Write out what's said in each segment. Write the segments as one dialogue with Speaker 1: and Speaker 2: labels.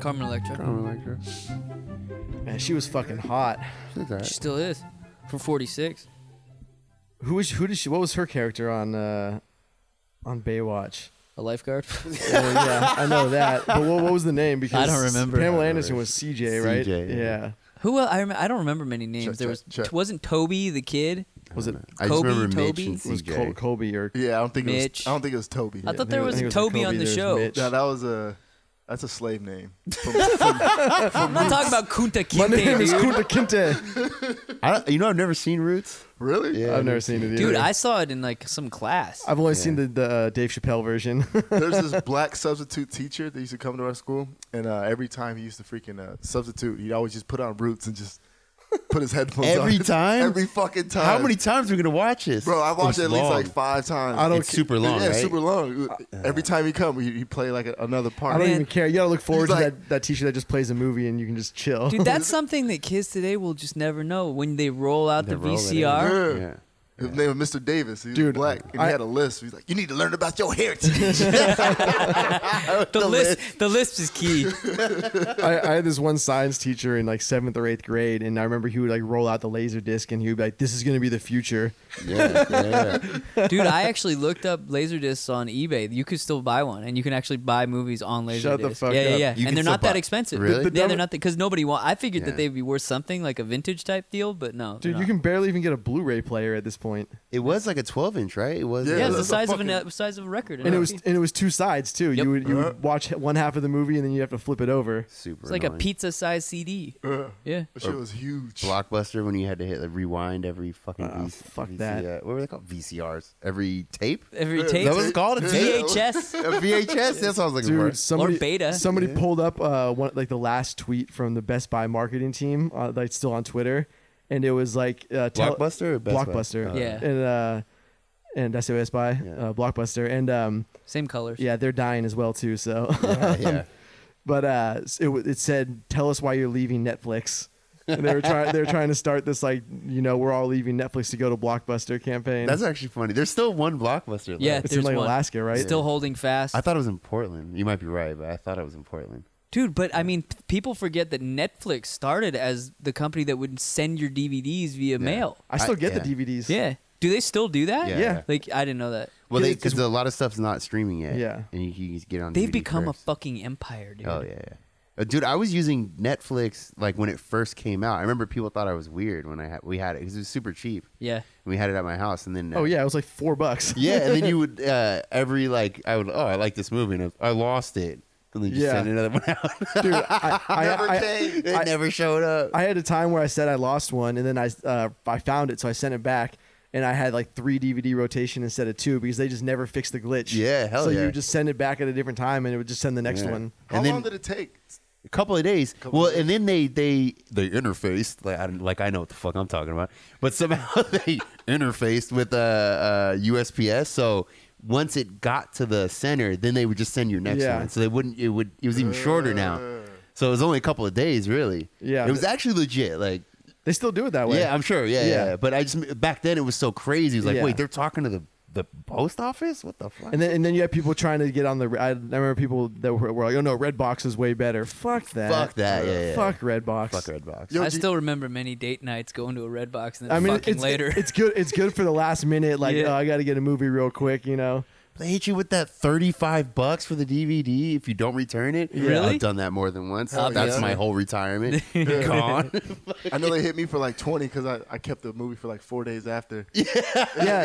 Speaker 1: Carmen Electra.
Speaker 2: Carmen Electra.
Speaker 3: Man, she was fucking hot.
Speaker 2: She's all right.
Speaker 1: She still is. For 46.
Speaker 3: Who was who did she? What was her character on uh, on Baywatch?
Speaker 1: A lifeguard.
Speaker 3: Well, yeah, I know that. But what, what was the name? Because
Speaker 1: I don't remember.
Speaker 3: Pamela Anderson was CJ, right?
Speaker 2: CJ, yeah.
Speaker 3: yeah.
Speaker 1: Who el I rem- I don't remember many names.
Speaker 4: Check,
Speaker 1: there was
Speaker 4: check, check.
Speaker 1: wasn't Toby the kid?
Speaker 3: Was it?
Speaker 2: I just
Speaker 1: Kobe,
Speaker 2: remember Mitch
Speaker 1: Toby?
Speaker 2: and
Speaker 3: It was
Speaker 2: CJ.
Speaker 3: Col- Kobe or
Speaker 4: Yeah, I don't think it
Speaker 1: Mitch.
Speaker 4: was. I don't think it was Toby.
Speaker 1: I thought there
Speaker 3: I
Speaker 1: was
Speaker 3: think it
Speaker 1: a
Speaker 3: was a
Speaker 1: Toby
Speaker 3: Kobe,
Speaker 1: on the
Speaker 3: there's
Speaker 1: show.
Speaker 3: Mitch.
Speaker 4: Yeah, that was a. That's a slave name. From, from,
Speaker 1: I'm not talking about Kunta Kinte,
Speaker 3: My name is
Speaker 1: dude.
Speaker 3: Kunta Kinte.
Speaker 2: I don't, you know, I've never seen Roots.
Speaker 4: really?
Speaker 2: Yeah.
Speaker 3: I've never seen it either.
Speaker 1: Dude, I saw it in like some class.
Speaker 3: I've only
Speaker 2: Yeah.
Speaker 3: seen the, the uh, Dave Chappelle version.
Speaker 4: There's this black substitute teacher that used to come to our school, and uh, every time he used to freaking uh, substitute, he'd always just put on Roots and just put his headphones on.
Speaker 2: Every time?
Speaker 4: Every fucking time.
Speaker 2: How many times are we gonna watch this?
Speaker 4: Bro, I
Speaker 2: It's
Speaker 4: watched it at least
Speaker 2: long.
Speaker 4: like five times.
Speaker 3: I don't
Speaker 2: It's super long,
Speaker 4: Yeah,
Speaker 2: right?
Speaker 4: super long. Every time he come, he, he play like a, another part.
Speaker 3: I don't
Speaker 1: Man.
Speaker 3: even care. You gotta look forward
Speaker 4: He's
Speaker 3: to
Speaker 4: like-
Speaker 3: that, that teacher that just plays a movie and you can just chill.
Speaker 1: Dude, that's something that kids today will just never know when they roll out
Speaker 2: They
Speaker 1: the
Speaker 2: roll it in.
Speaker 1: VCR.
Speaker 4: Yeah.
Speaker 2: Yeah.
Speaker 4: His name was Mr. Davis. He was
Speaker 3: Dude,
Speaker 4: black, and
Speaker 3: I-
Speaker 4: he had a list. He's like, "You need to learn about your heritage."
Speaker 1: The, lisp, the lisp is key.
Speaker 3: I, I had this one science teacher in like seventh or eighth grade, and I remember he would like roll out the laser disc and he would be like, "This is gonna be the future."
Speaker 2: Yeah, yeah, yeah.
Speaker 1: Dude, I actually looked up Laserdiscs on eBay. You could still buy one, and you can actually buy movies on Laserdisc.
Speaker 3: Shut the fuck
Speaker 1: yeah, Yeah,
Speaker 3: up.
Speaker 1: yeah,
Speaker 2: You can
Speaker 1: And they're
Speaker 2: still
Speaker 1: not
Speaker 2: buy-
Speaker 1: that expensive.
Speaker 2: Really? The-
Speaker 3: the
Speaker 1: yeah,
Speaker 3: dumb-
Speaker 1: they're not because nobody want. I figured
Speaker 2: Yeah.
Speaker 1: that they'd be worth something like a vintage type deal, but no. they're
Speaker 3: Dude, you
Speaker 1: not.
Speaker 3: can barely even get a Blu-ray player at this point,
Speaker 2: It was like a 12 inch, right? It was.
Speaker 4: Yeah,
Speaker 1: Yeah,
Speaker 2: it
Speaker 1: it's the
Speaker 4: that's
Speaker 2: was
Speaker 4: a
Speaker 1: size of an
Speaker 4: fucking-
Speaker 1: uh, size of a record.
Speaker 3: and it was and it was two sides too.
Speaker 1: Yep.
Speaker 3: You would you
Speaker 2: Uh-huh.
Speaker 3: would watch one half of the movie and then you have to flip it over.
Speaker 2: super.
Speaker 1: It's like a
Speaker 2: annoying.
Speaker 1: pizza sized CD.
Speaker 4: that
Speaker 1: Yeah.
Speaker 4: shit was huge.
Speaker 2: blockbuster when you had to hit like rewind every fucking.
Speaker 3: Ah,
Speaker 2: VC
Speaker 3: fuck that.
Speaker 2: VCR. uh, What were they called? VCRs. Every tape.
Speaker 1: Every
Speaker 4: Yeah,
Speaker 1: tape.
Speaker 2: That was called a tape.
Speaker 1: VHS.
Speaker 2: A VHS. That's what I was looking
Speaker 3: Dude,
Speaker 2: for.
Speaker 3: somebody
Speaker 1: beta.
Speaker 3: somebody pulled up uh, one like the last tweet from the Best Buy marketing team, uh, like still on Twitter, and it was like uh, tel-
Speaker 2: Blockbuster or Best Buy?
Speaker 3: Blockbuster,
Speaker 2: Uh,
Speaker 1: Yeah.
Speaker 3: and uh, and I say Best Buy,
Speaker 2: Yeah.
Speaker 3: uh, Blockbuster, and um,
Speaker 1: Same colors.
Speaker 3: yeah, they're dying as well too. So,
Speaker 2: Yeah, yeah.
Speaker 3: but uh, s- it w- it said, "Tell us why you're leaving Netflix." And they were trying they were trying to start this like you know we're all leaving Netflix to go to Blockbuster campaign.
Speaker 2: That's actually funny. There's still one blockbuster. Left.
Speaker 1: Yeah,
Speaker 3: it's in
Speaker 1: there's
Speaker 3: like
Speaker 1: one.
Speaker 3: Alaska, right?
Speaker 1: Still holding fast.
Speaker 2: I thought it was in Portland. You might be right, but I thought it was in Portland.
Speaker 1: Dude, but I mean, p- people forget that Netflix started as the company that would send your DVDs via mail.
Speaker 3: I still
Speaker 2: I-
Speaker 3: get
Speaker 2: yeah.
Speaker 3: the DVDs.
Speaker 1: Yeah. Do they still do that?
Speaker 2: Yeah. Yeah.
Speaker 1: Like, I didn't know that.
Speaker 2: Well, they
Speaker 3: 'Cause-
Speaker 2: because a lot of stuff's not streaming yet.
Speaker 3: Yeah.
Speaker 2: and you can just get on.
Speaker 1: They've
Speaker 2: DVD
Speaker 1: become
Speaker 2: first.
Speaker 1: a fucking empire, dude.
Speaker 2: Oh yeah, yeah. Uh, dude. I was using Netflix like when it first came out. I remember people thought I was weird when I had we had it because it was super cheap.
Speaker 1: Yeah.
Speaker 2: And we had it at my house, and then uh,
Speaker 3: Oh yeah, it was like four bucks.
Speaker 2: yeah. And then you would uh, every like I would oh I like this movie and I, I lost it. And then just
Speaker 3: Yeah.
Speaker 2: send another one out.
Speaker 3: Dude, I, I,
Speaker 2: Never
Speaker 3: I,
Speaker 2: came. It
Speaker 3: I-
Speaker 2: never showed up.
Speaker 3: I had a time where I said I lost one, and then I uh, I found it, so I sent it back, and I had like three DVD rotation instead of two because they just never fixed the glitch.
Speaker 2: Yeah, hell
Speaker 3: so
Speaker 2: yeah.
Speaker 3: you would just send it back at a different time, and it would just send the next
Speaker 2: Yeah.
Speaker 3: one.
Speaker 4: How
Speaker 2: And
Speaker 4: long
Speaker 2: then-
Speaker 4: did it take?
Speaker 2: a couple of days.
Speaker 4: Couple
Speaker 2: well,
Speaker 4: of days.
Speaker 2: and then they they they interfaced like I, like I know what the fuck I'm talking about, but somehow they interfaced with uh, uh USPS. So once it got to the center, then they would just send your next
Speaker 3: Yeah.
Speaker 2: one. So they wouldn't. It would. It was even shorter now. So it was only a couple of days, really.
Speaker 3: Yeah.
Speaker 2: it was actually legit. Like.
Speaker 3: They still do it that way.
Speaker 2: Yeah, I'm sure. Yeah, yeah,
Speaker 3: Yeah.
Speaker 2: yeah. But I just back then it was so crazy. It was like,
Speaker 3: Yeah.
Speaker 2: wait, they're talking to the the post office? What the fuck?
Speaker 3: and then and then you had people trying to get on the. I, I remember people that were, were like, "Oh no, Redbox is way better." Fuck that.
Speaker 2: Fuck that, yeah, yeah,
Speaker 3: Fuck Redbox.
Speaker 2: fuck Redbox.
Speaker 4: Yo,
Speaker 1: I
Speaker 4: do-
Speaker 1: still remember many date nights going to a Red Box and then
Speaker 3: I mean,
Speaker 1: fucking
Speaker 3: it's,
Speaker 1: later.
Speaker 3: it's good. It's good for the last minute. Like,
Speaker 1: Yeah.
Speaker 3: oh, I got to get a movie real quick. You know.
Speaker 2: They hit you with that thirty-five bucks for the DVD if you don't return it.
Speaker 1: Really?
Speaker 2: I've done that more than once.
Speaker 4: Hell
Speaker 2: That's
Speaker 4: yeah.
Speaker 2: my whole retirement gone.
Speaker 4: I know they hit me for like twenty because I, I kept the movie for like four days after. Yeah,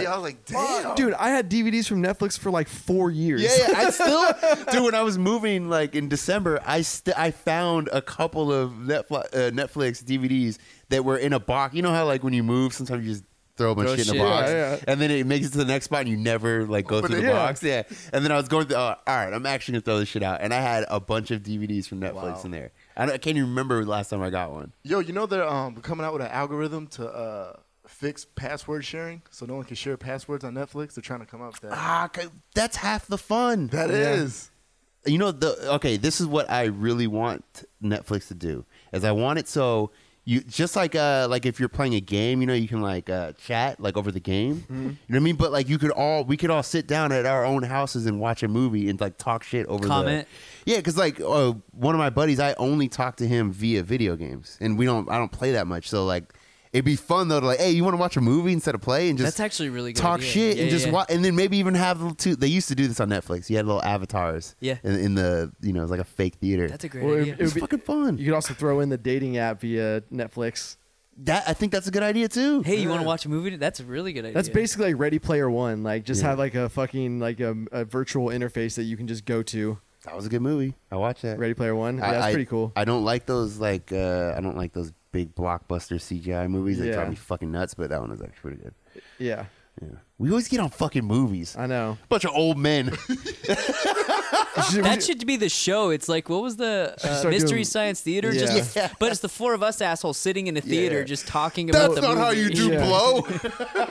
Speaker 4: I was like, damn,
Speaker 3: Dude, I had DVDs from Netflix for like four years.
Speaker 2: yeah, yeah. I still, dude. When I was moving, like in December, I st- I found a couple of Netflix, uh, Netflix DVDs that were in a box. You know how like when you move, sometimes you just throw a bunch of
Speaker 1: Throw
Speaker 2: shit in a
Speaker 1: shit.
Speaker 2: box,
Speaker 3: Yeah, yeah.
Speaker 2: and then it makes it to the next spot, and you never like go
Speaker 4: Open
Speaker 2: through
Speaker 4: it,
Speaker 2: the
Speaker 4: yeah.
Speaker 2: box. Yeah. And then I was going through. Oh, all right, I'm actually gonna throw this shit out, and I had a bunch of DVDs from Netflix
Speaker 4: Wow.
Speaker 2: in there. I, don't, I can't even remember the last time I got one.
Speaker 4: yo, you know they're um coming out with an algorithm to uh fix password sharing, so no one can share passwords on Netflix. They're trying to come up with that.
Speaker 2: Ah, 'cause that's half the fun.
Speaker 4: That is.
Speaker 2: you know the okay. This is what I really want Netflix to do. Is I want it so you just like uh like if you're playing a game, you know, you can like uh chat like over the game. You know what I mean? But like you could all we could all sit down at our own houses and watch a movie and like talk shit over the-
Speaker 1: Comment.
Speaker 2: yeah, because like uh, one of my buddies, I only talk to him via video games, and we don't I don't play that much. So like it'd be fun though to like, hey, you want to watch a movie instead of play and just
Speaker 1: That's actually a really good
Speaker 2: talk
Speaker 1: idea.
Speaker 2: shit
Speaker 1: Yeah,
Speaker 2: and just
Speaker 1: yeah.
Speaker 2: watch, and then maybe even have little two. They used to do this on Netflix. You had little avatars,
Speaker 1: Yeah.
Speaker 2: in, in the you know it's like a fake theater.
Speaker 1: That's a great
Speaker 3: Or
Speaker 1: idea.
Speaker 3: it would
Speaker 2: it's
Speaker 3: be-
Speaker 2: fucking fun.
Speaker 3: You could also throw in the dating app via Netflix.
Speaker 2: that I think that's a good idea too.
Speaker 1: hey, you want to watch a movie? That's a really good idea.
Speaker 3: That's basically like Ready Player One. Like just have like a fucking like a, a virtual interface that you can just go to.
Speaker 2: that was a good movie. I watched that.
Speaker 3: Ready Player One. Yeah,
Speaker 2: I-
Speaker 3: that's
Speaker 2: I-
Speaker 3: pretty cool.
Speaker 2: I don't like those like uh, I don't like those big blockbuster CGI movies. They
Speaker 3: Yeah.
Speaker 2: drive me fucking nuts. But that one was actually pretty good.
Speaker 3: yeah,
Speaker 2: Yeah. We always get on fucking movies.
Speaker 3: I know.
Speaker 2: bunch of old men.
Speaker 3: We
Speaker 2: Ah,
Speaker 3: should- we
Speaker 1: That
Speaker 3: should-
Speaker 1: should be the show. It's like what was the uh,
Speaker 3: start
Speaker 1: Mystery
Speaker 3: doing-
Speaker 1: Science Theater?
Speaker 3: Yeah.
Speaker 1: Just, but it's the four of us assholes sitting in a theater
Speaker 3: Yeah.
Speaker 1: just talking
Speaker 2: That's
Speaker 1: about the
Speaker 2: not how
Speaker 1: movie.
Speaker 2: you do
Speaker 3: Yeah.
Speaker 2: blow.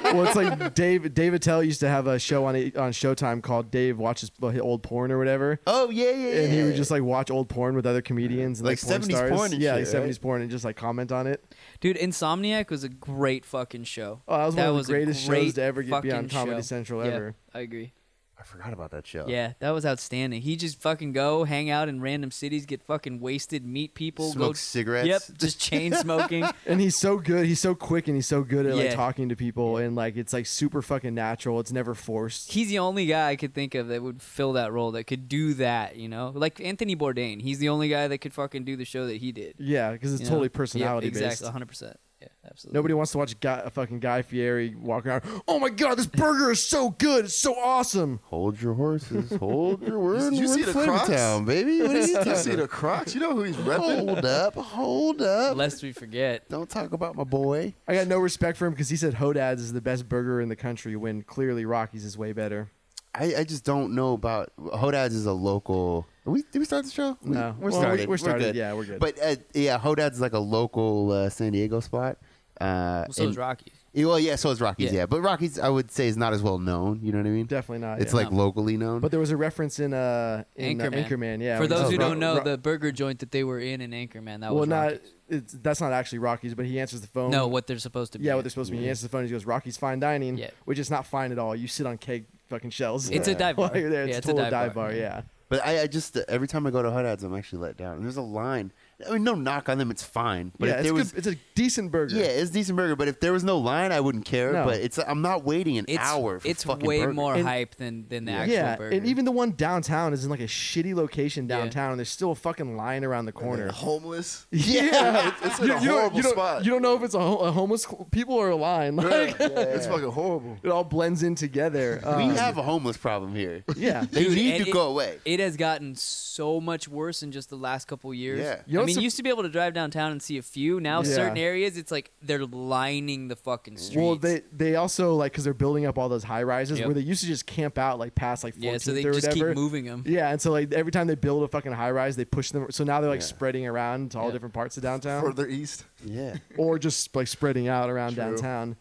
Speaker 3: well, it's like Dave Dave Attell used to have a show on on Showtime called Dave watches old porn or whatever,
Speaker 2: oh yeah, yeah.
Speaker 3: and he
Speaker 2: yeah.
Speaker 3: would just like watch old porn with other comedians and
Speaker 2: Like
Speaker 3: like, porn
Speaker 2: 70s
Speaker 3: stars.
Speaker 2: porn and
Speaker 3: yeah,
Speaker 2: shit,
Speaker 3: like
Speaker 2: right?
Speaker 3: seventies porn and just like comment on it.
Speaker 1: Dude, Insomniac was a great fucking show.
Speaker 3: Oh, that was one of the
Speaker 1: a
Speaker 3: greatest
Speaker 1: great
Speaker 3: shows to ever get be
Speaker 1: fucking
Speaker 3: on Comedy
Speaker 1: show.
Speaker 3: Central
Speaker 1: Yeah,
Speaker 3: ever.
Speaker 1: I agree.
Speaker 2: I forgot about that show.
Speaker 1: Yeah, that was outstanding. He just fucking go hang out in random cities, get fucking wasted, meet people, go
Speaker 2: Smoke cigarettes.
Speaker 1: Yep, just chain smoking.
Speaker 3: And he's so good. He's so quick, and he's so good at like
Speaker 1: Yeah.
Speaker 3: talking to people, and like it's like super fucking natural. It's never forced.
Speaker 1: he's the only guy I could think of that would fill that role, that could do that. You know, like Anthony Bourdain. He's the only guy that could fucking do the show that he did.
Speaker 3: Yeah, because it's
Speaker 1: you know?
Speaker 3: totally
Speaker 1: Yep,
Speaker 3: personality
Speaker 1: exactly,
Speaker 3: based.
Speaker 1: 100. percent Yeah, absolutely.
Speaker 3: Nobody wants to watch guy, a fucking Guy Fieri walk around. Oh my god, this burger is so good. It's so awesome.
Speaker 2: Hold your horses. Hold your word.
Speaker 4: you
Speaker 2: We're
Speaker 4: see
Speaker 2: in
Speaker 4: the
Speaker 2: Flavor
Speaker 4: Crocs?
Speaker 2: Town, baby. What are you
Speaker 4: You
Speaker 2: talking
Speaker 4: see the Crocs? You know who he's repping?
Speaker 2: Hold up. Hold up.
Speaker 1: Lest we forget.
Speaker 2: Don't talk about my boy.
Speaker 3: I got no respect for him because he said Hodad's is the best burger in the country when clearly Rocky's is way better.
Speaker 2: I, I just don't know about Hodad's is a local. Are we did we start the show? We-
Speaker 3: No.
Speaker 2: we're
Speaker 3: Well, we-
Speaker 2: started.
Speaker 3: we're started.
Speaker 2: good.
Speaker 3: Yeah, we're good.
Speaker 2: But uh, yeah, Hodad's is like a local uh, San Diego spot. Uh,
Speaker 1: Well, so
Speaker 2: and-
Speaker 1: is Rocky.
Speaker 2: Yeah, Well, yeah, so is Rockies, yeah.
Speaker 1: Yeah.
Speaker 2: But Rockies, I would say, is not as well known. You know what I mean?
Speaker 3: Definitely not.
Speaker 2: It's
Speaker 3: yeah.
Speaker 2: like locally known.
Speaker 3: But there was a reference in uh in Anchorman,
Speaker 1: Anchorman.
Speaker 3: uh, Anchorman yeah.
Speaker 1: For
Speaker 3: when he
Speaker 1: those
Speaker 2: Oh,
Speaker 3: says
Speaker 1: who
Speaker 2: Ro-
Speaker 1: don't know,
Speaker 3: Ro-
Speaker 1: the burger joint that they were in in Anchorman, that
Speaker 3: well,
Speaker 1: was
Speaker 3: not
Speaker 1: Rocky.
Speaker 3: it's, that's not actually Rocky's, but he answers the phone.
Speaker 1: No, what they're supposed to be.
Speaker 3: yeah, what they're supposed to be. He answers the phone. He goes, "Rocky's fine dining,"
Speaker 1: Yeah.
Speaker 3: which is not fine at all. You sit on keg fucking shells.
Speaker 1: It's a dive bar.
Speaker 3: While you're there,
Speaker 1: Yeah,
Speaker 3: it's,
Speaker 1: it's a
Speaker 3: total
Speaker 1: dive
Speaker 3: dive
Speaker 1: bar,
Speaker 3: bar.
Speaker 1: yeah.
Speaker 3: yeah.
Speaker 2: But I, I just every time I go to Hudads, I'm actually let down. And there's a line. I mean, no knock on them. It's fine. But
Speaker 3: yeah,
Speaker 2: if
Speaker 3: it's
Speaker 2: there was,
Speaker 3: good. It's a decent burger.
Speaker 2: yeah, it's decent burger. But if there was no line, I wouldn't care.
Speaker 3: No.
Speaker 2: But it's I'm not waiting an
Speaker 1: It's,
Speaker 2: hour. For
Speaker 1: it's
Speaker 2: fucking
Speaker 1: way
Speaker 2: burger.
Speaker 1: more
Speaker 3: And-
Speaker 1: hype than, than the actual
Speaker 3: yeah,
Speaker 1: burger.
Speaker 3: and even the one downtown is in like a shitty location
Speaker 1: Yeah.
Speaker 3: downtown, and there's still a fucking line around the corner.
Speaker 4: Homeless.
Speaker 3: Yeah,
Speaker 4: It's- it's in a
Speaker 3: don't-
Speaker 4: horrible
Speaker 3: don't,
Speaker 4: spot.
Speaker 3: You don't know if it's a, ho- a homeless cl- people or a line. Like
Speaker 4: It's fucking horrible.
Speaker 3: it all blends in together. Um,
Speaker 2: We have a homeless problem here.
Speaker 3: yeah.
Speaker 2: They
Speaker 1: Dude,
Speaker 2: need
Speaker 1: and
Speaker 2: to
Speaker 1: it-
Speaker 2: go away.
Speaker 1: It has gotten so much worse in just the last couple years.
Speaker 2: Yeah.
Speaker 3: You know
Speaker 1: I mean,
Speaker 3: what's
Speaker 1: you
Speaker 3: a-
Speaker 1: used to be able to drive downtown and see a few. Now,
Speaker 3: Yeah.
Speaker 1: certain areas, it's like they're lining the fucking streets.
Speaker 3: Well, they they also like because they're building up all those high rises
Speaker 1: Yep.
Speaker 3: where they used to just camp out like past like 14th
Speaker 1: yeah, so they
Speaker 3: or
Speaker 1: just
Speaker 3: whatever.
Speaker 1: keep moving them.
Speaker 3: Yeah, and so like every time they build a fucking high rise, they push them. So now they're like
Speaker 2: Yeah.
Speaker 3: spreading around to all
Speaker 1: Yeah.
Speaker 3: different parts of downtown,
Speaker 4: Further east.
Speaker 2: Yeah.
Speaker 3: or just like spreading out around
Speaker 4: True.
Speaker 3: downtown.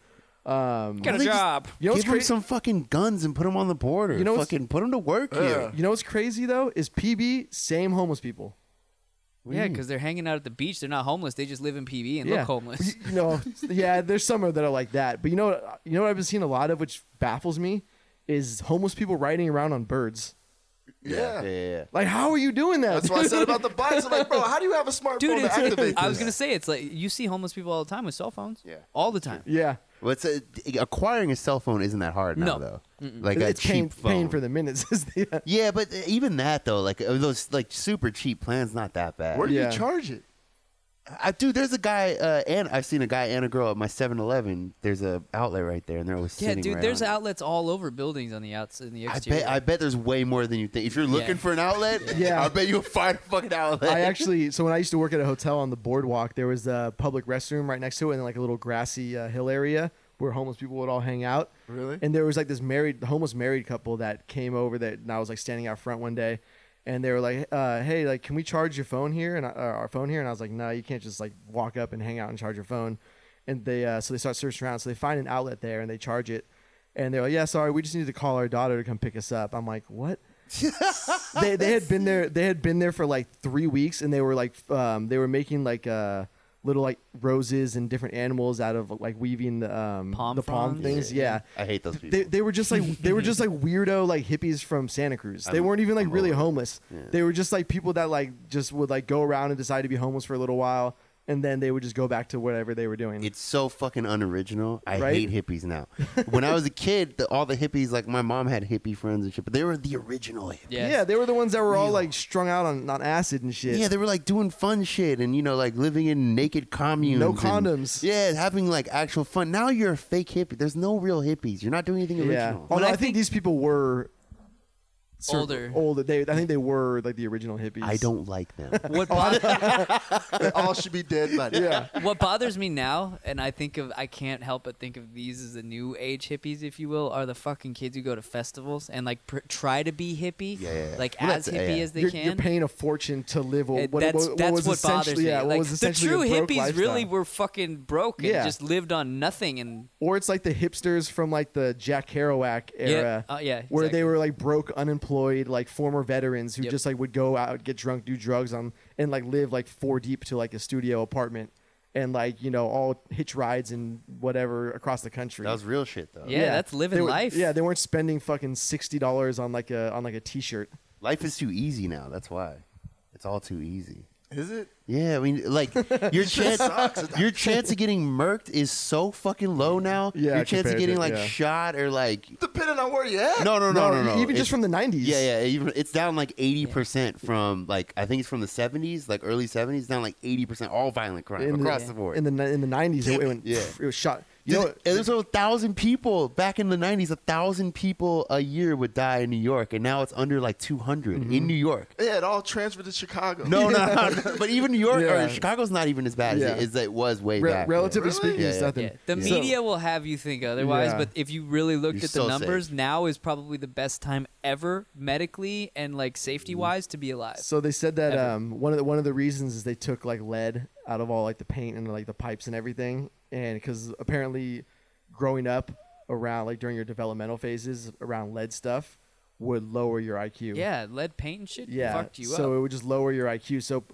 Speaker 3: Um,
Speaker 2: Well,
Speaker 1: Got
Speaker 2: they
Speaker 1: a
Speaker 2: just-
Speaker 1: job.
Speaker 3: you know what's
Speaker 2: Give them
Speaker 3: crazy?
Speaker 2: some fucking guns and put them on the border.
Speaker 3: You know what's-
Speaker 2: fucking put them to work here.
Speaker 4: Yeah.
Speaker 3: you know what's crazy though is PB same homeless people.
Speaker 2: What do you
Speaker 1: Yeah,
Speaker 2: mean?
Speaker 1: because they're hanging out at the beach. They're not homeless. They just live in PB and
Speaker 3: yeah,
Speaker 1: look homeless.
Speaker 3: You, you know, yeah, there's some that are like that, but you know, what- you know what I've been seeing a lot of, which baffles me, is homeless people riding around on birds.
Speaker 2: yeah,
Speaker 4: Yeah.
Speaker 2: yeah, yeah.
Speaker 3: Like, how are you doing that?
Speaker 4: That's what I said about the bikes. I'm like, bro, how do you have a smartphone
Speaker 1: Dude,
Speaker 4: to
Speaker 1: it's,
Speaker 4: activate
Speaker 1: I was
Speaker 4: this?
Speaker 1: gonna say it's like you see homeless people all the time with cell phones.
Speaker 2: Yeah.
Speaker 1: all the time.
Speaker 3: yeah,
Speaker 2: Well, it's a, acquiring a cell phone isn't that hard now,
Speaker 1: No.
Speaker 2: though. Like a
Speaker 3: it's
Speaker 2: cheap
Speaker 3: paying,
Speaker 2: phone.
Speaker 3: paying for the minutes. is the-
Speaker 2: yeah, but uh, even that though, like uh, those like super cheap plans, not that bad.
Speaker 4: Where do
Speaker 3: Yeah.
Speaker 4: you charge it?
Speaker 2: I, dude, there's a guy uh, and I've seen a guy and a girl at my 7-Eleven. There's a outlet right there, and they're always
Speaker 1: Yeah,
Speaker 2: sitting
Speaker 1: dude. There's
Speaker 2: around.
Speaker 1: outlets all over buildings on the outs in the
Speaker 2: I
Speaker 1: exterior.
Speaker 2: bet I bet there's way more than you think. If you're looking for an outlet,
Speaker 3: Yeah.
Speaker 2: I bet you'll find a fucking outlet.
Speaker 3: I actually, so when I used to work at a hotel on the boardwalk, there was a public restroom right next to it, and like a little grassy uh, hill area where homeless people would all hang out.
Speaker 4: Really?
Speaker 3: And there was like this married, homeless married couple that came over that, and I was like standing out front one day, and they were like, uh, "Hey, like, can we charge your phone here and uh, our phone here?" And I was like, "No, you can't just like walk up and hang out and charge your phone." And they uh, so they start searching around, so they find an outlet there and they charge it, and they're like, "Yeah, sorry, we just need to call our daughter to come pick us up." I'm like, "What?" they, they had been there they had been there for like three weeks and they were like f- um, they were making like uh, little like roses and different animals out of like weaving the um
Speaker 1: Palm
Speaker 3: the palm
Speaker 1: fronds?
Speaker 3: things. Yeah.
Speaker 2: I hate those people.
Speaker 3: They, they were just like they were just like weirdo like hippies from Santa Cruz. They
Speaker 2: I'm-
Speaker 3: weren't even like
Speaker 2: I'm
Speaker 3: really
Speaker 2: over it.
Speaker 3: homeless. They were just like people that like just would like go around and decide to be homeless for a little while and then they would just go back to whatever they were doing.
Speaker 2: It's so fucking unoriginal. I
Speaker 3: Right?
Speaker 2: hate hippies now. when I was a kid, the, all the hippies, like my mom had hippie friends and shit, but they were the original hippies.
Speaker 1: Yes.
Speaker 3: Yeah, they were the ones that were all like strung out on, on acid and shit.
Speaker 2: Yeah, they were like doing fun shit and you know like living in naked communes.
Speaker 3: No
Speaker 2: and-
Speaker 3: condoms.
Speaker 2: yeah, having like actual fun. Now you're a fake hippie. There's no real hippies. You're not doing anything
Speaker 3: yeah.
Speaker 2: original.
Speaker 3: Although
Speaker 1: When
Speaker 3: I,
Speaker 1: I
Speaker 3: think,
Speaker 1: think-
Speaker 3: these people were sort of
Speaker 1: Older.
Speaker 3: Older. They, I think they were like the original hippies.
Speaker 2: I don't like them.
Speaker 1: What, bo-
Speaker 4: They all should be dead by now.
Speaker 3: Yeah.
Speaker 1: what bothers me now, and I think of, I can't help but think of these as the new age hippies, if you will, are the fucking kids who go to festivals and like pr- try to be hippie,
Speaker 2: Yeah, yeah, yeah.
Speaker 1: like
Speaker 2: Well,
Speaker 1: as
Speaker 2: that's-
Speaker 1: hippie
Speaker 2: yeah.
Speaker 1: as they
Speaker 3: you're,
Speaker 1: can.
Speaker 3: you're paying a fortune to live.
Speaker 1: Uh,
Speaker 3: What, what,
Speaker 1: that's
Speaker 3: what
Speaker 1: that's
Speaker 3: was
Speaker 1: what bothers
Speaker 3: essentially-
Speaker 1: me.
Speaker 3: Yeah, what
Speaker 1: like
Speaker 3: was
Speaker 1: the
Speaker 3: essentially
Speaker 1: true
Speaker 3: a broke
Speaker 1: hippies
Speaker 3: lifestyle.
Speaker 1: really were fucking broke and
Speaker 3: Yeah.
Speaker 1: just lived on nothing and
Speaker 3: Or it's like the hipsters from like the Jack Kerouac era,
Speaker 1: Yeah. Oh, yeah,
Speaker 3: where
Speaker 1: exactly.
Speaker 3: they were like broke, unemployed, like former veterans who
Speaker 1: Yep.
Speaker 3: just like would go out, get drunk, do drugs, on and like live like four deep to like a studio apartment, and like you know all hitch rides and whatever across the country.
Speaker 2: That was real shit though.
Speaker 1: Yeah. that's living
Speaker 3: They were-
Speaker 1: life.
Speaker 3: Yeah, they weren't spending fucking sixty dollars on like a on like a T-shirt.
Speaker 2: Life is too easy now. That's why. It's all too easy.
Speaker 4: Is it?
Speaker 2: Yeah, I mean, like your chance, your chance of getting murked is so fucking low now.
Speaker 3: Yeah,
Speaker 2: your chance
Speaker 3: compared
Speaker 2: of
Speaker 3: to-
Speaker 2: getting like
Speaker 3: yeah.
Speaker 2: shot or like
Speaker 4: Depending on where you at.
Speaker 2: no, no, no, no, no.
Speaker 3: even
Speaker 2: It's-
Speaker 3: just from the nineties.
Speaker 2: yeah, yeah, even, it's down like eighty percent from like I think it's from the seventies, like early seventies, down like eighty percent all violent crime across the, board.
Speaker 3: in the ni- in the nineties, it,
Speaker 2: Damn it.
Speaker 3: went.
Speaker 2: Yeah.
Speaker 3: It was shot. You
Speaker 2: you
Speaker 3: know,
Speaker 2: know,
Speaker 3: what?
Speaker 2: and there's a thousand people back in the '90s. A thousand people a year would die in New York, and now it's under like 200
Speaker 3: Mm-hmm.
Speaker 2: in New York.
Speaker 4: Yeah, it all transferred to Chicago.
Speaker 2: No, no, no, no. but even New York
Speaker 3: Yeah.
Speaker 2: or Chicago's not even as bad as,
Speaker 3: Yeah.
Speaker 2: it, as it was way
Speaker 3: re-
Speaker 2: back. then.
Speaker 3: relatively
Speaker 4: Really?
Speaker 3: speaking,
Speaker 2: Yeah,
Speaker 3: it's
Speaker 2: yeah.
Speaker 3: nothing.
Speaker 1: Yeah, the
Speaker 3: So-
Speaker 1: media will have you think otherwise,
Speaker 3: Yeah.
Speaker 1: but if you really looked
Speaker 2: You're
Speaker 1: at the
Speaker 2: so
Speaker 1: numbers,
Speaker 2: safe.
Speaker 1: now is probably the best time ever medically and like safety wise to be alive.
Speaker 3: So they said that
Speaker 1: Ever.
Speaker 3: um, one of the one of the reasons is they took like lead out of all like the paint and like the pipes and everything, and because apparently, growing up around like during your developmental phases around lead stuff would lower your IQ.
Speaker 1: yeah, lead paint and shit
Speaker 3: yeah.
Speaker 1: fucked you
Speaker 3: so
Speaker 1: up.
Speaker 3: it would just lower your IQ. So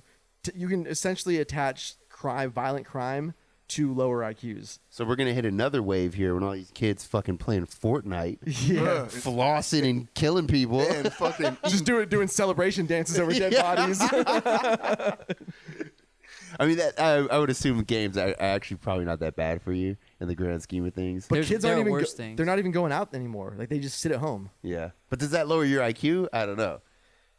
Speaker 3: t- you can essentially attach crime, violent crime, to lower IQs.
Speaker 2: So we're gonna hit another wave here when all these kids fucking playing Fortnite,
Speaker 3: Yeah.
Speaker 4: Bruh.
Speaker 2: flossing and killing people.
Speaker 4: And fucking
Speaker 3: Just doing doing celebration dances over dead
Speaker 2: Yeah.
Speaker 3: bodies.
Speaker 2: I mean, that I, I would assume games are are actually probably not that bad for you in the grand scheme of things.
Speaker 3: but
Speaker 1: There's-
Speaker 3: kids
Speaker 1: there
Speaker 3: aren't
Speaker 1: are
Speaker 3: even
Speaker 1: worse
Speaker 3: go-
Speaker 1: things.
Speaker 3: they're not even going out anymore. Like they just sit at home.
Speaker 2: yeah, but does that lower your IQ? I don't know.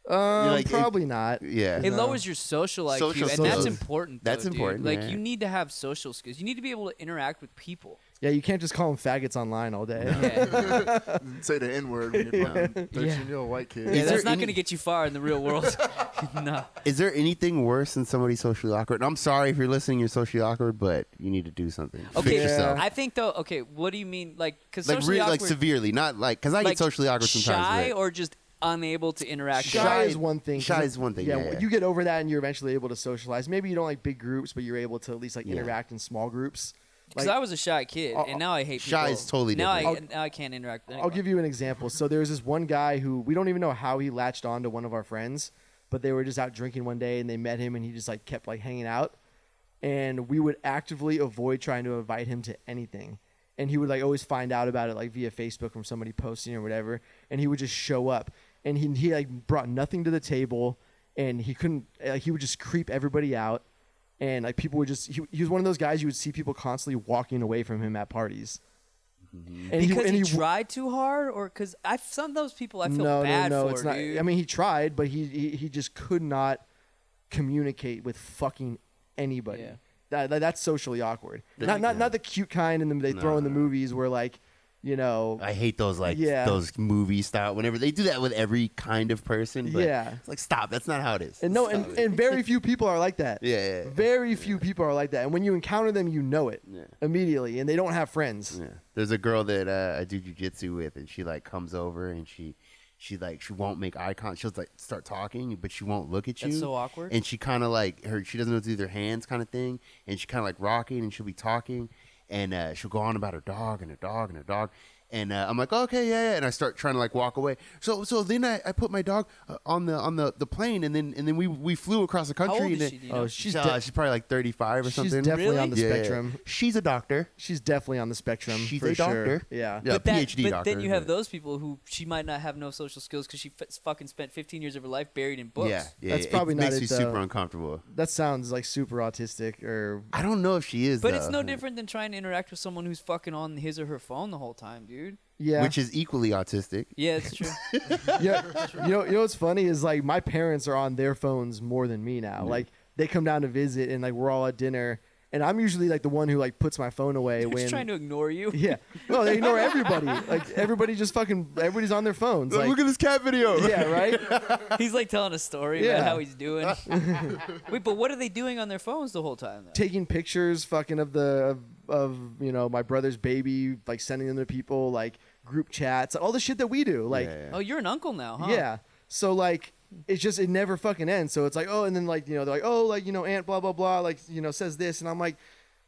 Speaker 3: Um,
Speaker 2: like, it-
Speaker 3: probably not.
Speaker 2: Yeah,
Speaker 1: It lowers your social IQ,
Speaker 2: Social
Speaker 1: and that's
Speaker 2: skills.
Speaker 1: important.
Speaker 2: That's
Speaker 1: though, dude.
Speaker 2: important,
Speaker 1: Like
Speaker 2: yeah.
Speaker 1: you need to have social skills. You need to be able to interact with people.
Speaker 3: Yeah, you can't just call them faggots online all day.
Speaker 1: Yeah,
Speaker 4: say the N word when you're fucking 13 year old white kid.
Speaker 1: Yeah,
Speaker 2: there
Speaker 1: that's not
Speaker 2: any-
Speaker 1: going to get you far in the real world. no.
Speaker 2: Is there anything worse than somebody socially awkward? And I'm sorry if you're listening, you're socially awkward, but you need to do something.
Speaker 1: Okay,
Speaker 2: Fix yourself.
Speaker 1: I think though. Okay, what do you mean? Like, because
Speaker 2: like
Speaker 1: socially
Speaker 2: really, like
Speaker 1: awkward-
Speaker 2: severely, not like because I
Speaker 1: like,
Speaker 2: get socially awkward sometimes.
Speaker 1: Shy
Speaker 2: but-
Speaker 1: or just unable to interact.
Speaker 3: Shy,
Speaker 1: with
Speaker 2: Shy-
Speaker 3: is one thing. 'cause
Speaker 2: shy
Speaker 3: it-
Speaker 2: is one thing, yeah, yeah.
Speaker 3: you get over that, and you're eventually able to socialize. Maybe you don't like big groups, but you're able to at least like
Speaker 2: Yeah.
Speaker 3: interact in small groups.
Speaker 1: Because
Speaker 3: Like,
Speaker 1: I was a shy kid,
Speaker 3: I'll-
Speaker 1: and now I hate
Speaker 2: Shy
Speaker 1: people.
Speaker 2: is totally
Speaker 1: now
Speaker 2: different.
Speaker 1: I now I can't interact. With
Speaker 3: I'll give you an example. So there was this one guy who we don't even know how he latched on to one of our friends, but they were just out drinking one day and they met him and he just like kept like hanging out. And we would actively avoid trying to invite him to anything. And he would like always find out about it like via Facebook from somebody posting or whatever. And he would just show up. And he, he like brought nothing to the table and he couldn't, like, he would just creep everybody out. And like people would just, he, he was one of those guys you would see people constantly walking away from him at parties. And
Speaker 1: Mm-hmm. because
Speaker 3: and
Speaker 1: he,
Speaker 3: w-
Speaker 1: tried too hard, or because I some of those people I feel
Speaker 3: no,
Speaker 1: bad
Speaker 3: no, no,
Speaker 1: for,
Speaker 3: it's not.
Speaker 1: dude.
Speaker 3: I mean, he tried, but he, he he just could not communicate with fucking anybody.
Speaker 1: Yeah.
Speaker 3: That, that- that's socially awkward. not not not the cute kind, and they throw in the movies where like, you know,
Speaker 2: I hate those like
Speaker 3: Yeah.
Speaker 2: those movie style. Whenever they do that with every kind of person, but
Speaker 3: Yeah.
Speaker 2: it's like stop. That's not how it is.
Speaker 3: and no,
Speaker 2: Stop
Speaker 3: and,
Speaker 2: it.
Speaker 3: and very few people are like that.
Speaker 2: Yeah, yeah, yeah.
Speaker 3: very few people are like that. And when you encounter them, you know it immediately, and they don't have friends.
Speaker 2: Yeah. There's a girl that uh, I do jujitsu with, and she like comes over and she, she like she won't make eye contact. She'll like start talking, but she won't look at you.
Speaker 1: That's so awkward.
Speaker 2: And she kind of like her, she doesn't know what to do with her hands, kind of thing. And she kind of like rocking, and she'll be talking, and uh, she'll go on about her dog and her dog and her dog. and uh, I'm like, okay, yeah, yeah, and I start trying to like walk away. So so then I, I put my dog uh, on the on the, the plane, and then and then we we flew across the country.
Speaker 1: old
Speaker 2: and
Speaker 1: is
Speaker 2: then-
Speaker 1: she, do you know?
Speaker 3: Oh,
Speaker 2: she's
Speaker 3: She's
Speaker 2: uh,
Speaker 3: de-
Speaker 2: she's probably like 35 or
Speaker 3: She's
Speaker 2: something.
Speaker 3: definitely
Speaker 1: Really?
Speaker 3: on the
Speaker 2: Yeah, yeah, yeah.
Speaker 3: spectrum.
Speaker 2: She's a doctor.
Speaker 3: She's definitely on the spectrum
Speaker 2: She's
Speaker 3: for
Speaker 2: a
Speaker 3: sure.
Speaker 2: doctor.
Speaker 3: Yeah.
Speaker 2: Yeah.
Speaker 1: but that-
Speaker 2: PhD
Speaker 1: but
Speaker 2: doctor,
Speaker 1: then you have
Speaker 2: yeah.
Speaker 1: those people who she might not have no social skills because she f- fucking spent 15 years of her life buried in books.
Speaker 2: Yeah, yeah,
Speaker 3: That's
Speaker 2: yeah.
Speaker 3: probably
Speaker 2: it
Speaker 3: not
Speaker 2: makes
Speaker 3: it,
Speaker 2: me
Speaker 3: though.
Speaker 2: super uncomfortable.
Speaker 3: That sounds like super autistic or
Speaker 2: I don't know if she is,
Speaker 1: But it's
Speaker 2: though,
Speaker 1: no different than trying to interact with someone who's fucking on his or her phone the whole time, dude.
Speaker 3: yeah.
Speaker 2: which is equally autistic.
Speaker 1: Yeah, it's true.
Speaker 3: yeah. You know, you know what's funny is like my parents are on their phones more than me now. Like they come down to visit and like we're all at dinner and I'm usually like the one who like puts my phone away
Speaker 1: They're
Speaker 3: when
Speaker 1: just trying to ignore you.
Speaker 3: Yeah. No, they ignore everybody. Like everybody just fucking everybody's on their phones. Like,
Speaker 2: Look at this cat video.
Speaker 3: yeah, right?
Speaker 1: He's like telling a story
Speaker 3: Yeah.
Speaker 1: about how he's doing. Wait, but what are they doing on their phones the whole time? Though?
Speaker 3: Taking pictures fucking of the of, of you know, my brother's baby, like sending them to people, like group chats, all the shit that we do. Like
Speaker 2: Yeah.
Speaker 1: oh, you're an uncle now,
Speaker 2: Uh-huh.
Speaker 1: huh?
Speaker 3: Yeah. So like it's just it never fucking ends. So it's like, oh, and then like, you know, they're like, oh, like, you know, aunt blah blah blah, like, you know, says this and I'm like,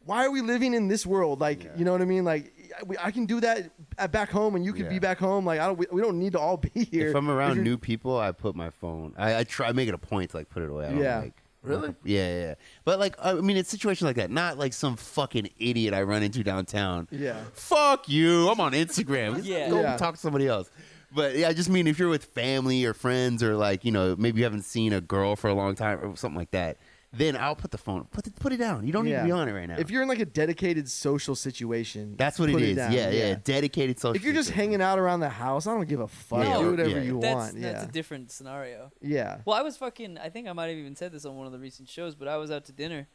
Speaker 3: why are we living in this world? Like, you know what I mean? Like I- we, I can do that at back home and you can
Speaker 2: Yeah.
Speaker 3: be back home. Like I don't we, we don't need to all be here.
Speaker 2: If I'm around
Speaker 3: you're-
Speaker 2: new people, I put my phone. I, I try I make it a point to like put it away. I don't,
Speaker 3: Yeah.
Speaker 2: Like,
Speaker 4: Really?
Speaker 2: Yeah, yeah, yeah. But like, I mean, it's situations like that. Not like some fucking idiot I run into downtown.
Speaker 3: Yeah.
Speaker 2: Fuck you. I'm on Instagram.
Speaker 1: Yeah.
Speaker 2: Go
Speaker 3: Yeah.
Speaker 2: talk to somebody else. But yeah, I just mean if you're with family or friends or like you know maybe you haven't seen a girl for a long time or something like that, then I'll put the phone. Put it. Put it down. You don't need
Speaker 3: Yeah.
Speaker 2: to be on it right now.
Speaker 3: If you're in like a dedicated social situation,
Speaker 2: That's what
Speaker 3: put
Speaker 2: it is.
Speaker 3: down.
Speaker 2: yeah, yeah, Dedicated social.
Speaker 3: If you're just hanging out around the house, I don't give a fuck.
Speaker 2: Yeah.
Speaker 3: Do whatever
Speaker 2: Yeah.
Speaker 3: you
Speaker 1: That's,
Speaker 3: want.
Speaker 1: that's
Speaker 3: yeah.
Speaker 1: a different scenario.
Speaker 3: yeah.
Speaker 1: Well, I was fucking. I think I might have even said this on one of the recent shows, but I was out to dinner,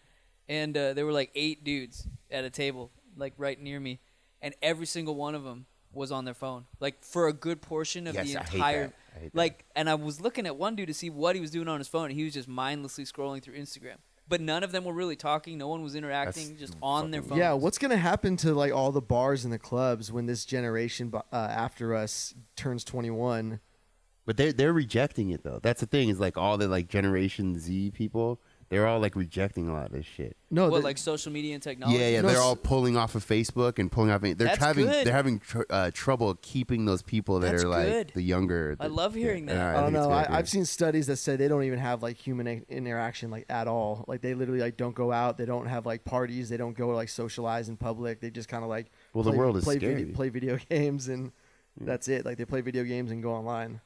Speaker 1: and uh, there were like eight dudes at a table, like right near me, and every single one of them was on their phone, like for a good portion of
Speaker 2: Yes,
Speaker 1: the
Speaker 2: I hate
Speaker 1: entire.
Speaker 2: that. I hate that.
Speaker 1: Like, and I was looking at one dude to see what he was doing on his phone, and he was just mindlessly scrolling through Instagram. But none of them were really talking. No one was interacting. just on their phone.
Speaker 3: Yeah, what's gonna happen to like all the bars and the clubs when this generation bu- uh, after us turns 21?
Speaker 2: But they're they're rejecting it though. That's the thing is like all the like Generation Z people, they're all like rejecting a lot of this shit.
Speaker 3: No,
Speaker 1: what
Speaker 3: the-
Speaker 1: like social media and technology?
Speaker 2: Yeah, yeah,
Speaker 3: No,
Speaker 2: they're
Speaker 3: s-
Speaker 2: all pulling off of Facebook and pulling off. They're
Speaker 1: Oh, That's
Speaker 2: having
Speaker 1: good.
Speaker 2: they're having tr- uh, trouble keeping those people that
Speaker 1: That's
Speaker 2: are like
Speaker 1: good.
Speaker 2: the younger. uh,
Speaker 1: I love hearing that.
Speaker 3: I don't know. Oh, I, I've seen studies that said they don't even have like human in- interaction like at all. Like they literally like don't go out. They don't have like parties. They don't go like socialize in public. They just kind of like
Speaker 2: Well, the
Speaker 3: play-
Speaker 2: world is
Speaker 3: play
Speaker 2: scary.
Speaker 3: Video, play video games and that's it. Like they play video games and go online.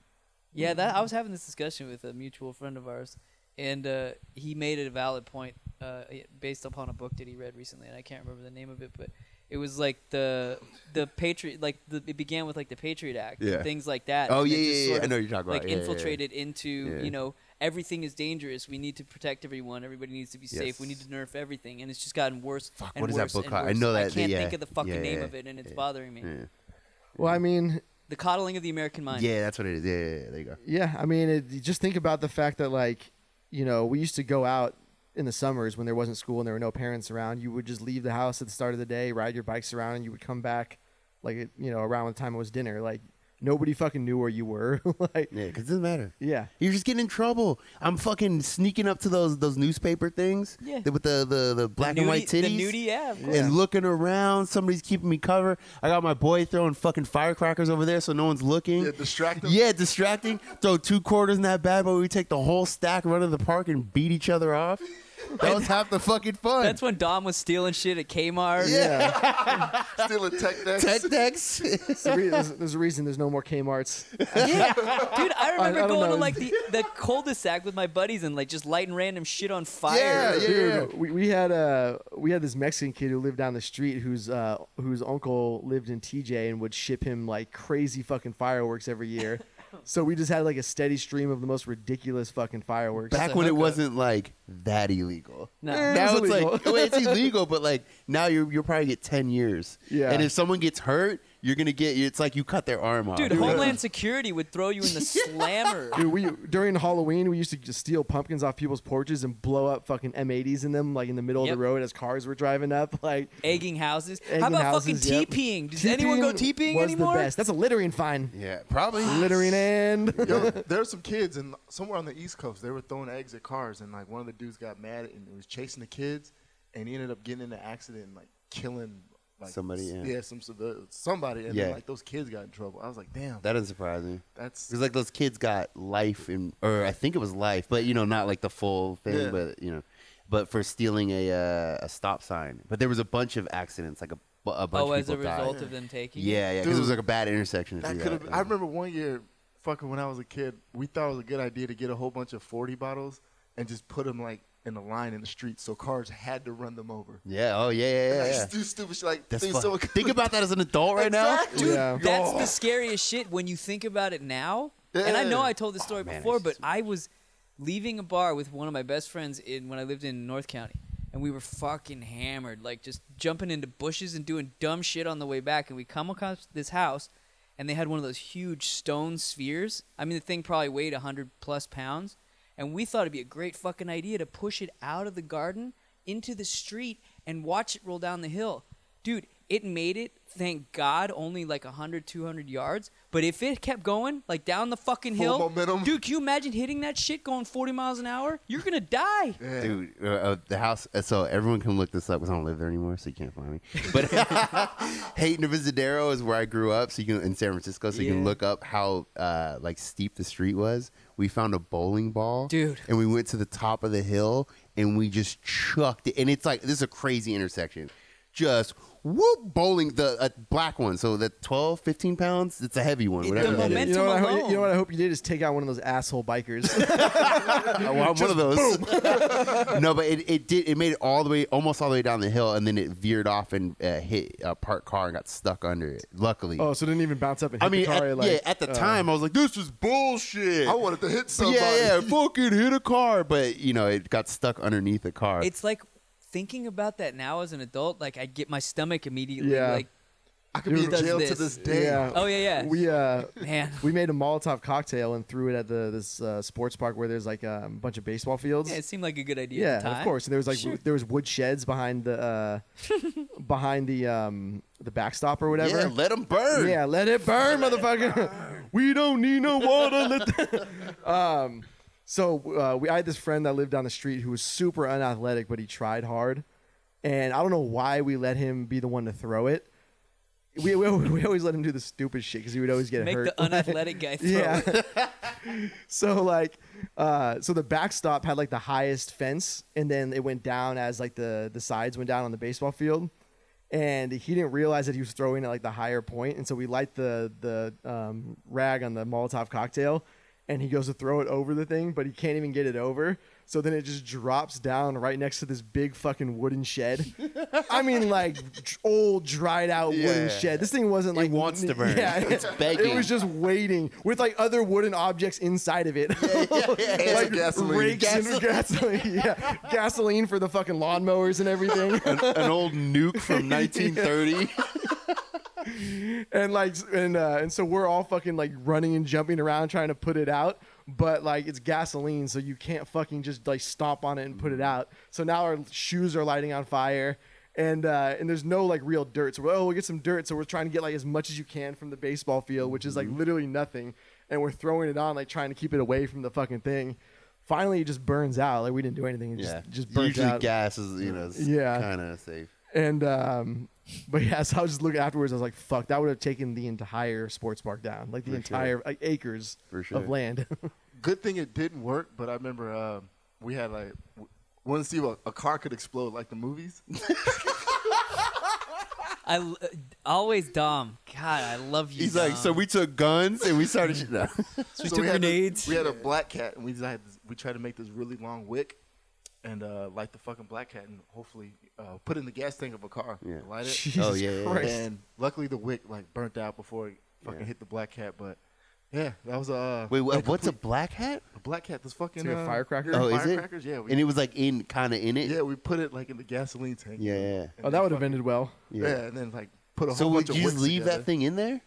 Speaker 1: Yeah, that
Speaker 2: Mm-hmm.
Speaker 1: I was having this discussion with a mutual friend of ours, and uh, he made a valid point uh, based upon a book that he read recently, and I can't remember the name of it, but it was like the the patriot, like the, it began with like the Patriot Act,
Speaker 2: Yeah.
Speaker 1: and things like that.
Speaker 2: Oh,
Speaker 1: and
Speaker 2: yeah,
Speaker 1: it just
Speaker 2: yeah,
Speaker 1: sort
Speaker 2: yeah. I
Speaker 1: of,
Speaker 2: know what you're talking
Speaker 1: like
Speaker 2: about. Yeah, yeah, yeah.
Speaker 1: infiltrated into
Speaker 2: Yeah.
Speaker 1: you know everything is dangerous. We need to protect everyone. Everybody needs to be safe. We need
Speaker 2: Yes.
Speaker 1: to nerf everything, and it's just gotten worse.
Speaker 2: Fuck,
Speaker 1: and
Speaker 2: what is that
Speaker 1: worse
Speaker 2: book
Speaker 1: and
Speaker 2: called? I
Speaker 1: worse.
Speaker 2: know that-
Speaker 1: I can't
Speaker 2: yeah,
Speaker 1: think of the fucking
Speaker 2: yeah,
Speaker 1: name
Speaker 2: yeah,
Speaker 1: of it, and it's
Speaker 2: yeah.
Speaker 1: bothering me.
Speaker 3: Well, I mean,
Speaker 1: The coddling of the American mind.
Speaker 2: Yeah, that's what it is. Yeah, yeah, yeah, there you go.
Speaker 3: Yeah, I mean, it, you just think about the fact that like, you know, we used to go out in the summers when there wasn't school and there were no parents around. You would just leave the house at the start of the day, ride your bikes around, and you would come back, like it- you know, around the time it was dinner. Like nobody fucking knew where you were. like
Speaker 2: Yeah, because it doesn't matter.
Speaker 3: yeah,
Speaker 2: You're just getting in trouble. I'm fucking sneaking up to those those newspaper things
Speaker 1: Yeah.
Speaker 2: with the the, the black and white
Speaker 1: Nudie-
Speaker 2: titties.
Speaker 1: The nudie, yeah. of course.
Speaker 3: Yeah.
Speaker 2: and looking around. Somebody's keeping me covered. I got my boy throwing fucking firecrackers over there so no one's looking.
Speaker 4: Yeah, distract 'em.
Speaker 2: Yeah, distracting. Throw two quarters in that bad boy. We take the whole stack, run to the park, and beat each other off. That was half the fucking fun.
Speaker 1: That's when Dom was stealing shit at Kmart.
Speaker 3: yeah.
Speaker 4: Still a tech deck.
Speaker 2: Tech decks.
Speaker 3: There's a re- there's, there's a reason there's no more Kmart's.
Speaker 1: Dude, I remember
Speaker 3: don't
Speaker 1: going to
Speaker 3: know.
Speaker 1: like the, the cul-de-sac with my buddies and like just lighting random shit on fire.
Speaker 4: Yeah, yeah,
Speaker 3: Dude,
Speaker 4: yeah.
Speaker 3: We, we had uh we had this Mexican kid who lived down the street whose uh whose uncle lived in TJ and would ship him like crazy fucking fireworks every year. so we just had like a steady stream of the most ridiculous fucking fireworks.
Speaker 2: Back
Speaker 1: a
Speaker 2: when it
Speaker 1: hookup.
Speaker 2: wasn't like that illegal.
Speaker 1: No.
Speaker 3: Eh,
Speaker 2: Now
Speaker 3: it's
Speaker 2: it's like
Speaker 3: illegal.
Speaker 2: well, it's illegal, but like now you you'll probably get ten years.
Speaker 3: Yeah.
Speaker 2: And if someone gets hurt, you're gonna get. It's like you cut their arm off.
Speaker 1: Dude, Homeland Security would throw you in the slammer.
Speaker 3: Dude, we during Halloween we used to just steal pumpkins off people's porches and blow up fucking M80s in them like in the middle
Speaker 1: Yep.
Speaker 3: of the road as cars were driving up. Like,
Speaker 1: Egging houses.
Speaker 3: egging
Speaker 1: How about
Speaker 3: houses,
Speaker 1: fucking
Speaker 3: yep.
Speaker 1: TPing? Does anyone go TPing
Speaker 3: was
Speaker 1: anymore?
Speaker 3: The best. That's a littering fine.
Speaker 2: Yeah, probably.
Speaker 3: Littering and
Speaker 4: Yo, there were some kids and somewhere on the East Coast, they were throwing eggs at cars, and like one of the dudes got mad and was chasing the kids, and he ended up getting in an accident and like killing like
Speaker 2: Somebody,
Speaker 4: s-
Speaker 2: yeah.
Speaker 4: yeah, some civil, somebody, and then,
Speaker 2: Yeah.
Speaker 4: like those kids got in trouble. I was like, damn,
Speaker 2: That doesn't surprise me.
Speaker 4: that's
Speaker 2: Because like those kids got life in, or I think it was life, but you know, not like the full thing,
Speaker 4: Yeah.
Speaker 2: but you know, but for stealing a uh, a stop sign. But there was a bunch of accidents, like a, bu- a bunch
Speaker 1: Oh,
Speaker 2: of
Speaker 1: as
Speaker 2: people
Speaker 1: a result
Speaker 2: died.
Speaker 1: of them taking. it?
Speaker 2: yeah, yeah, because it was
Speaker 4: Dude,
Speaker 2: like a bad intersection. To
Speaker 4: that
Speaker 2: do
Speaker 4: could have.
Speaker 2: that,
Speaker 4: I remember one year, fucking when I was a kid, we thought it was a good idea to get a whole bunch of forty bottles and just put them like in a line in the street, so cars had to run them over.
Speaker 2: Yeah. Oh yeah, yeah, yeah.
Speaker 4: like,
Speaker 2: yeah.
Speaker 4: Do stupid shit like
Speaker 2: That's
Speaker 4: think
Speaker 2: fuck-
Speaker 4: someone
Speaker 2: Think about that as an adult right now.
Speaker 4: Exactly.
Speaker 1: Dude,
Speaker 3: Yeah.
Speaker 1: that's
Speaker 4: Oh.
Speaker 1: the scariest shit when you think about it now. And I know
Speaker 4: Yeah.
Speaker 1: I told this story
Speaker 2: man, I
Speaker 1: before,
Speaker 2: used
Speaker 1: but
Speaker 2: to
Speaker 1: I was leaving a bar with one of my best friends in when I lived in North County, and we were fucking hammered, like just jumping into bushes and doing dumb shit on the way back. And we come across this house, and they had one of those huge stone spheres. I mean, the thing probably weighed hundred plus pounds, and we thought it'd be a great fucking idea to push it out of the garden into the street and watch it roll down the hill dude it made it thank god only like 100 200 yards but if it kept going like down the fucking
Speaker 4: Full
Speaker 1: hill
Speaker 4: momentum.
Speaker 1: dude can you imagine hitting that shit going 40 miles an hour you're gonna die
Speaker 4: Yeah.
Speaker 2: Dude, uh, uh, the house. uh, So everyone can look this up because I don't live there anymore, so you can't find me. But Hayden Visadero is where I grew up, so you can in San Francisco, so you
Speaker 1: Yeah.
Speaker 2: can look up how uh, like steep the street was. We found a bowling ball,
Speaker 1: Dude.
Speaker 2: and we went to the top of the hill and we just chucked it. And it's like this is a crazy intersection, just whoop bowling the uh, black one. So that 12, 15 pounds, it's a heavy one.
Speaker 1: It- the
Speaker 2: whatever that is.
Speaker 1: momentum
Speaker 3: You know, what I, ho-
Speaker 1: alone.
Speaker 3: you know what I hope you did is take out one of those asshole bikers.
Speaker 2: I want one of those. no, but it, it did. It made it all the way, almost all the way down the hill, and then it veered off and uh, hit a parked car and got stuck under it. Luckily,
Speaker 3: oh, so it didn't even bounce up and hit
Speaker 2: I mean,
Speaker 3: the car.
Speaker 2: at,
Speaker 3: like,
Speaker 2: yeah. At the
Speaker 3: uh,
Speaker 2: time, I was like, "This is bullshit."
Speaker 4: I wanted to hit
Speaker 2: But
Speaker 4: somebody.
Speaker 2: yeah, yeah, fucking hit a car, but you know, it got stuck underneath a car.
Speaker 1: it's like thinking about that now as an adult like i get my stomach immediately
Speaker 3: Yeah.
Speaker 1: like
Speaker 4: I could be in
Speaker 1: Dude,
Speaker 4: jail
Speaker 1: does
Speaker 4: to
Speaker 1: this.
Speaker 4: this day.
Speaker 3: Yeah.
Speaker 1: oh yeah yeah
Speaker 3: We uh,
Speaker 1: man
Speaker 3: we made a Molotov cocktail and threw it at the this uh, sports park where there's like um, a bunch of baseball fields.
Speaker 1: yeah, it seemed like a good idea
Speaker 3: Yeah,
Speaker 1: at the time.
Speaker 3: of course. And there was like
Speaker 1: Sure.
Speaker 3: w- there was wood sheds behind the uh, behind the um, the backstop or whatever.
Speaker 2: yeah, let them burn.
Speaker 3: Yeah, let it burn, motherfucker. we don't need no water. Let the- um, so uh, we, I had this friend that lived down the street who was super unathletic, but he tried hard. And I don't know why we let him be the one to throw it. We, we, we always let him do the stupid shit because he would always get
Speaker 1: make
Speaker 3: hurt.
Speaker 1: the unathletic guy throw
Speaker 3: yeah.
Speaker 1: it.
Speaker 3: so like, uh, so the backstop had like the highest fence, and then it went down as like the the sides went down on the baseball field, and he didn't realize that he was throwing at like the higher point, and so we light the the um, rag on the Molotov cocktail, and he goes to throw it over the thing, but he can't even get it over. So then it just drops down right next to this big fucking wooden shed. I mean, like d- old, dried out
Speaker 2: Yeah.
Speaker 3: wooden shed. This thing wasn't
Speaker 2: It
Speaker 3: like
Speaker 2: wants to burn.
Speaker 3: Yeah,
Speaker 2: It's
Speaker 3: It
Speaker 2: begging.
Speaker 3: was just waiting with like other wooden objects inside of it.
Speaker 4: yeah.
Speaker 3: like
Speaker 4: Gasoline.
Speaker 3: rakes and gasoline. Yeah. gasoline for the fucking lawnmowers and everything.
Speaker 2: An old nuke from 1930.
Speaker 3: and like and uh, and so we're all fucking like running and jumping around trying to put it out. But like it's gasoline, so you can't fucking just like stomp on it and
Speaker 2: Mm.
Speaker 3: put it out. So now our shoes are lighting on fire. And, uh, and there's no like real dirt, so we're, oh we'll get some dirt. So we're trying to get like as much as you can from the baseball field, which is like
Speaker 2: Mm-hmm.
Speaker 3: literally nothing. And we're throwing it on, like trying to keep it away from the fucking thing. Finally, it just burns out. Like we didn't do anything. It
Speaker 2: yeah,
Speaker 3: just just burns
Speaker 2: usually
Speaker 3: out.
Speaker 2: gas is you know
Speaker 3: Yeah.
Speaker 2: kind of safe.
Speaker 3: And um, but yeah, so I was just looking afterwards. I was like, "Fuck, that would have taken the entire sports park down, like the entire like acres
Speaker 2: For sure.
Speaker 3: of land."
Speaker 4: Good thing it didn't work, but I remember um, we had like w- wanted to see what a car could explode like the movies.
Speaker 1: I l- always Dom. God, I love you.
Speaker 2: He's like,
Speaker 1: Dom.
Speaker 2: so we took guns and we started. shooting." No.
Speaker 1: So we took
Speaker 4: had a-
Speaker 1: grenades.
Speaker 4: we had a black cat, and we decided we tried to make this really long wick, and uh, light the fucking black cat, and hopefully uh, put in the gas tank of a car,
Speaker 2: Yeah.
Speaker 4: light it.
Speaker 3: Jesus
Speaker 2: Oh, yeah, yeah, yeah.
Speaker 3: Christ!
Speaker 4: And luckily the wick like burnt out before it fucking
Speaker 2: Yeah.
Speaker 4: hit the black cat. But yeah, that was uh,
Speaker 2: Wait,
Speaker 4: a
Speaker 2: what, what's a
Speaker 4: complete-
Speaker 2: black hat?
Speaker 4: a black cat? This fucking
Speaker 3: It's like a
Speaker 4: uh,
Speaker 3: firecracker?
Speaker 2: Oh, is it?
Speaker 4: firecrackers. Yeah, we,
Speaker 2: and it was like in kind of in it.
Speaker 4: yeah, we put it like in the gasoline tank.
Speaker 2: Yeah, yeah, yeah.
Speaker 4: And
Speaker 3: oh,
Speaker 4: then
Speaker 3: that would have
Speaker 4: fucking-
Speaker 3: ended well.
Speaker 4: Yeah. and then like put a
Speaker 2: So
Speaker 4: whole
Speaker 2: would
Speaker 4: bunch of
Speaker 2: you
Speaker 4: wicks
Speaker 2: leave
Speaker 4: together.
Speaker 2: that thing in there?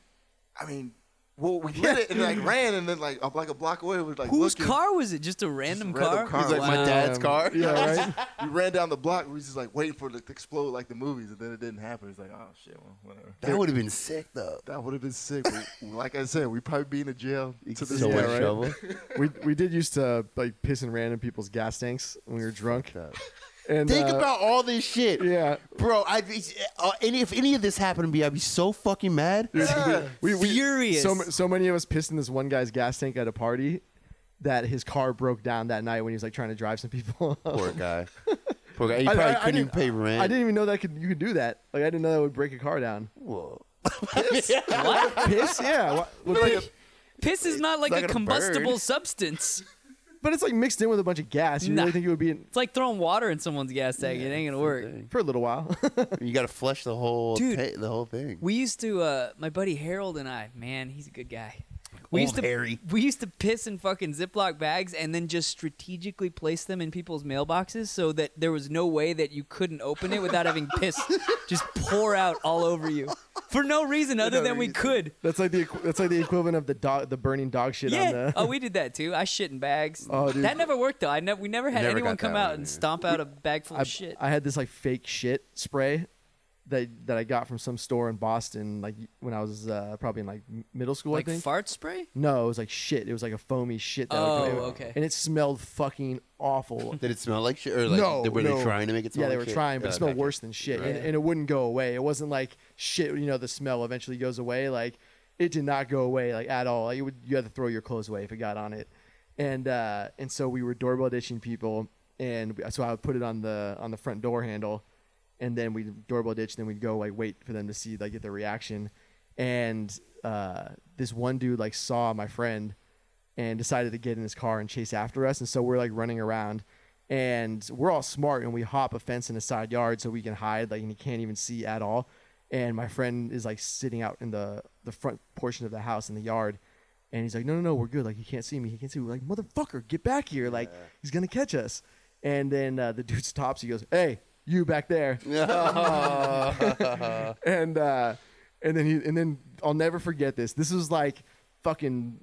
Speaker 4: I mean, well, we lit it and like ran, and then like a, like a block away was like
Speaker 1: Whose
Speaker 4: looking.
Speaker 1: car was it? Just a random car?
Speaker 4: random car. He's like,
Speaker 2: my dad's car.
Speaker 3: Um, Yeah, right.
Speaker 4: We ran down the block. We was just like waiting for it to explode like the movies, and then it didn't happen. It's like, oh shit, well, whatever.
Speaker 2: That would have been sick though.
Speaker 4: That would have been sick. We- like I said, we probably be in the jail to this
Speaker 2: So
Speaker 4: day.
Speaker 2: much
Speaker 3: right?
Speaker 2: shovel.
Speaker 3: we we did used to like piss in random people's gas tanks when we were drunk, And,
Speaker 2: Think
Speaker 3: uh,
Speaker 2: about all this shit.
Speaker 3: yeah.
Speaker 2: Bro, I uh, any if any of this happened to me, I'd be so fucking mad.
Speaker 3: we, we,
Speaker 1: Furious.
Speaker 3: So, ma- so many of us pissed in this one guy's gas tank at a party that his car broke down that night when he was like trying to drive some people.
Speaker 2: Poor guy. Poor guy. He
Speaker 3: I-
Speaker 2: probably
Speaker 3: I- I
Speaker 2: couldn't
Speaker 3: didn't-
Speaker 2: even pay rent.
Speaker 3: I didn't even know that could you could do that. Like I didn't know that would break a car down.
Speaker 2: Whoa.
Speaker 3: Piss, yeah. wha- well, piss-
Speaker 1: Piss is not like
Speaker 2: not
Speaker 1: a
Speaker 2: gonna
Speaker 1: combustible
Speaker 2: burn.
Speaker 1: substance.
Speaker 3: but it's like mixed in with a bunch of gas. You
Speaker 1: Nah.
Speaker 3: really think it would be in,
Speaker 1: It's like throwing water in someone's gas tank. it ain't gonna work.
Speaker 3: for a little while?
Speaker 2: You got to flush the whole
Speaker 1: Dude.
Speaker 2: ta- the whole thing.
Speaker 1: We used to, uh, my buddy Harold and I, man, he's a good guy. We
Speaker 2: Old
Speaker 1: used to,
Speaker 2: Harry.
Speaker 1: we used to piss in fucking Ziploc bags and then just strategically place them in people's mailboxes so that there was no way that you couldn't open it without having piss just pour out all over you for no reason other
Speaker 2: no
Speaker 1: than we
Speaker 2: reason.
Speaker 1: could.
Speaker 3: that's like the equ- that's like the equivalent of the dog the burning dog shit on
Speaker 1: Yeah.
Speaker 3: the.
Speaker 1: Oh, we did that too. I shit in bags.
Speaker 3: Oh, dude.
Speaker 1: That never worked though. I never. We never had
Speaker 2: Never
Speaker 1: anyone
Speaker 2: got
Speaker 1: come
Speaker 2: that
Speaker 1: out
Speaker 2: one,
Speaker 1: and
Speaker 2: yeah.
Speaker 1: stomp out a bag full
Speaker 3: I,
Speaker 1: of shit.
Speaker 3: I had this like fake shit spray that that I got from some store in Boston like when I was uh, probably in like m- middle school.
Speaker 1: like
Speaker 3: I think.
Speaker 1: fart spray.
Speaker 3: No, it was like shit. It was like a foamy shit. That would come
Speaker 1: Oh,
Speaker 3: out.
Speaker 1: okay.
Speaker 3: And it smelled fucking awful.
Speaker 2: Did it smell like shit? Or like,
Speaker 3: no,
Speaker 2: they- were
Speaker 3: no.
Speaker 2: they trying to make it smell
Speaker 3: Yeah, they
Speaker 2: like
Speaker 3: were
Speaker 2: shit?
Speaker 3: trying, but
Speaker 2: Uh,
Speaker 3: it smelled
Speaker 2: okay.
Speaker 3: worse than shit, and,
Speaker 1: Right.
Speaker 3: and it wouldn't go away. It wasn't like shit. You know, the smell eventually goes away. Like it did not go away like at all. Like, it would, you had to throw your clothes away if it got on it, and uh, and so we were doorbell ditching people, and we- so I would put it on the on the front door handle, and then we doorbell ditch, and then we'd go like wait for them to see like get their reaction, and uh, this one dude like saw my friend and decided to get in his car and chase after us. And so we're like running around and we're all smart and we hop a fence in a side yard so we can hide, like, and he can't even see at all. And my friend is like sitting out in the, the front portion of the house in the yard. And he's like, no, no, no, we're good. Like, he can't see me. He can't see me. We're like, motherfucker, get back here. Like, he's going to catch us. And then uh, the dude stops. He goes, hey, you back there and uh, and then he and then I'll never forget this. This was like fucking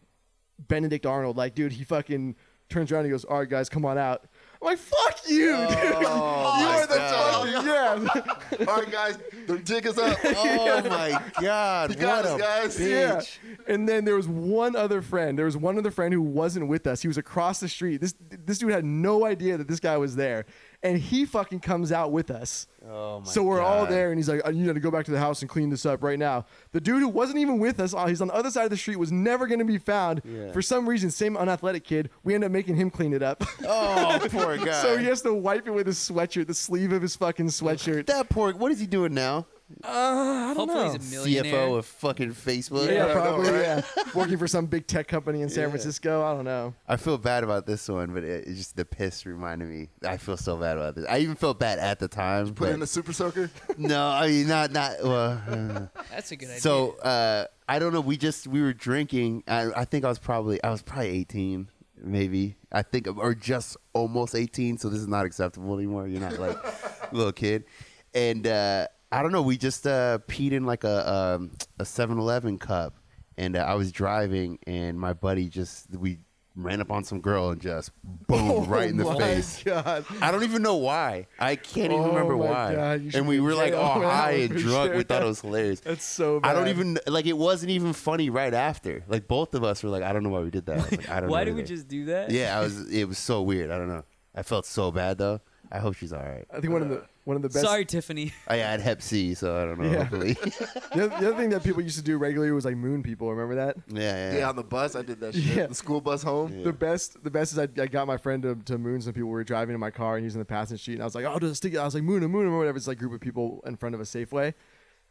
Speaker 3: Benedict Arnold. Like, dude, he fucking turns around and he goes, "All right, guys, come on out." I'm like, "Fuck you, dude! you
Speaker 4: my
Speaker 2: Oh,
Speaker 3: are the
Speaker 4: God.
Speaker 3: fucking yeah."
Speaker 4: All right, guys, the jig is up.
Speaker 2: Oh my god!
Speaker 4: You
Speaker 2: what
Speaker 4: got us,
Speaker 2: a
Speaker 4: guys.
Speaker 3: Yeah.
Speaker 2: bitch.
Speaker 3: And then there was one other friend. There was one other friend who wasn't with us. He was across the street. This this dude had no idea that this guy was there. And he fucking comes out with us.
Speaker 2: Oh my
Speaker 3: so we're all
Speaker 2: God.
Speaker 3: there and he's like, "Uh, you gotta go back to the house and clean this up right now. The dude who wasn't even with us, uh, he's on the other side of the street, was never gonna be found.
Speaker 2: Yeah.
Speaker 3: For some reason, same unathletic kid, we end up making him clean it up.
Speaker 2: Oh poor guy.
Speaker 3: so he has to wipe it with his sweatshirt, the sleeve of his fucking sweatshirt.
Speaker 2: that poor. What is he doing now?
Speaker 1: Hopefully
Speaker 3: know.
Speaker 1: he's a millionaire.
Speaker 2: CFO of fucking Facebook.
Speaker 3: yeah,
Speaker 4: I know,
Speaker 3: probably,
Speaker 4: right?
Speaker 3: yeah. Working for some big tech company in San
Speaker 2: Yeah.
Speaker 3: Francisco. I don't know.
Speaker 2: I feel bad about this one, but it, it's just the piss reminded me. I feel so bad about this. I even felt bad at the time.
Speaker 4: Put
Speaker 2: but-
Speaker 4: in the super soaker.
Speaker 2: no, I mean not not. Well, uh,
Speaker 1: That's a good idea.
Speaker 2: so uh, I don't know. We just we were drinking. I, I think I was probably I was probably eighteen, maybe. I think or just almost eighteen. So this is not acceptable anymore. You're not like little kid. And uh, I don't know. We just uh, peed in like a um, a Seven Eleven cup, and uh, I was driving, and my buddy just we ran up on some girl and just boom right in the
Speaker 3: Oh my
Speaker 2: face.
Speaker 3: God.
Speaker 2: I don't even know why. I can't even
Speaker 3: Oh
Speaker 2: remember
Speaker 3: my
Speaker 2: why.
Speaker 3: God, you should
Speaker 2: and we
Speaker 3: be
Speaker 2: were
Speaker 3: in
Speaker 2: like
Speaker 3: jail
Speaker 2: all
Speaker 3: for that
Speaker 2: high
Speaker 3: one
Speaker 2: and
Speaker 3: for
Speaker 2: drunk. We
Speaker 3: sure.
Speaker 2: thought it was hilarious.
Speaker 3: That's so bad.
Speaker 2: I don't even like it wasn't even funny right after. Like both of us were like, I don't know why we did that. I, was like, I don't
Speaker 1: Why
Speaker 2: know
Speaker 1: did we
Speaker 2: either.
Speaker 1: just do that?
Speaker 2: Yeah, I was it was so weird. I don't know. I felt so bad though. I hope she's all right.
Speaker 3: I think one of the one of the best
Speaker 1: Sorry, Tiffany.
Speaker 2: I had hep C, so I don't know,
Speaker 3: Yeah.
Speaker 2: hopefully.
Speaker 3: the other, the other thing that people used to do regularly was like moon people. Remember that?
Speaker 2: yeah, yeah.
Speaker 4: Yeah, on the bus, I did that shit.
Speaker 3: Yeah.
Speaker 4: The school bus home.
Speaker 2: Yeah.
Speaker 3: The best, the best is I, I got my friend to, to moon some people. We were driving in my car and using the passenger seat, and I was like, "Oh, just stick." it." I was like, "Moon him, moon him," or whatever. It's like a group of people in front of a Safeway,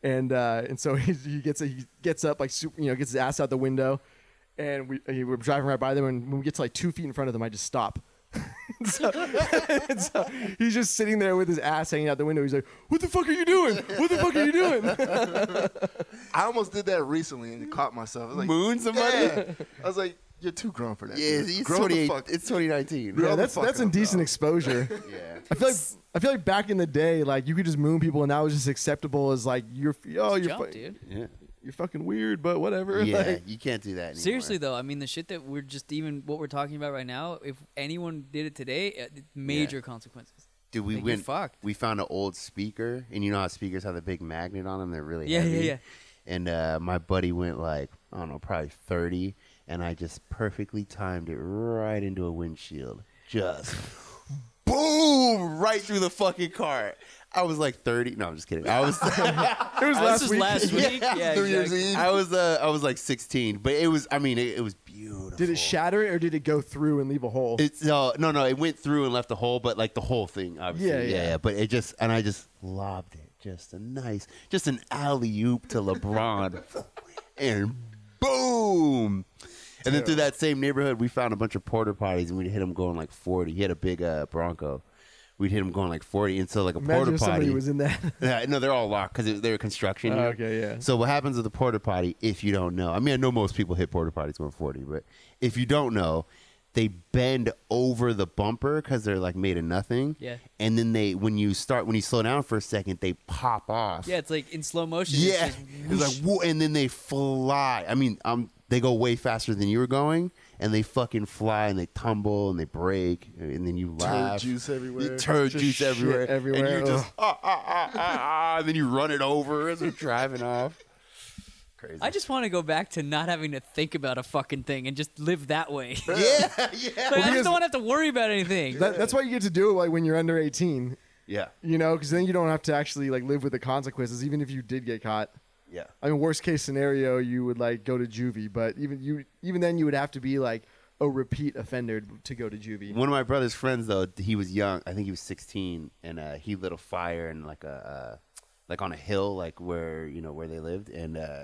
Speaker 3: and uh, and so he, he gets he gets up like super, you know gets his ass out the window, and we and we're driving right by them, and when we get to like two feet in front of them, I just stop. And so, and so he's just sitting there with his ass hanging out the window. He's like, "What the fuck are you doing? What the fuck are you doing?"
Speaker 4: I almost did that recently and caught myself. I was like,
Speaker 2: Moon somebody?
Speaker 4: Yeah. I was like, you're too grown for that.
Speaker 2: Yeah,
Speaker 4: dude.
Speaker 2: it's
Speaker 4: Grow the
Speaker 2: twenty
Speaker 4: fuck.
Speaker 2: it's twenty nineteen.
Speaker 4: Grow
Speaker 3: yeah,
Speaker 4: the
Speaker 3: that's
Speaker 4: fuck
Speaker 3: that's
Speaker 4: up,
Speaker 3: indecent
Speaker 4: dog.
Speaker 3: exposure.
Speaker 2: Yeah.
Speaker 3: I feel like I feel like back in the day, like you could just moon people, and that was just acceptable as like you're oh you're
Speaker 1: Jump,
Speaker 3: fu-
Speaker 1: dude.
Speaker 2: Yeah.
Speaker 3: you're fucking weird, but whatever.
Speaker 2: Yeah,
Speaker 3: Like,
Speaker 2: you can't do that anymore.
Speaker 1: Seriously though, I mean the shit that we're just even what we're talking about right now. If anyone did it today, uh, major consequences.
Speaker 2: Dude, we
Speaker 1: Like, you're
Speaker 2: went.
Speaker 1: fucked.
Speaker 2: We found an old speaker, and you know how speakers have the big magnet on them. They're really
Speaker 1: Yeah, yeah,
Speaker 2: heavy.
Speaker 1: yeah.
Speaker 2: And uh, my buddy went like I don't know, probably thirty, and I just perfectly timed it right into a windshield. Just boom! boom, right through the fucking car. I was like 30. No, I'm just kidding. I was
Speaker 3: It was
Speaker 1: Oh,
Speaker 3: last
Speaker 1: this was
Speaker 3: week.
Speaker 1: last week. Yeah,
Speaker 2: New Year's
Speaker 1: exactly.
Speaker 2: Eve. I was uh, I was like 16, but it was I mean it, it was beautiful.
Speaker 3: Did it shatter it or did it go through and leave a hole?
Speaker 2: It's no, no, no. It went through and left a hole, but like the whole thing, obviously.
Speaker 3: Yeah,
Speaker 2: Yeah,
Speaker 3: yeah.
Speaker 2: yeah. but it just and I just lobbed it, just a nice, just an alley oop to LeBron, and boom. And then through that same neighborhood, we found a bunch of porter potties, and we'd hit him going like forty. He had a big uh, Bronco. We'd hit him going like forty, and so like a
Speaker 3: Imagine
Speaker 2: porter
Speaker 3: if
Speaker 2: potty
Speaker 3: somebody was in that.
Speaker 2: yeah, no, they're all locked because they were construction.
Speaker 3: Oh,
Speaker 2: here.
Speaker 3: okay, yeah.
Speaker 2: So what happens with the porta potty? If you don't know, I mean, I know most people hit porta potties when forty, but if you don't know, they bend over the bumper because they're like made of nothing.
Speaker 1: Yeah.
Speaker 2: And then they, when you start, when you slow down for a second, they pop off.
Speaker 1: Yeah, it's like in slow motion. it's
Speaker 2: Yeah.
Speaker 1: just
Speaker 2: It's like, whoa, and then they fly. I mean, um, they go way faster than you were going, and they fucking fly and they tumble and they break, and then you laugh.
Speaker 4: juice everywhere.
Speaker 2: Turd
Speaker 3: Just
Speaker 2: juice
Speaker 3: shit
Speaker 2: everywhere.
Speaker 3: everywhere. Oh.
Speaker 2: And you just
Speaker 3: Ugh.
Speaker 2: ah, ah, ah, ah, ah, and then you run it over as they're driving off. Crazy.
Speaker 1: I just want to go back to not having to think about a fucking thing and just live that way.
Speaker 2: yeah,
Speaker 1: like,
Speaker 2: yeah,
Speaker 1: I
Speaker 3: because-
Speaker 1: just don't want to have to worry about anything.
Speaker 3: That- that's why you get to do it like when you're under 18,
Speaker 2: yeah,
Speaker 3: you know, because then you don't have to actually like live with the consequences, even if you did get caught.
Speaker 2: yeah.
Speaker 3: I mean, worst case scenario, you would like go to juvie, but even you, even then, you would have to be like a repeat offender to go to juvie.
Speaker 2: One of my brother's friends though, he was young. I think he was 16, and uh, he lit a fire in like a uh, like on a hill, like where you know where they lived, and uh,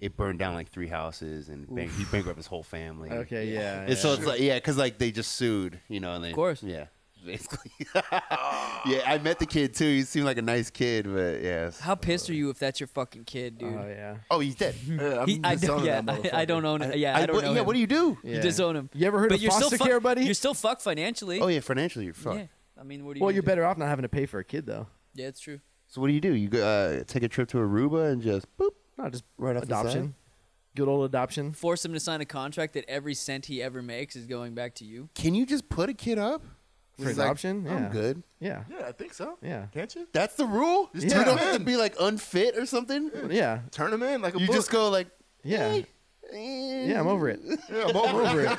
Speaker 2: it burned down like three houses, and bank- he bankrupted his whole family.
Speaker 3: Okay, yeah.
Speaker 2: And so
Speaker 3: yeah.
Speaker 2: it's like, yeah, because like they just sued, you know, and they, of
Speaker 1: course.
Speaker 2: yeah, basically, yeah. I met the kid too. He seemed like a nice kid, but yeah.
Speaker 1: How pissed are you if that's your fucking kid, dude?
Speaker 3: oh yeah.
Speaker 2: Oh, he's dead.
Speaker 4: Yeah, I'm
Speaker 1: He- I, don't,
Speaker 4: disowning
Speaker 1: yeah,
Speaker 4: that
Speaker 1: I, I don't own. yeah, I, don't
Speaker 2: what,
Speaker 1: know.
Speaker 2: Yeah,
Speaker 1: him.
Speaker 2: what do you do?
Speaker 1: You
Speaker 3: Yeah.
Speaker 1: disown him.
Speaker 3: You ever heard
Speaker 1: but
Speaker 3: of
Speaker 1: you're
Speaker 3: foster
Speaker 1: still fu-
Speaker 3: care, buddy?
Speaker 1: You're still fucked financially.
Speaker 2: Oh yeah, financially you're fucked.
Speaker 1: Yeah. I mean, what do you?
Speaker 3: well,
Speaker 1: do?
Speaker 3: you're better off not having to pay for a kid though.
Speaker 1: Yeah, it's true.
Speaker 2: So what do you do? You go, uh, take a trip to Aruba and just boop.
Speaker 3: No, just
Speaker 2: Right off the
Speaker 3: adoption.
Speaker 2: side?
Speaker 3: Good old adoption.
Speaker 1: Force him to sign a contract that every cent he ever makes is going back to you.
Speaker 2: Can you just put a kid up
Speaker 3: For
Speaker 2: He's like,
Speaker 3: adoption? Yeah.
Speaker 2: I'm good.
Speaker 3: Yeah.
Speaker 4: Yeah, I think so.
Speaker 3: Yeah.
Speaker 4: Can't you?
Speaker 2: That's the rule.
Speaker 4: Just
Speaker 2: you
Speaker 4: turn
Speaker 2: don't
Speaker 4: him
Speaker 2: have to
Speaker 4: in.
Speaker 2: be like unfit or something.
Speaker 3: Yeah.
Speaker 4: Turn them in like a
Speaker 2: You
Speaker 4: book.
Speaker 2: just go like,
Speaker 3: Yeah. Yeah, I'm over it.
Speaker 4: Yeah, I'm over it.
Speaker 3: Over it.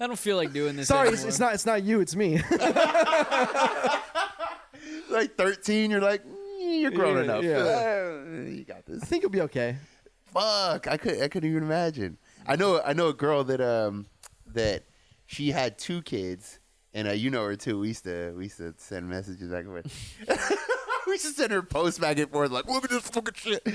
Speaker 1: I don't feel like doing this.
Speaker 3: Sorry, it's,
Speaker 1: anymore.
Speaker 3: it's not it's not you, it's me.
Speaker 2: like 13. You're like, "Mm, you're grown
Speaker 3: Yeah,
Speaker 2: enough.
Speaker 3: yeah.
Speaker 2: Uh, you got this.
Speaker 3: I think you'll be okay.
Speaker 2: fuck i could i couldn't even imagine i know i know a girl that um that she had two kids and uh, you know her too we used to we used to send messages back and forth we used to send her posts back and forth like look at this fucking shit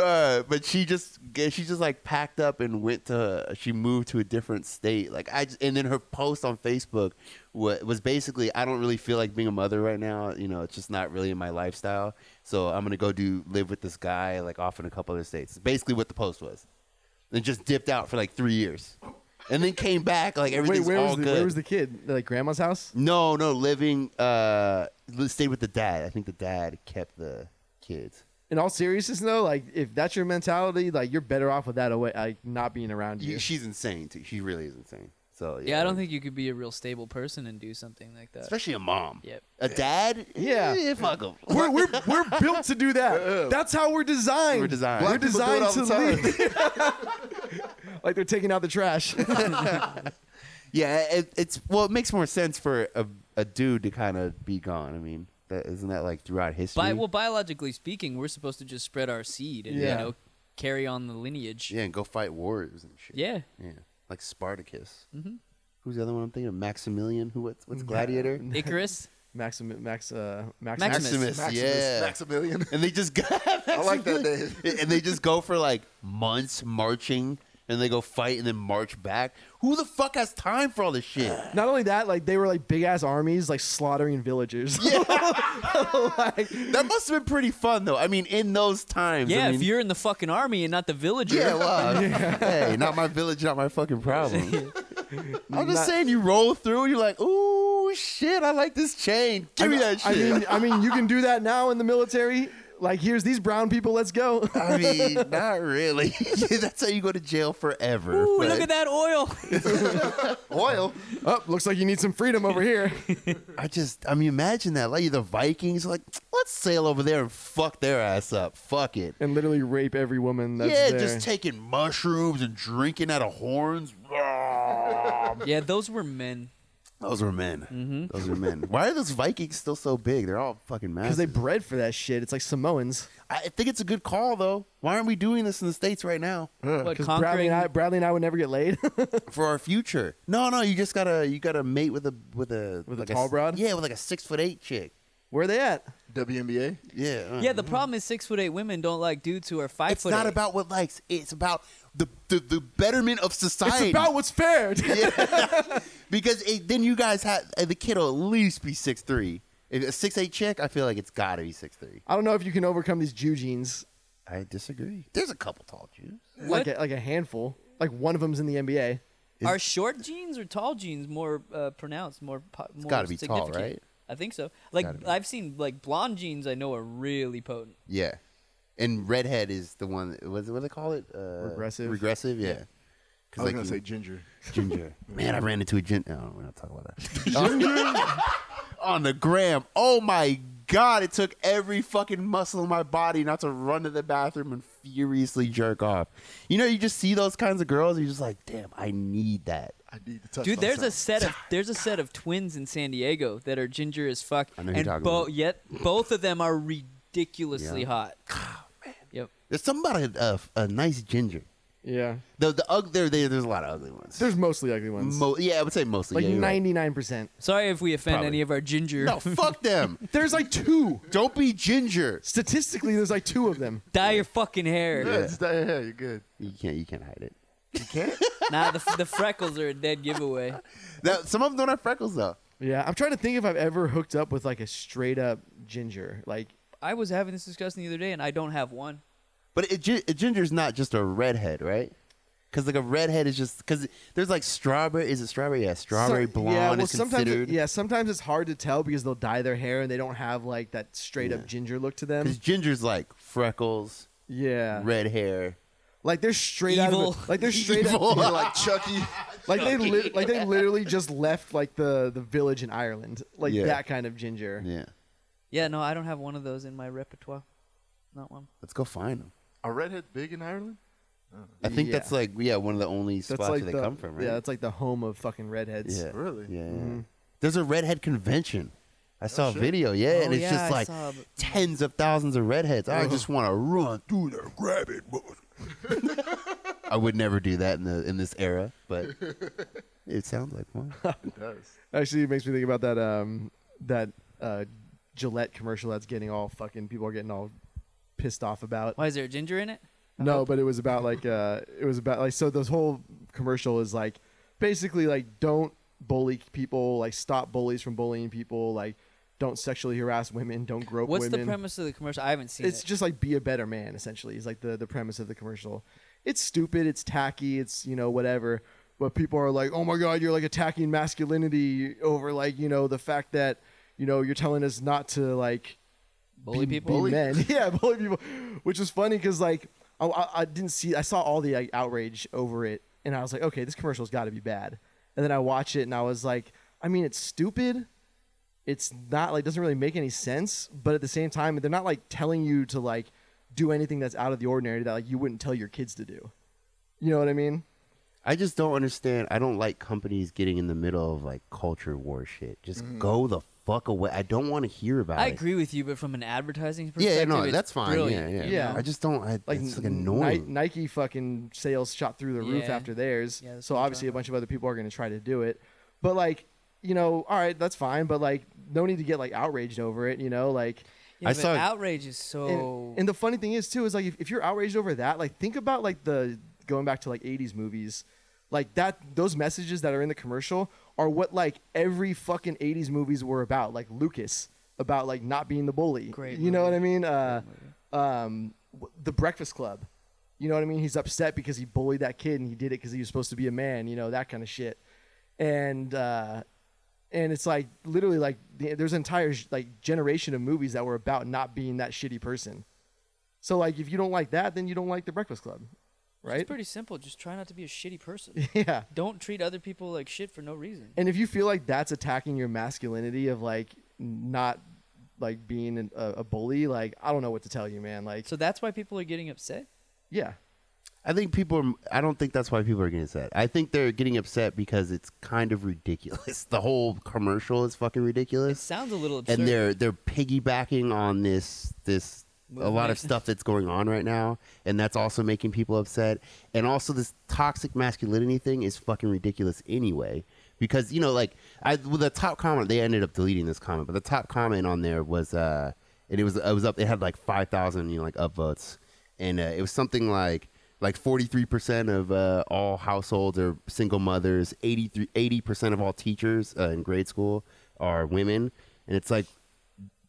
Speaker 2: uh, but she just g- she just like packed up and went to she moved to a different state like i just, and then her post on facebook was, was basically i don't really feel like being a mother right now you know it's just not really in my lifestyle so i'm gonna go do live with this guy like off in a couple other states basically what the post was and just dipped out for like three years and then came back like
Speaker 3: Wait,
Speaker 2: everything's
Speaker 3: where
Speaker 2: all
Speaker 3: was the
Speaker 2: good
Speaker 3: where was the kid? Like grandma's house?
Speaker 2: no, no, living. Uh, li- stayed with the dad. I think the dad kept the kids.
Speaker 3: In all seriousness though, like if that's your mentality, like you're better off with that away like not being around you.
Speaker 2: You- She's insane too. She really is insane. So yeah,
Speaker 1: Yeah, I don't think you could be a real stable person and do something like that.
Speaker 2: especially a mom.
Speaker 1: Yep.
Speaker 2: A dad.
Speaker 3: Yeah.
Speaker 2: Eh, fuck him.
Speaker 3: We're, we're, we're built to do that. That's how we're designed.
Speaker 2: We're designed.
Speaker 3: We're
Speaker 2: Black
Speaker 4: people do it
Speaker 3: designed
Speaker 4: all
Speaker 3: to
Speaker 4: the time.
Speaker 3: leave. like they're taking out the trash.
Speaker 2: Yeah, it, it's well, it makes more sense for a, a dude to kind of be gone. I mean, that, isn't that like throughout history?
Speaker 1: Bi- well, biologically speaking, we're supposed to just spread our seed and
Speaker 3: Yeah.
Speaker 1: you know carry on the lineage.
Speaker 2: yeah, and go fight wars and shit.
Speaker 1: Yeah.
Speaker 2: yeah, like Spartacus. Mm-hmm. Who's the other one I'm thinking of? Maximilian. Who? What's what's Gladiator?
Speaker 1: Icarus.
Speaker 3: Maxim, Max, uh, Max,
Speaker 1: Maximus.
Speaker 4: Maximus,
Speaker 2: Yeah.
Speaker 4: Maximilian.
Speaker 2: and they just go,
Speaker 4: I like that name.
Speaker 2: and they just go for like months marching and they go fight and then march back who the fuck has time for all this shit
Speaker 3: Not only that, like they were like big ass armies, like slaughtering villagers. like,
Speaker 2: that must have been pretty fun though i mean in those times I
Speaker 1: Yeah, if
Speaker 2: mean-
Speaker 1: you're in the fucking army and not the villager.
Speaker 2: yeah, well, hey, not my village, not my fucking problem. I'm just
Speaker 3: Not-
Speaker 2: saying, you roll through, and you're like, ooh, shit, I like this chain. Give me
Speaker 3: I,
Speaker 2: that
Speaker 3: I
Speaker 2: shit.
Speaker 3: mean, I mean, you can do that now in the military. Like, here's these brown people. Let's go.
Speaker 2: I mean, not really. That's how you go to jail forever.
Speaker 1: Ooh,
Speaker 2: but-
Speaker 1: look at that oil.
Speaker 4: Oil.
Speaker 3: oh, looks like you need some freedom over here.
Speaker 2: I just, I mean, imagine that. Like the Vikings, like let's sail over there and fuck their ass up. Fuck it.
Speaker 3: and literally rape every woman. That's
Speaker 2: yeah,
Speaker 3: there.
Speaker 2: just taking mushrooms and drinking out of horns.
Speaker 1: yeah, those were men.
Speaker 2: Those were men. Those were men. Why are those Vikings still so big? They're all fucking massive.
Speaker 3: because they bred for that shit. It's like Samoans.
Speaker 2: I think it's a good call though. Why aren't we doing this in the states right now
Speaker 1: What,
Speaker 3: Because Bradley
Speaker 1: conquering-
Speaker 3: and I, Bradley and I would never get laid.
Speaker 2: for our future? No, no. You just gotta you gotta mate with a with a
Speaker 3: With a
Speaker 2: like
Speaker 3: tall
Speaker 2: s-
Speaker 3: broad?
Speaker 2: Yeah, with like a six foot eight chick.
Speaker 3: Where are they at?
Speaker 4: WNBA.
Speaker 2: Yeah. uh,
Speaker 1: Yeah, the problem is six foot eight women don't like dudes who are five
Speaker 2: It's
Speaker 1: foot.
Speaker 2: not
Speaker 1: eight.
Speaker 2: about what likes. It's about the the, the betterment of society.
Speaker 3: It's about what's fair.
Speaker 2: Yeah. because it, then you guys have uh, the kid will at least be six three. If a six eight chick, I feel like it's got to be six three.
Speaker 3: I don't know if you can overcome these Jew genes.
Speaker 2: I disagree. There's a couple tall Jews.
Speaker 1: What-
Speaker 3: Like a, like a handful. Like one of them's in the NBA.
Speaker 2: Is-
Speaker 1: Are short jeans or tall jeans more uh, pronounced? More, po- more
Speaker 2: gotta be tall,
Speaker 1: significant?
Speaker 2: right?
Speaker 1: I think so. Like
Speaker 2: gotta be.
Speaker 1: I've seen like blonde jeans. I know are really potent.
Speaker 2: Yeah, and redhead is the one. That, what what do they call it? Uh,
Speaker 3: Regressive.
Speaker 2: Regressive. Yeah.
Speaker 4: I
Speaker 2: 'Cause,
Speaker 4: was
Speaker 2: like,
Speaker 4: gonna
Speaker 2: you-
Speaker 4: say ginger.
Speaker 2: ginger. Man, I ran into a ginger. No, we're not talking about that. On the gram. Oh my god! It took every fucking muscle in my body not to run to the bathroom and furiously jerk off. You know, you just see those kinds of girls, and you're just like, damn, I need that.
Speaker 4: I need to touch.
Speaker 1: Dude, there's a
Speaker 4: myself.
Speaker 1: set of there's a set of twins in San Diego that are ginger as fuck,
Speaker 2: I know who
Speaker 1: and
Speaker 2: you're talking
Speaker 1: bo-
Speaker 2: about.
Speaker 1: yet both of them are ridiculously
Speaker 2: Yeah.
Speaker 1: hot. Yep.
Speaker 2: There's something about a, a, a nice ginger.
Speaker 3: Yeah.
Speaker 2: The the ug- there, there there's a lot of ugly ones.
Speaker 3: There's mostly ugly ones.
Speaker 2: Mo- yeah, I would say mostly.
Speaker 3: like
Speaker 2: yeah, you're right.
Speaker 3: ninety nine percent.
Speaker 1: Sorry if we offend
Speaker 2: Probably.
Speaker 1: any of our ginger.
Speaker 2: No, fuck them.
Speaker 3: There's like two.
Speaker 2: Don't be ginger.
Speaker 3: Statistically, there's like two of them.
Speaker 1: Dye your fucking hair.
Speaker 4: Yeah, just dye your hair. You're good.
Speaker 2: You can't. You can't hide it.
Speaker 1: Nah, the, the freckles are a dead giveaway.
Speaker 2: That, some of them don't have freckles though.
Speaker 3: Yeah, I'm trying to think if I've ever hooked up with like a straight up ginger. Like,
Speaker 1: I was having this discussion the other day, and I don't have one.
Speaker 2: But it, gi- ginger's not just a redhead, right? Because like a redhead is just because there's like strawberry. Is it strawberry? Yeah, strawberry
Speaker 3: some-
Speaker 2: blonde
Speaker 3: yeah, well,
Speaker 2: is
Speaker 3: sometimes
Speaker 2: considered.
Speaker 3: yeah, sometimes it's hard to tell because they'll dye their hair and they don't have like that straight up ginger look to them.
Speaker 2: Because ginger's like freckles,
Speaker 3: Yeah,
Speaker 2: red hair.
Speaker 3: like they're straight out
Speaker 1: Evil.
Speaker 3: of like they're straight
Speaker 2: Evil.
Speaker 3: up
Speaker 4: You're like Chucky.
Speaker 3: like they li- like they literally just left like the the village in Ireland like
Speaker 2: Yeah.
Speaker 3: that kind of ginger.
Speaker 2: Yeah,
Speaker 1: Yeah, no, I don't have one of those in my repertoire. Not one.
Speaker 2: let's go find them.
Speaker 4: Are redheads big in Ireland?
Speaker 2: I think
Speaker 3: Yeah.
Speaker 2: that's like yeah one of the only
Speaker 3: That's
Speaker 2: spots
Speaker 3: like
Speaker 2: where
Speaker 3: the,
Speaker 2: they come from, right?
Speaker 3: yeah, that's like the home of fucking redheads.
Speaker 2: yeah.
Speaker 4: Really?
Speaker 2: Yeah. yeah.
Speaker 1: Mm-hmm.
Speaker 2: There's a redhead convention. I saw a video, yeah, and
Speaker 1: Oh,
Speaker 2: it's
Speaker 1: yeah,
Speaker 2: just
Speaker 1: I
Speaker 2: like
Speaker 1: saw b-
Speaker 2: tens of thousands of redheads. I just want to run through there, grab it. I would never do that in the in this era, but it sounds like one.
Speaker 4: It does.
Speaker 3: Actually, it makes me think about that um that uh Gillette commercial that's getting all fucking people are getting all pissed off about.
Speaker 1: Why is there a ginger in it? Uh-huh.
Speaker 3: No, but it was about like uh it was about like so this whole commercial is like basically like don't bully people, like stop bullies from bullying people, like don't sexually harass women, don't grope
Speaker 1: What's
Speaker 3: women.
Speaker 1: the premise of the commercial? I haven't seen
Speaker 3: It's
Speaker 1: it.
Speaker 3: just like be a better man essentially. Is like the the premise of the commercial. It's stupid, it's tacky, it's you know whatever, but people are like, "Oh my god, you're like attacking masculinity over like, you know, the fact that, you know, you're telling us not to like
Speaker 1: Bully
Speaker 3: be-
Speaker 1: people.
Speaker 3: be men. yeah, bully people, which is funny because like I, I, I didn't see, I saw all the like, outrage over it, and I was like, okay, this commercial's got to be bad. And then I watch it, and I was like, I mean, it's stupid. It's not like doesn't really make any sense, but at the same time, they're not like telling you to like do anything that's out of the ordinary that like you wouldn't tell your kids to do. You know what I mean?
Speaker 2: I just don't understand. I don't like companies getting in the middle of like culture war shit. Just go the fuck away. I don't want to hear about
Speaker 1: I
Speaker 2: it.
Speaker 1: agree with you, but from an advertising
Speaker 2: Yeah,
Speaker 1: perspective,
Speaker 2: yeah, no,
Speaker 1: it's
Speaker 2: that's fine.
Speaker 1: brilliant,
Speaker 2: yeah, yeah,
Speaker 1: you
Speaker 3: Yeah.
Speaker 1: know?
Speaker 2: I just don't. I,
Speaker 3: like,
Speaker 2: like, it's like
Speaker 3: N-
Speaker 2: annoying.
Speaker 3: Ni- Nike fucking sales shot through the roof
Speaker 1: Yeah.
Speaker 3: after theirs.
Speaker 1: Yeah, that's
Speaker 3: so
Speaker 1: what I'm
Speaker 3: obviously a
Speaker 1: talking
Speaker 3: bunch of other people are going to try to do it. But like, you know, all right, that's fine. But like, no need to get like outraged over it. You know, like,
Speaker 1: Yeah,
Speaker 2: I
Speaker 1: but
Speaker 2: saw-
Speaker 1: outrage is so.
Speaker 3: and, and the funny thing is too is like if, if you're outraged over that, like think about like the going back to like '80s movies, like that those messages that are in the commercial are what like every fucking '80s movies were about, like Lucas about like not being the bully.
Speaker 1: Great
Speaker 3: you know
Speaker 1: movie.
Speaker 3: what I mean? Uh, um, w- the Breakfast Club. You know what I mean? He's upset because he bullied that kid and he did it because he was supposed to be a man. You know that kind of shit. And uh, and it's like literally like the, there's an entire like generation of movies that were about not being that shitty person. So like if you don't like that, then you don't like The Breakfast Club, right?
Speaker 1: It's pretty simple. Just try not to be a shitty person.
Speaker 3: yeah.
Speaker 1: Don't treat other people like shit for no reason.
Speaker 3: And if you feel like that's attacking your masculinity of like not like being an, a, a bully, like I don't know what to tell you, man. Like
Speaker 1: So that's why people are getting upset.
Speaker 3: yeah,
Speaker 2: I think people are. I don't think that's why people are getting upset. I think they're getting upset because it's kind of ridiculous. The whole commercial is fucking
Speaker 1: It
Speaker 2: ridiculous,
Speaker 1: sounds a little absurd.
Speaker 2: and they're they're piggybacking on this this a lot
Speaker 1: Movement.
Speaker 2: of stuff that's going on right now, and that's also making people upset. And also, this toxic masculinity thing is fucking ridiculous anyway. Because you know, like I well, the top comment, they ended up deleting this comment, but the top comment on there was, uh, and it was it was up. It had like five thousand, you know, like upvotes, and uh, it was something like like 43% of uh, all households are single mothers 83 80% of all teachers uh, in grade school are women and it's like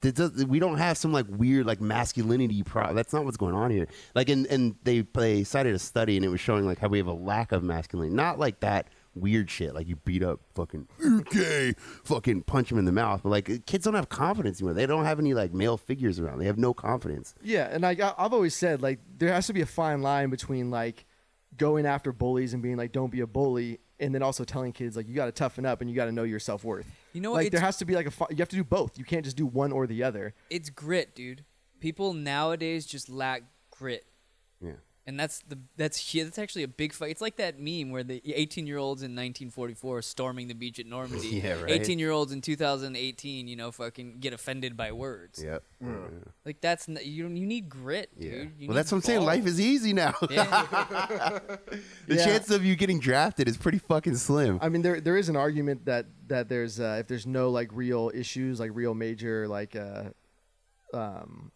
Speaker 2: it does, we don't have some like weird like masculinity pro that's not what's going on here like and and they they cited a study and it was showing like how we have a lack of masculinity not like that weird shit like you beat up fucking "You're gay fucking punch him in the mouth but like kids don't have confidence anymore they don't have any like male figures around they have no confidence
Speaker 3: Yeah, and like I, I've always said, like there has to be a fine line between like going after bullies and being like, "Don't be a bully," and then also telling kids like, "You got to toughen up and you got to know your self worth."
Speaker 1: You know,
Speaker 3: like there
Speaker 1: it's-
Speaker 3: has to be like a fi- you have to do both. You can't just do one or the other.
Speaker 1: it's grit, dude. People nowadays just lack grit.
Speaker 2: yeah
Speaker 1: And that's the that's hu- that's actually a big fight. It's like that meme where the 18 year olds in 1944 are storming the beach at Normandy.
Speaker 2: Yeah, right.
Speaker 1: 18 year olds in 2018, you know, fucking get offended by words. Like that's n- you don't, you need grit, dude.
Speaker 2: Yeah.
Speaker 1: You
Speaker 2: Well,
Speaker 1: need
Speaker 2: that's what I'm saying. Life
Speaker 1: balls.
Speaker 2: is easy now.
Speaker 1: Yeah.
Speaker 2: the
Speaker 3: Yeah.
Speaker 2: chance of you getting drafted is pretty fucking slim.
Speaker 3: I mean, there there is an argument that that there's uh, if there's no like real issues, like real major like uh, um,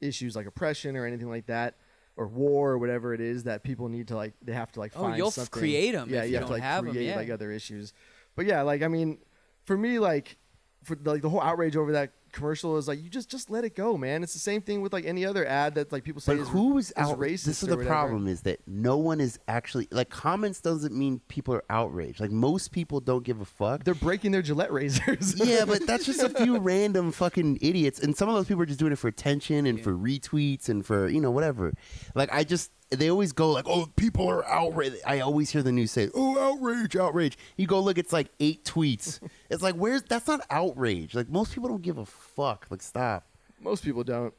Speaker 3: issues like oppression or anything like that, or war or whatever it is that people need to like they have to like
Speaker 1: Oh,
Speaker 3: find
Speaker 1: you'll f-
Speaker 3: something.
Speaker 1: create 'em
Speaker 3: Yeah,
Speaker 1: if
Speaker 3: you,
Speaker 1: you
Speaker 3: have
Speaker 1: don't
Speaker 3: to like
Speaker 1: have 'em,
Speaker 3: create
Speaker 1: yeah.
Speaker 3: like other issues. But yeah, like I mean, for me, like for like the whole outrage over that commercial is like you just just let it go, man. It's the same thing with like any other ad that like people say
Speaker 2: But
Speaker 3: is,
Speaker 2: who is
Speaker 3: is
Speaker 2: out?
Speaker 3: racist.
Speaker 2: This is
Speaker 3: or
Speaker 2: the
Speaker 3: whatever.
Speaker 2: problem: is that no one is actually like comments doesn't mean people are outraged. Like most people don't give a fuck.
Speaker 3: They're breaking their Gillette razors.
Speaker 2: yeah, but that's just a few random fucking idiots, and some of those people are just doing it for attention and for retweets and for you know whatever. Like I just they always go like, oh, people are outraged. I always hear the news say, oh, outrage, outrage. You go look, it's like eight tweets. it's like where's that's not outrage. Like most people don't give a fuck. Like stop.
Speaker 3: Most people don't.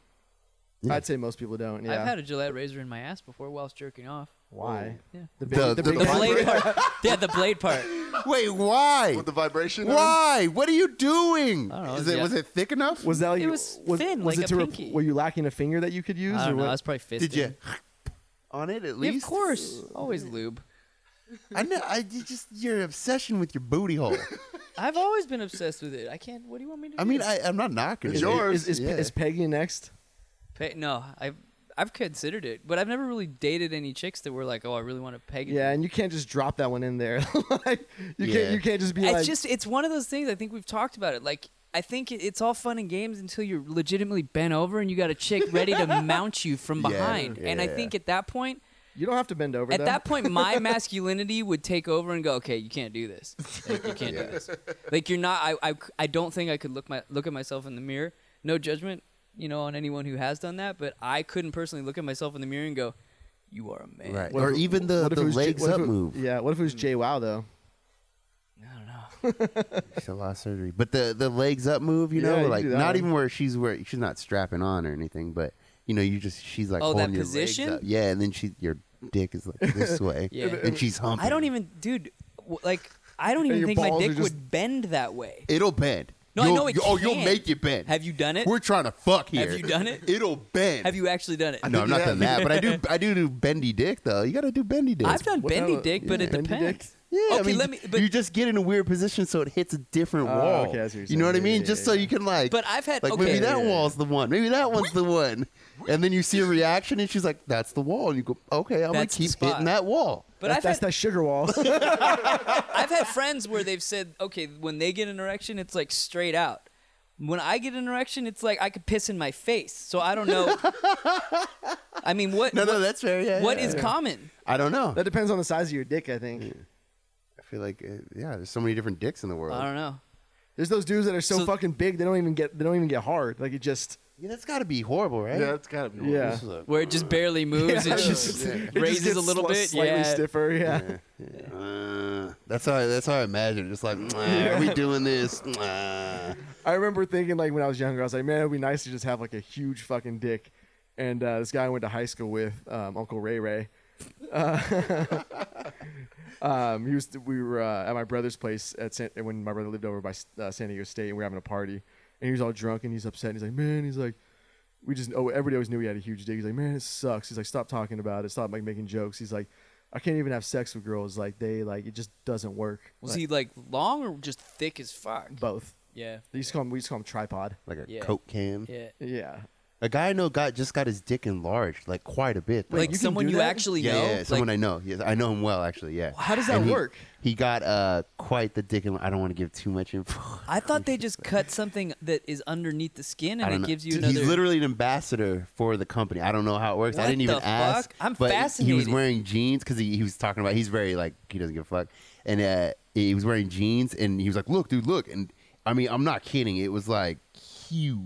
Speaker 3: I'd say most people don't. Yeah.
Speaker 1: I've had a Gillette razor in my ass before whilst jerking off.
Speaker 3: Why?
Speaker 1: Yeah.
Speaker 3: The
Speaker 4: The- the-
Speaker 1: The
Speaker 4: The
Speaker 1: blade part. Yeah, the blade part.
Speaker 2: Wait, why?
Speaker 4: With the vibration? on?
Speaker 2: Why? What are you doing?
Speaker 1: I don't know.
Speaker 2: Is it
Speaker 1: Yeah.
Speaker 2: was it thick enough?
Speaker 3: was that like,
Speaker 1: It was thin, like
Speaker 3: it
Speaker 1: a
Speaker 3: to
Speaker 1: pinky.
Speaker 3: were you lacking a finger that you could use?
Speaker 1: I
Speaker 3: or
Speaker 1: don't know.
Speaker 3: what?
Speaker 1: That's probably fisting.
Speaker 2: Did you on it at
Speaker 1: Yeah,
Speaker 2: least?
Speaker 1: of course. Always lube.
Speaker 2: I know. I you just your obsession with your booty hole.
Speaker 1: I've always been obsessed with it. I can't. What do you want me to do?
Speaker 2: I mean, I, I'm not knocking
Speaker 4: It's
Speaker 2: it.
Speaker 4: yours.
Speaker 3: Is, is,
Speaker 2: Yeah.
Speaker 3: is Peggy next?
Speaker 1: Pe- no, I've I've considered it, but I've never really dated any chicks that were like, oh, I really want to peg. it."
Speaker 3: Yeah, and you can't just drop that one in there. like, you
Speaker 2: Yeah.
Speaker 3: can't. You can't just be
Speaker 1: it's
Speaker 3: like.
Speaker 1: just it's one of those things. I think we've talked about it. Like, I think it, it's all fun and games until you're legitimately bent over and you got a chick ready to mount you from
Speaker 2: Yeah,
Speaker 1: behind. and I
Speaker 2: yeah.
Speaker 1: think at that point,
Speaker 3: you don't have to bend over.
Speaker 1: at
Speaker 3: though.
Speaker 1: that point, my masculinity would take over and go, okay, you can't do this. Like, you can't do this. Like you're not. I, I I don't think I could look my look at myself in the mirror. No judgment, you know, on anyone who has done that. But I couldn't personally look at myself in the mirror and go, you are a man.
Speaker 2: Right.
Speaker 3: What
Speaker 2: or
Speaker 3: if-
Speaker 2: even the,
Speaker 3: what if
Speaker 2: the
Speaker 3: it was J-
Speaker 2: legs
Speaker 3: what if
Speaker 2: up
Speaker 3: it-
Speaker 2: move.
Speaker 3: Yeah. What if it was Jay Wow though?
Speaker 1: I don't know.
Speaker 2: It's a lot of surgery. But the the legs up move, you
Speaker 3: Yeah,
Speaker 2: know,
Speaker 3: you
Speaker 2: like
Speaker 3: do that
Speaker 2: not
Speaker 3: one.
Speaker 2: even where she's where she's not strapping on or anything, but you know, you just she's like
Speaker 1: Oh, that
Speaker 2: holding your legs
Speaker 1: position?
Speaker 2: up. Yeah, and then she your dick is like this way,
Speaker 1: Yeah.
Speaker 2: and she's humping.
Speaker 1: I don't even, dude. w- Like, I don't
Speaker 3: And
Speaker 1: even
Speaker 3: your
Speaker 1: think my
Speaker 3: balls
Speaker 1: dick
Speaker 3: are just-
Speaker 1: would bend that way.
Speaker 2: It'll bend.
Speaker 1: No, I
Speaker 2: You'll-
Speaker 1: know it
Speaker 2: you- Oh, you'll
Speaker 1: can.
Speaker 2: make it bend.
Speaker 1: Have you done it?
Speaker 2: We're trying to fuck here.
Speaker 1: Have you done it?
Speaker 2: It'll bend.
Speaker 1: Have you actually done it?
Speaker 2: No, I'm
Speaker 4: you
Speaker 2: not
Speaker 4: have.
Speaker 2: done that, but I do. I do do bendy dick though. You got to do bendy dick.
Speaker 1: I've done
Speaker 3: What
Speaker 1: bendy
Speaker 3: kind of-
Speaker 1: dick, but
Speaker 3: yeah.
Speaker 1: it
Speaker 3: Bendy
Speaker 1: depends.
Speaker 3: dicks?
Speaker 2: Yeah,
Speaker 1: okay,
Speaker 2: I mean,
Speaker 1: let me. But,
Speaker 2: you just get in a weird position so it hits a different
Speaker 3: Oh,
Speaker 2: wall.
Speaker 3: okay, I see what you're
Speaker 2: you know what I
Speaker 3: saying.
Speaker 2: mean?
Speaker 3: Yeah,
Speaker 2: just
Speaker 3: yeah,
Speaker 2: so
Speaker 3: yeah.
Speaker 2: you can like.
Speaker 1: but I've had.
Speaker 2: like
Speaker 1: okay,
Speaker 2: maybe that
Speaker 3: Yeah, yeah,
Speaker 2: wall's the one. Maybe that one's the one. And then you see a reaction, and she's like, "That's the wall." And you go, "Okay, I'm gonna
Speaker 1: That's the
Speaker 2: keep
Speaker 1: spot.
Speaker 2: hitting that wall."
Speaker 1: but
Speaker 3: That-
Speaker 1: I've
Speaker 3: that's
Speaker 1: had,
Speaker 3: that sugar wall.
Speaker 1: I've had friends where they've said, okay, when they get an erection, it's like straight out. When I get an erection, it's like I could piss in my face. So I don't know. I mean, what?
Speaker 2: No,
Speaker 1: what-
Speaker 2: no, that's fair. Yeah,
Speaker 1: what
Speaker 2: yeah,
Speaker 1: is
Speaker 2: yeah.
Speaker 1: common?
Speaker 2: I don't know.
Speaker 3: that depends on the size of your dick. I think
Speaker 2: I feel like uh, yeah, there's so many different dicks in the world.
Speaker 1: I don't know.
Speaker 3: there's those dudes that are so,
Speaker 1: So-
Speaker 3: fucking big they don't even get they don't even get hard. Like it just
Speaker 2: Yeah, that's got to be horrible, right?
Speaker 4: Yeah, it's gotta be.
Speaker 3: Yeah.
Speaker 2: This is a-
Speaker 1: Where it just barely moves, it just
Speaker 3: just- it just
Speaker 1: raises
Speaker 3: gets
Speaker 1: a little
Speaker 3: sli-
Speaker 1: bit.
Speaker 3: slightly
Speaker 1: yeah.
Speaker 3: stiffer. Yeah.
Speaker 2: Uh, that's how I, that's how I imagine. it. Just like, "Mwah, are we doing this? Mwah."
Speaker 3: I remember thinking like when I was younger, I was like, man, it'd be nice to just have like a huge fucking dick. And uh, this guy I went to high school with, um, Uncle Ray Ray, um, he was we were uh, at my brother's place at San, when my brother lived over by uh, San Diego State, and we were having a party. And he was all drunk and he's upset. And he's like, man, he's like, we just oh everybody always knew he had a huge dick. He's like, man, it sucks. He's like, stop talking about it. Stop like making jokes. He's like, I can't even have sex with girls. Like they like it just doesn't work.
Speaker 1: Was
Speaker 3: Like,
Speaker 1: he like long or just thick as fuck?
Speaker 3: both?
Speaker 1: Yeah.
Speaker 3: They used to call him, we used to call him tripod.
Speaker 2: like a
Speaker 1: Yeah.
Speaker 2: coke can.
Speaker 1: Yeah.
Speaker 3: Yeah,
Speaker 2: A guy I know got just got his dick enlarged like quite a bit. though.
Speaker 1: Like
Speaker 3: you can
Speaker 1: someone
Speaker 3: do
Speaker 1: you
Speaker 3: that?
Speaker 1: actually
Speaker 2: yeah,
Speaker 1: know.
Speaker 2: yeah,
Speaker 1: like,
Speaker 2: someone I know. Yes, I know him well actually. Yeah.
Speaker 1: How does that
Speaker 2: he-
Speaker 3: work?
Speaker 2: He, got uh quite the dick. And I don't want to give too much info.
Speaker 1: I thought they just cut something that is underneath the skin
Speaker 2: I
Speaker 1: and
Speaker 2: don't
Speaker 1: it
Speaker 2: know.
Speaker 1: gives you
Speaker 2: Dude,
Speaker 1: another.
Speaker 2: He's literally an ambassador for the company. I don't know how it works. I
Speaker 1: What
Speaker 2: didn't even
Speaker 1: the
Speaker 2: ask.
Speaker 1: fuck? I'm
Speaker 2: but He was
Speaker 1: fascinated.
Speaker 2: wearing jeans because he, he was talking about. He's very like he doesn't give a fuck. And uh, he was wearing jeans, and he was like, "Look, dude, look." And I mean, I'm not kidding. It was like huge.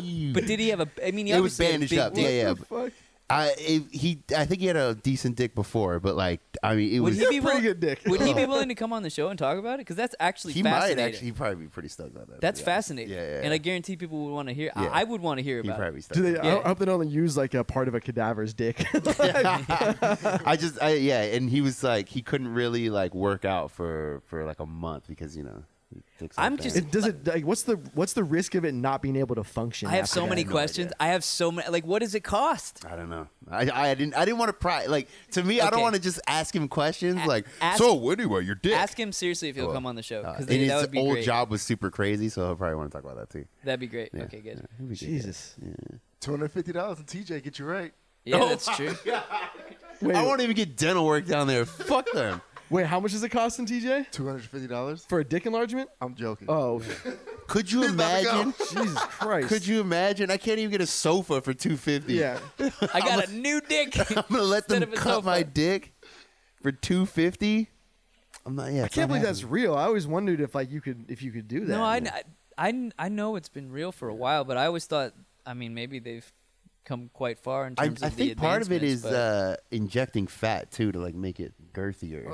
Speaker 2: huge.
Speaker 1: but did he have a? I mean, he
Speaker 2: It was
Speaker 1: obviously had a
Speaker 2: bandaged
Speaker 1: big
Speaker 2: up.
Speaker 1: dick.
Speaker 2: Yeah, yeah.
Speaker 3: What the fuck?
Speaker 2: I it, he I think he had a decent dick before, but like I mean, it
Speaker 1: Would
Speaker 2: was
Speaker 1: he be
Speaker 3: Pretty
Speaker 1: willing,
Speaker 3: good dick.
Speaker 1: Would he be willing to come on the show and talk about it? Because that's actually
Speaker 2: he might
Speaker 1: fascinating.
Speaker 2: actually he probably be pretty stoked about that.
Speaker 1: that's
Speaker 2: yeah.
Speaker 1: fascinating.
Speaker 2: Yeah, yeah, yeah.
Speaker 1: And I guarantee people would want to hear.
Speaker 2: Yeah.
Speaker 1: I, I would want to hear
Speaker 2: He
Speaker 1: about. it.
Speaker 2: probably stoked.
Speaker 3: Do they? I-
Speaker 1: Yeah.
Speaker 3: I hope they don't use like a part of a cadaver's dick.
Speaker 2: I just I yeah, and he was like he couldn't really like work out for for like a month because you know. his dick's all
Speaker 1: I'm
Speaker 2: banged.
Speaker 1: just-
Speaker 3: it does it. Like, what's the what's the risk of it not being able to function?
Speaker 1: I have
Speaker 3: after
Speaker 1: so
Speaker 3: that?
Speaker 1: many
Speaker 2: no
Speaker 1: questions.
Speaker 2: idea.
Speaker 1: I have so many. Like, what does it cost?
Speaker 2: I don't know. I, I didn't. I didn't want to pry. Like to me, I don't
Speaker 1: Okay.
Speaker 2: want to just ask him questions.
Speaker 1: A-
Speaker 2: like
Speaker 1: ask-
Speaker 2: so, anyway, your dick.
Speaker 1: Ask him seriously if he'll
Speaker 2: Well,
Speaker 1: come on the show.
Speaker 2: uh,
Speaker 1: Because
Speaker 2: and his
Speaker 1: that would be
Speaker 2: old
Speaker 1: great.
Speaker 2: job was super crazy, so he'll probably want to talk about that too.
Speaker 1: That'd be great.
Speaker 2: Yeah.
Speaker 1: Okay, good.
Speaker 2: He'll be good, yeah.
Speaker 3: Jesus.
Speaker 4: Two hundred fifty dollars and TJ get you right.
Speaker 1: Yeah,
Speaker 2: Oh
Speaker 1: that's true.
Speaker 3: Wait,
Speaker 2: I won't even get dental work down there. Fuck them.
Speaker 3: wait, how much is it costing TJ
Speaker 4: Two hundred fifty dollars.
Speaker 3: for a dick enlargement?
Speaker 4: I'm joking.
Speaker 3: Oh,
Speaker 2: Could you
Speaker 4: He's about to go.
Speaker 2: imagine?
Speaker 3: Jesus Christ!
Speaker 2: Could you imagine? I can't even get a sofa for two fifty.
Speaker 3: Yeah.
Speaker 1: I got a new dick.
Speaker 2: I'm gonna let them
Speaker 1: Instead of a
Speaker 2: cut my
Speaker 1: sofa. dick
Speaker 2: dick for two fifty. I'm not. Yeah,
Speaker 3: I can't believe that's real. I always wondered if like you could if you could do that.
Speaker 1: No, I, kn- I, kn- I know it's been real for a while, but I always thought. I mean, maybe they've come quite far in
Speaker 2: I,
Speaker 1: terms
Speaker 2: I
Speaker 1: of the
Speaker 2: think part of it is
Speaker 1: advancements, but-
Speaker 2: uh, injecting fat too to like make it girthier.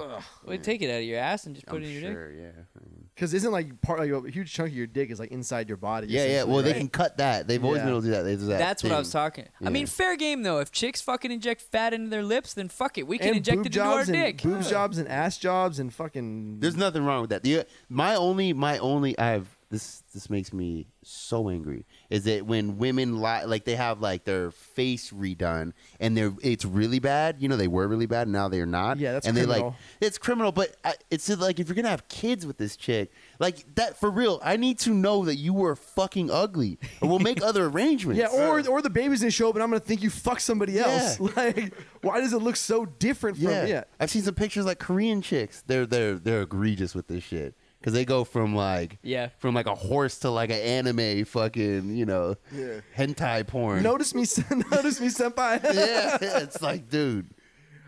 Speaker 1: Well, take it out of your ass and just put
Speaker 2: uh, I'm
Speaker 1: it in your dick.
Speaker 2: sure. Yeah.
Speaker 3: because isn't like part like a huge chunk of your dick is like inside your body.
Speaker 2: Yeah, yeah.
Speaker 3: essentially,
Speaker 2: Well, they
Speaker 3: right?
Speaker 2: can cut that. They've always
Speaker 3: Yeah.
Speaker 2: been able to do that. They do that
Speaker 1: That's what I was
Speaker 2: thing.
Speaker 1: talking. I
Speaker 2: Yeah.
Speaker 1: mean, fair game though. If chicks fucking inject fat into their lips, then fuck it. We can
Speaker 3: And
Speaker 1: inject
Speaker 3: boob
Speaker 1: it into our
Speaker 3: jobs and-
Speaker 1: dick.
Speaker 3: Boob jobs and ass jobs and fucking.
Speaker 2: There's nothing wrong with that. The, my only, my only, I have this. This makes me so angry. Is that when women lie, like they have like their face redone, and they're it's really bad. You know, they were really bad, and now they're not.
Speaker 3: Yeah, that's
Speaker 2: and they like
Speaker 3: criminal.
Speaker 2: it's criminal. But I, it's just like if you're gonna have kids with this chick, like that for real. I need to know that you were fucking ugly, or we'll make other arrangements.
Speaker 3: yeah, or or the baby's gonna show up and I'm gonna think you fucked somebody else.
Speaker 2: Yeah.
Speaker 3: Like, why does it look so different from
Speaker 2: Yeah.
Speaker 3: yeah?
Speaker 2: I've seen some pictures like Korean chicks. They're they're they're egregious with this shit because they go from like
Speaker 1: Yeah.
Speaker 2: from like a horse to like an anime fucking you know
Speaker 4: Yeah.
Speaker 2: hentai porn.
Speaker 3: Notice me, sen- notice me, senpai.
Speaker 2: yeah, it's like dude,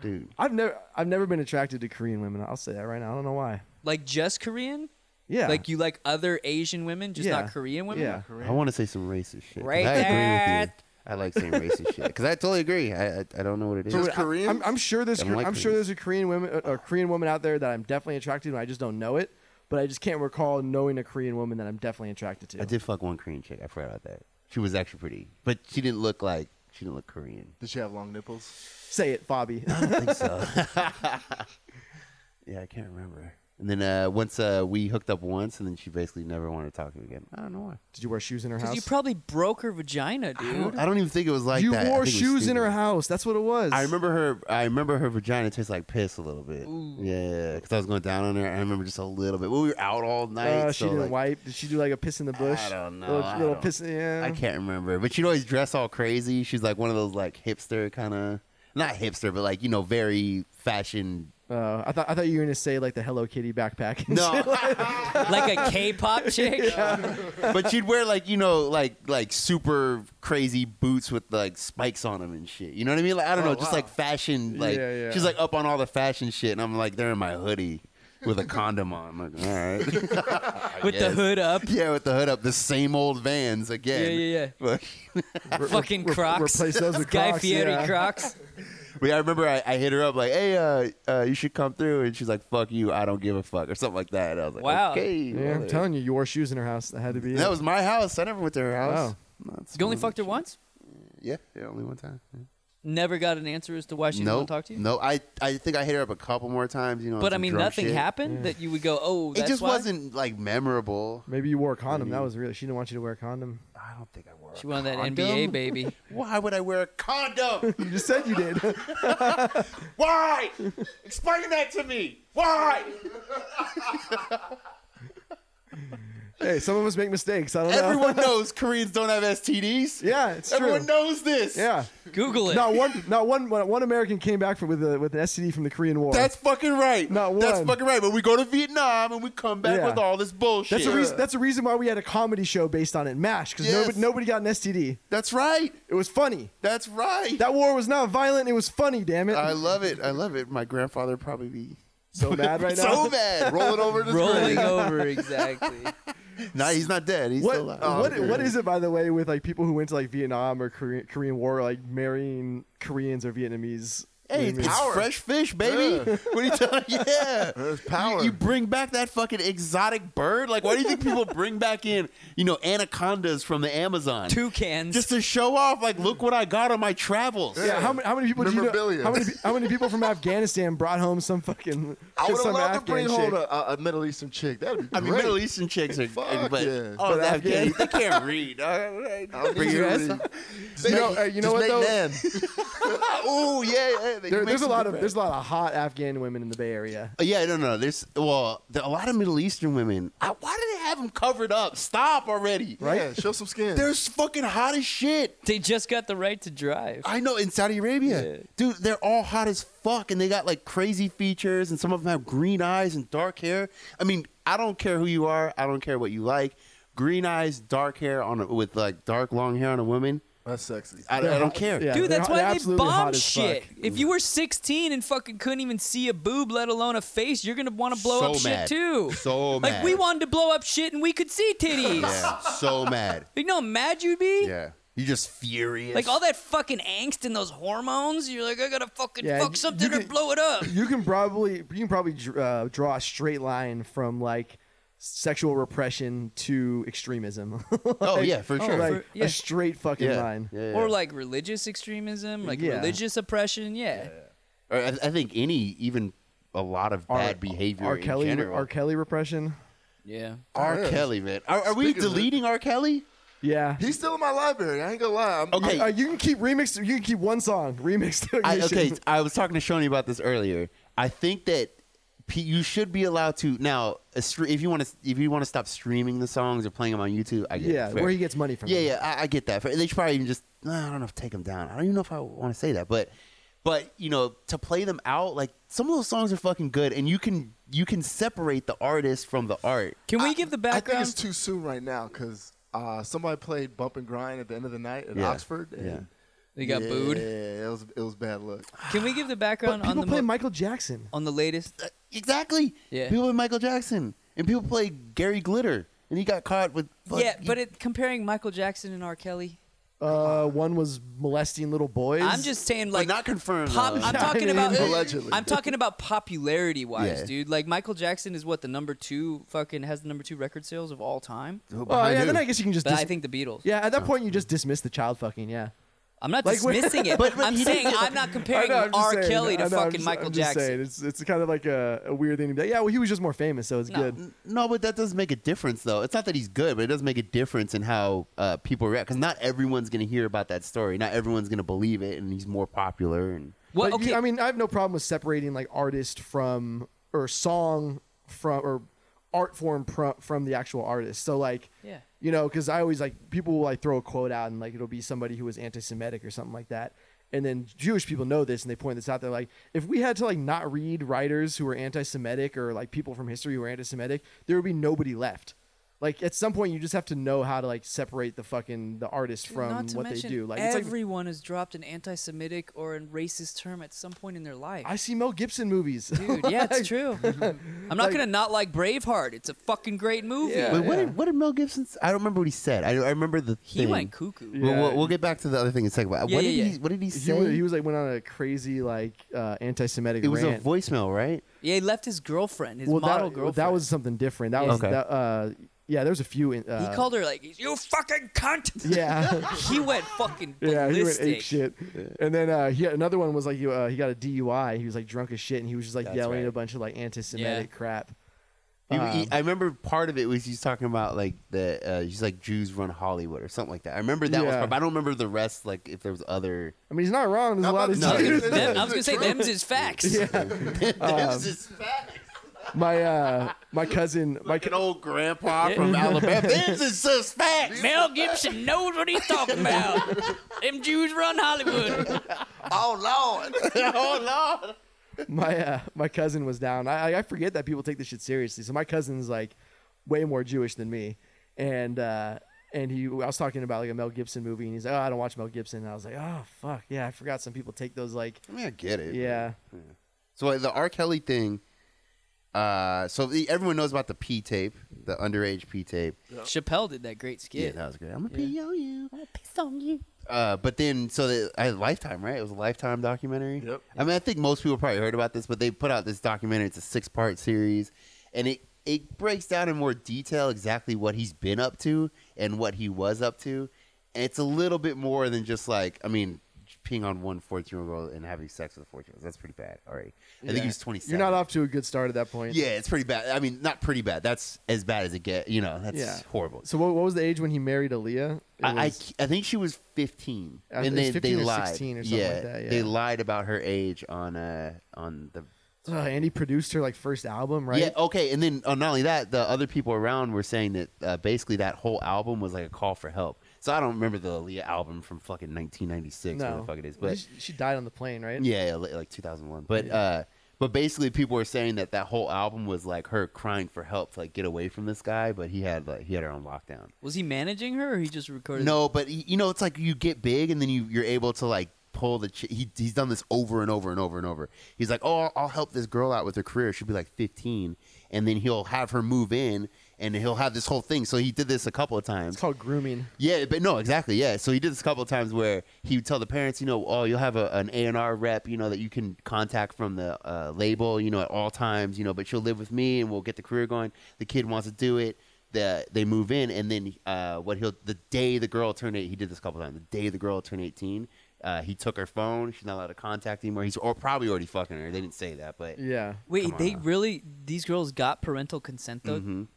Speaker 2: dude.
Speaker 3: I've never I've never been attracted to Korean women. I'll say that right now. I don't know why.
Speaker 1: Like just Korean?
Speaker 3: Yeah,
Speaker 1: Like you like other Asian women, just
Speaker 3: Yeah.
Speaker 1: not Korean women?
Speaker 3: Yeah.
Speaker 2: I want to say some racist shit. 'cause
Speaker 1: Right
Speaker 2: I agree with
Speaker 1: there.
Speaker 2: you. I like saying racist shit because I totally agree. I, I I don't know what it is.
Speaker 4: Just
Speaker 3: Dude, I-
Speaker 4: Korean?
Speaker 3: I'm, I'm sure there's
Speaker 2: I
Speaker 3: Kor-
Speaker 2: like
Speaker 3: I'm sure
Speaker 2: Koreans.
Speaker 3: there's a Korean woman a, a Korean woman out there that I'm definitely attracted to. and I just don't know it, but I just can't recall knowing a Korean woman that I'm definitely attracted to.
Speaker 2: I did fuck one Korean chick. I forgot about that. She was actually pretty, but she didn't look like she didn't look Korean.
Speaker 4: Did she have long nipples?
Speaker 3: Say it, Bobby.
Speaker 2: I think so. yeah, I can't remember. And then uh, once uh, we hooked up once, and then she basically never wanted to talk to me again. I don't know why.
Speaker 3: did you wear shoes in her
Speaker 1: Cuz
Speaker 3: house?
Speaker 1: you probably broke her vagina,
Speaker 2: I
Speaker 1: dude.
Speaker 2: don't, I don't even think it was like
Speaker 3: You
Speaker 2: that. I
Speaker 3: wore
Speaker 2: think it was
Speaker 3: shoes in
Speaker 2: stupid.
Speaker 3: her house. That's what it was.
Speaker 2: I remember her. I remember her vagina tastes like piss a little bit. Yeah, because I was going down on her. I remember just a little bit. Well, we were out all night.
Speaker 3: Uh, she
Speaker 2: so,
Speaker 3: didn't
Speaker 2: like,
Speaker 3: wipe. Did she do like a piss in the bush?
Speaker 2: don't know.
Speaker 3: Little,
Speaker 2: I
Speaker 3: little
Speaker 2: don't-
Speaker 3: piss. Yeah.
Speaker 2: I can't remember, but she'd always dress all crazy. She's like one of those like hipster kind of, not hipster, but like you know, very fashion.
Speaker 3: Uh, I thought I thought you were gonna say like the Hello Kitty backpack. and shit.
Speaker 2: No,
Speaker 1: like a K-pop chick?
Speaker 2: but she'd wear like you know like like super crazy boots with like spikes on them and shit. You know what I mean? Like I don't
Speaker 4: Oh,
Speaker 2: know, just
Speaker 4: wow.
Speaker 2: like fashion. Like
Speaker 3: Yeah, yeah.
Speaker 2: she's like up on all the fashion shit, and I'm like there in my hoodie with a condom on. I'm like all right,
Speaker 1: With the
Speaker 2: Yes.
Speaker 1: hood up.
Speaker 2: yeah, with the hood up, the same old Vans
Speaker 1: Yeah,
Speaker 2: again.
Speaker 1: yeah, yeah.
Speaker 2: But,
Speaker 1: Fucking
Speaker 3: Re-
Speaker 1: Crocs.
Speaker 3: replace those with
Speaker 1: Guy
Speaker 3: Crocs,
Speaker 1: Fieri
Speaker 3: yeah.
Speaker 1: Crocs.
Speaker 2: but I remember I, I hit her up like, "Hey, uh, uh, you should come through," and she's like, "Fuck you, I don't give a fuck," or something like that. And I was like,
Speaker 1: Wow.
Speaker 2: okay,
Speaker 3: Yeah, I'm telling you, you wore shoes in her house. That had to be.
Speaker 2: That
Speaker 3: it.
Speaker 2: was my house. I never went to her house.
Speaker 3: Wow.
Speaker 2: That's
Speaker 1: You only
Speaker 2: one-
Speaker 1: fucked her once?
Speaker 2: Yeah, yeah, only one time. Yeah.
Speaker 1: Never got an answer as to why she didn't
Speaker 2: no,
Speaker 1: want to talk to you.
Speaker 2: no. I I think I hit her up a couple more times. You know, on
Speaker 1: but I
Speaker 2: some
Speaker 1: mean,
Speaker 2: drunk
Speaker 1: nothing
Speaker 2: shit.
Speaker 1: happened that you would go, oh,
Speaker 2: It
Speaker 1: that's
Speaker 2: just
Speaker 1: why?
Speaker 2: wasn't like memorable.
Speaker 3: Maybe you wore a condom. That was really. She didn't want you to wear a condom.
Speaker 2: I don't think I wore.
Speaker 1: She
Speaker 2: a
Speaker 1: wanted that
Speaker 2: condom.
Speaker 1: NBA baby.
Speaker 2: Why would I wear a condom?
Speaker 3: You just said you did.
Speaker 2: Why? Explain that to me. Why?
Speaker 3: hey, some of us make mistakes. I don't know.
Speaker 2: Everyone knows Koreans don't have STDs.
Speaker 3: Yeah, it's
Speaker 2: Everyone
Speaker 3: true.
Speaker 2: knows this.
Speaker 3: Yeah.
Speaker 1: Google it.
Speaker 3: Not one. Not one. One American came back from, with a, with an STD from the Korean War.
Speaker 2: That's fucking right.
Speaker 3: Not
Speaker 2: That's
Speaker 3: one.
Speaker 2: fucking right. But we go to Vietnam and we come back
Speaker 3: Yeah.
Speaker 2: with all this bullshit.
Speaker 3: That's a reason. That's a reason why we had a comedy show based on it, Mash, because
Speaker 2: Yes.
Speaker 3: nobody, nobody got an STD.
Speaker 2: That's right.
Speaker 3: It was funny.
Speaker 2: That's right.
Speaker 3: That war was not violent. It was funny. Damn it.
Speaker 2: I love it. I love it. My grandfather would probably be
Speaker 3: so mad right now.
Speaker 2: so mad. Rolling over to
Speaker 1: Rolling over, exactly.
Speaker 2: No, he's not dead. He's
Speaker 3: What,
Speaker 2: still alive. Oh,
Speaker 3: what, what is it by the way with like people who went to like Vietnam or Korean, Korean War like marrying Koreans or Vietnamese?
Speaker 2: Hey, it's
Speaker 3: women?
Speaker 4: power.
Speaker 2: fresh fish, baby. What are you telling? Yeah,
Speaker 4: There's power.
Speaker 2: You, you bring back that fucking exotic bird. Like, why do you think people bring back in, you know, anacondas from the Amazon
Speaker 1: Two cans.
Speaker 2: just to show off? Like, look what I got on my travels.
Speaker 3: Yeah, how many, how many people do you know?
Speaker 4: Memorabilia.
Speaker 3: How many, how many people from Afghanistan brought home some fucking
Speaker 4: I would
Speaker 3: some
Speaker 4: have loved
Speaker 3: Afghan
Speaker 4: to bring
Speaker 3: chick?
Speaker 4: home a, a- a Middle Eastern chick. That'd be great.
Speaker 2: I mean, Middle Eastern chicks are,
Speaker 4: Fuck
Speaker 2: but
Speaker 4: yeah.
Speaker 2: oh,
Speaker 3: But
Speaker 2: that
Speaker 3: Afghan-
Speaker 2: they can't read. All right.
Speaker 4: I don't
Speaker 2: Bring
Speaker 4: need
Speaker 2: your
Speaker 4: to
Speaker 2: ass
Speaker 4: read.
Speaker 2: up.
Speaker 3: You know, uh, you know what
Speaker 4: Just
Speaker 3: though?
Speaker 4: make Nan.
Speaker 2: Oh yeah, yeah. they
Speaker 3: There-
Speaker 2: can make
Speaker 3: there's a
Speaker 2: some
Speaker 3: lot
Speaker 2: good
Speaker 3: of
Speaker 2: bread.
Speaker 3: there's a lot of hot Afghan women in the Bay Area.
Speaker 2: Uh, Yeah, no, no. There's well, there, a lot of Middle Eastern women. I, why do they have them covered up? Stop already!
Speaker 3: Right?
Speaker 4: Yeah, show some skin.
Speaker 2: They're s- fucking hot as shit.
Speaker 1: they just got the right to drive.
Speaker 2: I know in Saudi Arabia,
Speaker 1: Yeah.
Speaker 2: dude, they're all hot as fuck, and they got like crazy features, and some of them have green eyes and dark hair. I mean, I don't care who you are, I don't care what you like. Green eyes, dark hair on a, with like dark long hair on a woman.
Speaker 4: That's sexy.
Speaker 2: I, I
Speaker 3: They're
Speaker 2: don't
Speaker 3: hot-
Speaker 2: care.
Speaker 3: yeah.
Speaker 1: Dude,
Speaker 3: they're
Speaker 1: that's
Speaker 3: hot- they're
Speaker 1: why they
Speaker 3: absolutely hot
Speaker 1: bomb
Speaker 3: as
Speaker 1: shit.
Speaker 3: fuck.
Speaker 1: If you were 16 and fucking couldn't even see a boob, let alone a face, you're gonna want to blow
Speaker 2: So
Speaker 1: up
Speaker 2: mad.
Speaker 1: shit too.
Speaker 2: So
Speaker 1: like
Speaker 2: mad.
Speaker 1: we wanted to blow up shit and we could see titties.
Speaker 2: Yeah, so mad.
Speaker 1: You know how mad you'd be?
Speaker 2: Yeah, you just furious.
Speaker 1: Like all that fucking angst and those hormones, you're like, I gotta fucking
Speaker 3: Yeah,
Speaker 1: fuck
Speaker 3: you-
Speaker 1: something
Speaker 3: you
Speaker 1: or
Speaker 3: can-
Speaker 1: blow it up.
Speaker 3: You can probably you can probably dr- uh, draw a straight line from like sexual repression to extremism.
Speaker 2: Oh
Speaker 3: Like-
Speaker 2: yeah, for sure.
Speaker 3: like
Speaker 1: for- yeah.
Speaker 3: a straight fucking
Speaker 2: yeah.
Speaker 3: line.
Speaker 2: yeah, yeah.
Speaker 1: Or like religious extremism, like
Speaker 3: Yeah.
Speaker 1: religious oppression. Yeah.
Speaker 2: Or I, I think any, even a lot of
Speaker 3: R-
Speaker 2: bad behavior
Speaker 3: R.
Speaker 2: in
Speaker 3: Kelly,
Speaker 2: general.
Speaker 3: R. Kelly repression.
Speaker 1: Yeah.
Speaker 2: R.
Speaker 4: Yeah.
Speaker 2: Kelly, man. Are, are we
Speaker 4: Speaking of-
Speaker 2: deleting R. Kelly?
Speaker 3: Yeah.
Speaker 4: He's still in my library. I ain't gonna lie. I'm,
Speaker 2: Okay.
Speaker 3: Uh, you can keep remix. You can keep one song remixed. to
Speaker 2: I,
Speaker 3: ignition.
Speaker 2: okay, I was talking to Shoni about this earlier. I think that P- you should be allowed to now a stre- if you want to if you want to stop streaming the songs or playing them on YouTube. I get it.
Speaker 3: Yeah,
Speaker 2: Fair.
Speaker 3: where he gets money from.
Speaker 2: yeah, yeah, I, I get that. Fair. They should probably even just I don't know if take them down. I don't even know if I want to say that, but but you know to play them out like some of those songs are fucking good, and you can you can separate the artist from the art.
Speaker 1: Can we give the
Speaker 4: I think
Speaker 1: background?
Speaker 4: it's too soon right now because uh, somebody played Bump and Grind at the end of the night at
Speaker 2: Yeah.
Speaker 4: Oxford. And
Speaker 2: Yeah.
Speaker 1: they got booed.
Speaker 4: Yeah, it was it was bad luck.
Speaker 1: Can we give the
Speaker 3: But
Speaker 1: background on
Speaker 3: people
Speaker 1: the
Speaker 3: play
Speaker 1: mo-
Speaker 3: Michael Jackson.
Speaker 1: on the latest?
Speaker 2: Exactly.
Speaker 1: Yeah.
Speaker 2: People play Michael Jackson, and people play Gary Glitter, and he got caught with. fuck-
Speaker 1: yeah, but it, comparing Michael Jackson and R. Kelly,
Speaker 3: Uh, one was molesting little boys.
Speaker 1: I'm just saying,
Speaker 2: But
Speaker 1: like,
Speaker 2: not confirmed. uh,
Speaker 1: Pop,
Speaker 2: though.
Speaker 1: I'm
Speaker 3: Yeah,
Speaker 1: talking
Speaker 3: I
Speaker 1: about
Speaker 4: mean- Allegedly.
Speaker 1: I'm talking about popularity wise,
Speaker 2: Yeah.
Speaker 1: dude. Like Michael Jackson is what the number two fucking has the number two record sales of all time.
Speaker 3: Well, Oh, yeah, then I guess you can just.
Speaker 1: But I
Speaker 3: Dis-
Speaker 1: think the Beatles.
Speaker 3: yeah,
Speaker 2: Oh.
Speaker 3: at that point you just dismiss the child fucking. Yeah.
Speaker 1: I'm not
Speaker 3: Like, when-
Speaker 1: dismissing it.
Speaker 2: But- but
Speaker 1: I'm
Speaker 2: he
Speaker 1: saying
Speaker 2: didn't-
Speaker 1: I'm not
Speaker 3: I
Speaker 1: comparing
Speaker 3: know, I'm just
Speaker 1: R.
Speaker 3: saying,
Speaker 1: Kelly
Speaker 3: I
Speaker 1: to
Speaker 3: know, I'm
Speaker 1: fucking
Speaker 3: just-
Speaker 1: Michael
Speaker 3: I'm just
Speaker 1: Jackson.
Speaker 3: saying, It's it's kind of like a, a weird thing to be like, yeah, well, he was just more famous, so it's
Speaker 1: No.
Speaker 3: good.
Speaker 2: No, but that does make a difference, though. It's not that he's good, but it does make a difference in how uh, people react. Because not everyone's going to hear about that story. Not everyone's going to believe it, and he's more popular. And
Speaker 1: Well,
Speaker 3: But you-
Speaker 1: okay,
Speaker 3: I mean, I have no problem with separating like artist from or song from or art form pro- from the actual artist. So like,
Speaker 1: Yeah.
Speaker 3: you know, because I always like people will like throw a quote out and like it'll be somebody who was anti-Semitic or something like that. And then Jewish people know this and they point this out. They're like, if we had to like not read writers who were anti-Semitic or like people from history who were anti-Semitic, there would be nobody left. Like at some point, you just have to know how to like separate the fucking the artist from
Speaker 1: not to
Speaker 3: what they
Speaker 1: mention
Speaker 3: do. Like it's like
Speaker 1: everyone has dropped an anti-Semitic or a racist term at some point in their life.
Speaker 3: I see Mel Gibson movies.
Speaker 1: Dude, yeah, it's true. I'm not gonna not like Braveheart. It's a fucking great movie.
Speaker 3: Oh, Yeah.
Speaker 2: Wait, what, did, what did Mel Gibson? s- I don't remember what he said. I, I remember the
Speaker 1: He
Speaker 2: thing.
Speaker 1: went cuckoo.
Speaker 2: We'll,
Speaker 3: Yeah.
Speaker 2: we'll, we'll get back to the other thing in a second. But
Speaker 1: Yeah,
Speaker 2: what,
Speaker 1: yeah,
Speaker 2: did
Speaker 1: yeah.
Speaker 2: He, what did he
Speaker 3: he
Speaker 2: say?
Speaker 3: was, he was like went on a crazy like uh, anti-Semitic.
Speaker 2: it was
Speaker 3: rant.
Speaker 2: a voicemail, right?
Speaker 1: Yeah, he left his girlfriend, his
Speaker 3: well,
Speaker 1: model
Speaker 3: that,
Speaker 1: girlfriend.
Speaker 3: that was something different. That was
Speaker 2: Okay.
Speaker 3: that, uh, yeah, there's a few. In, uh,
Speaker 1: he called her like, "You fucking cunt."
Speaker 3: Yeah.
Speaker 1: he went fucking
Speaker 3: Yeah, he went
Speaker 1: ballistic.
Speaker 3: ape shit. And then uh, he another one was like he, uh, he got a DUI. He was like drunk as shit, and he was just like
Speaker 2: That's
Speaker 3: yelling
Speaker 2: right.
Speaker 3: a bunch of like anti-Semitic
Speaker 1: Yeah.
Speaker 3: crap.
Speaker 2: He- he-
Speaker 3: Um,
Speaker 2: I remember part of it was he's talking about like the uh, he's like Jews run Hollywood or something like that. I remember that was
Speaker 3: Yeah.
Speaker 2: part, but I don't remember the rest. Like if there was other.
Speaker 3: I mean, he's not wrong. There's
Speaker 4: How
Speaker 3: a lot
Speaker 4: about
Speaker 3: of
Speaker 4: the
Speaker 1: Them-
Speaker 4: Jews?
Speaker 3: dudes.
Speaker 1: I was gonna say them's his facts.
Speaker 3: Um,
Speaker 2: There's this fat-
Speaker 3: my uh, my cousin, my
Speaker 2: like
Speaker 3: co-
Speaker 2: an old grandpa from Alabama. This is just facts.
Speaker 1: Mel Gibson knows what he's talking about. Them Jews run Hollywood.
Speaker 2: Oh lord. oh lord.
Speaker 3: my uh, my cousin was down. I I forget that people take this shit seriously. So my cousin's like way more Jewish than me, and uh, and he I was talking about like a Mel Gibson movie, and he's like, oh, I don't watch Mel Gibson. And I was like, oh fuck, yeah, I forgot some people take those like
Speaker 2: I mean, I get it.
Speaker 3: yeah.
Speaker 2: So like, the R. Kelly thing. Uh, so the, everyone knows about the P tape, the underage P tape.
Speaker 1: Chappelle did that great skit.
Speaker 2: Yeah, that was great. I'm gonna pee on you. I'm gonna piss on you. Uh, but then, so the I, Lifetime, right? It was a Lifetime documentary.
Speaker 4: Yep.
Speaker 2: I mean, I think most people probably heard about this, but they put out this documentary. It's a six part series, and it it breaks down in more detail exactly what he's been up to and what he was up to. And it's a little bit more than just like I mean, peeing on one 14 year old and having sex with a 14 year old. That's pretty bad. All right. I think
Speaker 3: Yeah.
Speaker 2: he was 27.
Speaker 3: You're not off to a good start at that point.
Speaker 2: Yeah, it's pretty bad. I mean, not pretty bad. That's as bad as it get. You know, that's
Speaker 3: Yeah.
Speaker 2: horrible.
Speaker 3: So what, what was the age when he married Aaliyah? It
Speaker 2: I, I,
Speaker 3: was-
Speaker 2: I think she was 15
Speaker 3: I-
Speaker 2: and
Speaker 3: it was
Speaker 2: they,
Speaker 3: 15
Speaker 2: they
Speaker 3: or
Speaker 2: lied
Speaker 3: 16 or something
Speaker 2: yeah,
Speaker 3: like that, yeah.
Speaker 2: they lied about her age on uh on the
Speaker 3: Ugh, uh, and he produced her like first album, right?
Speaker 2: yeah okay and then uh, not only that the other people around were saying that uh, basically that whole album was like a call for help so i don't remember the Aaliyah album from fucking 1996 where
Speaker 3: no,
Speaker 2: the fuck it is but
Speaker 3: she, she died on the plane, right?
Speaker 2: yeah, yeah, li- like 2001 but uh but basically people were saying that that whole album was like her crying for help to like get away from this guy but he had like he had her on lockdown
Speaker 1: Was he managing her, or he just recorded?
Speaker 2: No, but y- you know, it's like you get big and then you you're able to like pull the. Ch- he he's done this over and over and over and over. He's like, oh, I'll- I'll help this girl out with her career. She'll be like 15, and then he'll have her move in, and he'll have this whole thing. So he did this a couple of times.
Speaker 3: It's called grooming.
Speaker 2: Yeah, but no, exactly. Yeah, so he did this a couple of times where he would tell the parents, you know, oh, you'll have a, an A and R rep, you know, that you can contact from the uh, label, you know, at all times, you know, but she'll live with me and we'll get the career going. The kid wants to do it. The, they move in, and then uh, what he'll the day the girl turned eight, he did this a couple of times. The day the girl turned eighteen, uh, he took her phone. She's not allowed to contact anymore. He's or probably already fucking her. They didn't say that, but
Speaker 3: Yeah,
Speaker 1: Wait,
Speaker 2: Come on
Speaker 1: they
Speaker 2: now. Mm-hmm.
Speaker 1: really? These girls got parental consent though.
Speaker 3: dude,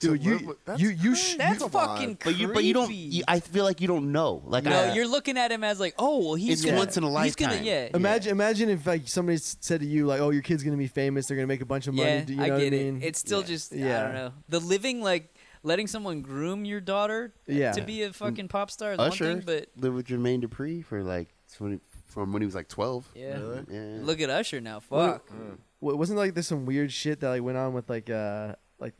Speaker 4: To
Speaker 3: you
Speaker 4: live with- that's
Speaker 3: you you, sh-
Speaker 4: crazy.
Speaker 1: That's
Speaker 4: Come on.
Speaker 1: fucking
Speaker 2: but you but you don't.
Speaker 1: creepy.
Speaker 2: You, I feel like you don't know. Like
Speaker 1: no,
Speaker 2: I,
Speaker 1: you're looking at him as like, oh, well, he's
Speaker 2: It's
Speaker 1: gonna,
Speaker 2: once in a
Speaker 1: He's gonna,
Speaker 2: lifetime.
Speaker 1: yeah.
Speaker 3: imagine imagine if like somebody s- said to you like, oh, your kid's gonna be famous, they're gonna make a bunch of money.
Speaker 1: Yeah,
Speaker 3: Do you know
Speaker 1: I
Speaker 3: what
Speaker 1: get
Speaker 3: I mean?
Speaker 1: it. It's still
Speaker 2: Yeah.
Speaker 1: just I
Speaker 3: Yeah.
Speaker 1: don't know. The living like letting someone groom your daughter
Speaker 3: Yeah.
Speaker 1: to be a fucking pop star is
Speaker 2: Mm. Usher
Speaker 1: one thing, but
Speaker 2: lived with Jermaine Dupri for like 20, from when he was like twelve.
Speaker 1: Yeah. Really?
Speaker 2: yeah.
Speaker 1: look at Usher now. Fuck.
Speaker 2: Mm.
Speaker 3: Wa- wasn't like there's some weird shit that like went on with like uh like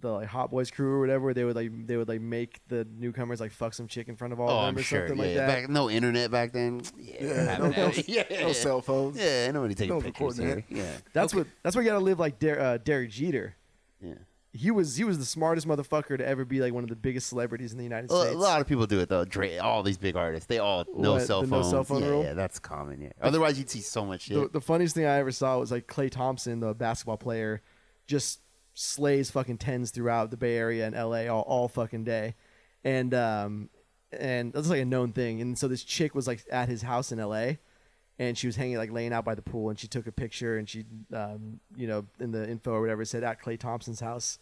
Speaker 3: the like Hot Boys crew or whatever. Where they would like they would like make the newcomers like fuck some chick in front of all
Speaker 2: oh,
Speaker 3: of them
Speaker 2: I'm
Speaker 3: or
Speaker 2: sure.
Speaker 3: something
Speaker 2: yeah.
Speaker 3: like that.
Speaker 2: Back, no internet back then. Yeah,
Speaker 4: Yeah, no, no,
Speaker 2: yeah,
Speaker 4: no cell phones.
Speaker 2: yeah. ain't Nobody taking
Speaker 4: No
Speaker 2: pictures here.
Speaker 4: recording
Speaker 2: Yeah,
Speaker 3: that's what that's why you gotta live like Der- uh, Derek Jeter.
Speaker 2: yeah.
Speaker 3: he was he was the smartest motherfucker to ever be like one of the biggest celebrities in the United
Speaker 2: A, a
Speaker 3: States.
Speaker 2: lot of people do it though. Dre, all these big artists, they all no
Speaker 3: What,
Speaker 2: cell
Speaker 3: the no
Speaker 2: phones.
Speaker 3: cell phone
Speaker 2: yeah,
Speaker 3: rule?
Speaker 2: yeah, that's common. Yeah. Otherwise, you'd see so much shit.
Speaker 3: the, the funniest thing I ever saw was like Clay Thompson, the basketball player, just slays fucking tens throughout the Bay Area and LA all, all fucking day, and um and that's like a known thing. And so this chick was like at his house in LA, and she was hanging like laying out by the pool, and she took a picture, and she um you know in the info or whatever it said at Clay Thompson's house.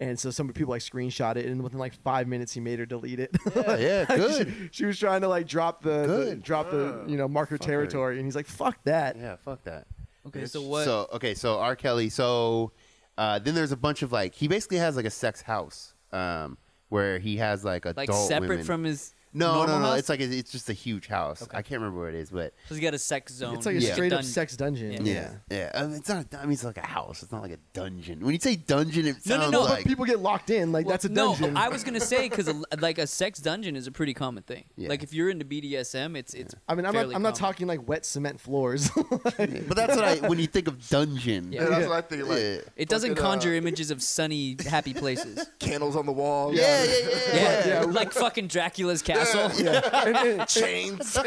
Speaker 3: And so some people like screenshot it, and within like five minutes, he made her delete it.
Speaker 2: yeah, yeah, good.
Speaker 3: she, she was trying to like drop the, the
Speaker 2: Good.
Speaker 3: drop the you know mark her territory, and he's like, "Fuck that."
Speaker 2: yeah, fuck that.
Speaker 1: Okay, so what?
Speaker 2: So okay, so R. Kelly. So uh, then there's a bunch of like he basically has like a sex house um, where he has like adult
Speaker 1: like separate
Speaker 2: women.
Speaker 1: from his
Speaker 2: No, no,
Speaker 1: normal
Speaker 2: no.
Speaker 1: house?
Speaker 2: It's like it's it's just a huge house. I can't remember where it is, but
Speaker 1: So he's got a sex zone.
Speaker 3: It's like a
Speaker 2: Yeah.
Speaker 3: straight up
Speaker 1: Done-
Speaker 3: sex dungeon.
Speaker 1: Yeah.
Speaker 2: yeah, yeah. I mean, it's not. I mean, it's like a house. It's not like a dungeon. When you say dungeon, it
Speaker 1: No, no,
Speaker 2: sounds
Speaker 1: no, but
Speaker 2: like
Speaker 3: People get locked in like
Speaker 1: Well,
Speaker 3: that's a dungeon.
Speaker 1: No,
Speaker 3: I,
Speaker 1: I was gonna say because like a sex dungeon is a pretty common thing.
Speaker 2: Yeah.
Speaker 1: Like if you're into BDSM, it's it's.
Speaker 3: mean, I'm not,
Speaker 1: fairly
Speaker 3: I'm not
Speaker 1: common.
Speaker 3: talking like wet cement floors. Like,
Speaker 2: But that's what I. When you think of dungeon,
Speaker 1: Yeah.
Speaker 4: Yeah, that's what I think. Like
Speaker 2: Yeah.
Speaker 1: It doesn't
Speaker 4: fucking, uh,
Speaker 1: conjure images of sunny, happy places.
Speaker 4: candles on the wall.
Speaker 2: yeah, yeah, yeah.
Speaker 1: yeah,
Speaker 3: yeah.
Speaker 1: like fucking Dracula's castle.
Speaker 3: yeah. and, and,
Speaker 4: Chains.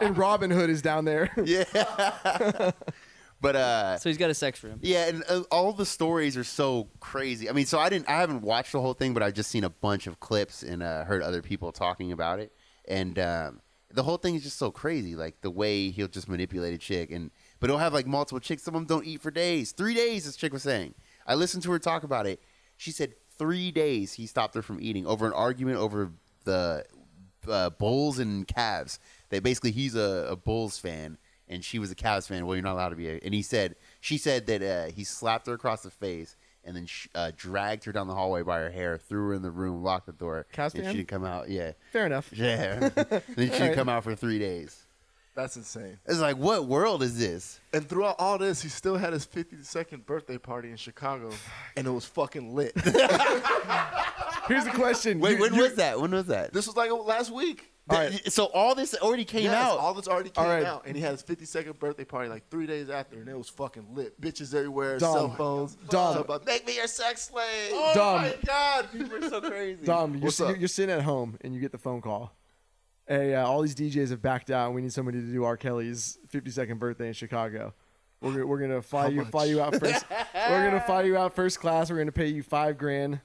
Speaker 3: and Robin Hood is down there.
Speaker 2: yeah. But uh,
Speaker 1: So he's got a sex room.
Speaker 2: yeah, and uh, all the stories are so crazy. I mean, so I didn't, I haven't watched the whole thing, but I've just seen a bunch of clips and uh, heard other people talking about it, and um, the whole thing is just so crazy. Like the way he'll just manipulate a chick, and but he'll have like multiple chicks. Some of them don't eat for days, three days. This chick was saying. I listened to her talk about it. She said three days he stopped her from eating over an argument over the uh, Bulls and Cavs. That basically he's a, a Bulls fan and she was a Cavs fan. Well, you're not allowed to be. A, and he said she said that uh, he slapped her across the face and then sh- uh, dragged her down the hallway by her hair, threw her in the room, locked the door,
Speaker 3: Cavs
Speaker 2: and
Speaker 3: fan?
Speaker 2: she didn't come out. Yeah,
Speaker 3: Fair enough.
Speaker 2: yeah. and then she didn't
Speaker 3: Alright.
Speaker 2: come out for three days.
Speaker 4: That's insane.
Speaker 2: It's like what world is this?
Speaker 4: And throughout all this, he still had his 52nd birthday party in Chicago, and it was fucking lit.
Speaker 3: Here's the question.
Speaker 2: Wait,
Speaker 3: You-
Speaker 2: when
Speaker 3: you-
Speaker 2: was that? When was that?
Speaker 4: this was like last week.
Speaker 2: Th- So all this already came
Speaker 4: Yes,
Speaker 2: out.
Speaker 4: All this already came
Speaker 3: All right.
Speaker 4: out, and he had his 52nd birthday party like three days after, and it was fucking lit. Bitches everywhere,
Speaker 3: Dumb.
Speaker 4: cell phones.
Speaker 3: Dumb.
Speaker 4: Talking about, Make me your sex slave.
Speaker 2: oh
Speaker 3: Dumb.
Speaker 2: my god, people are so crazy.
Speaker 3: Dom, you're,
Speaker 4: What's
Speaker 3: si-
Speaker 4: up?
Speaker 3: you're sitting at home and you get the phone call. Hey, uh, all these DJs have backed out. and We need somebody to do R. Kelly's 52nd birthday in Chicago. We're, gonna- we're gonna fly you fly you out first. we're gonna fly you out first class. We're gonna pay you five grand.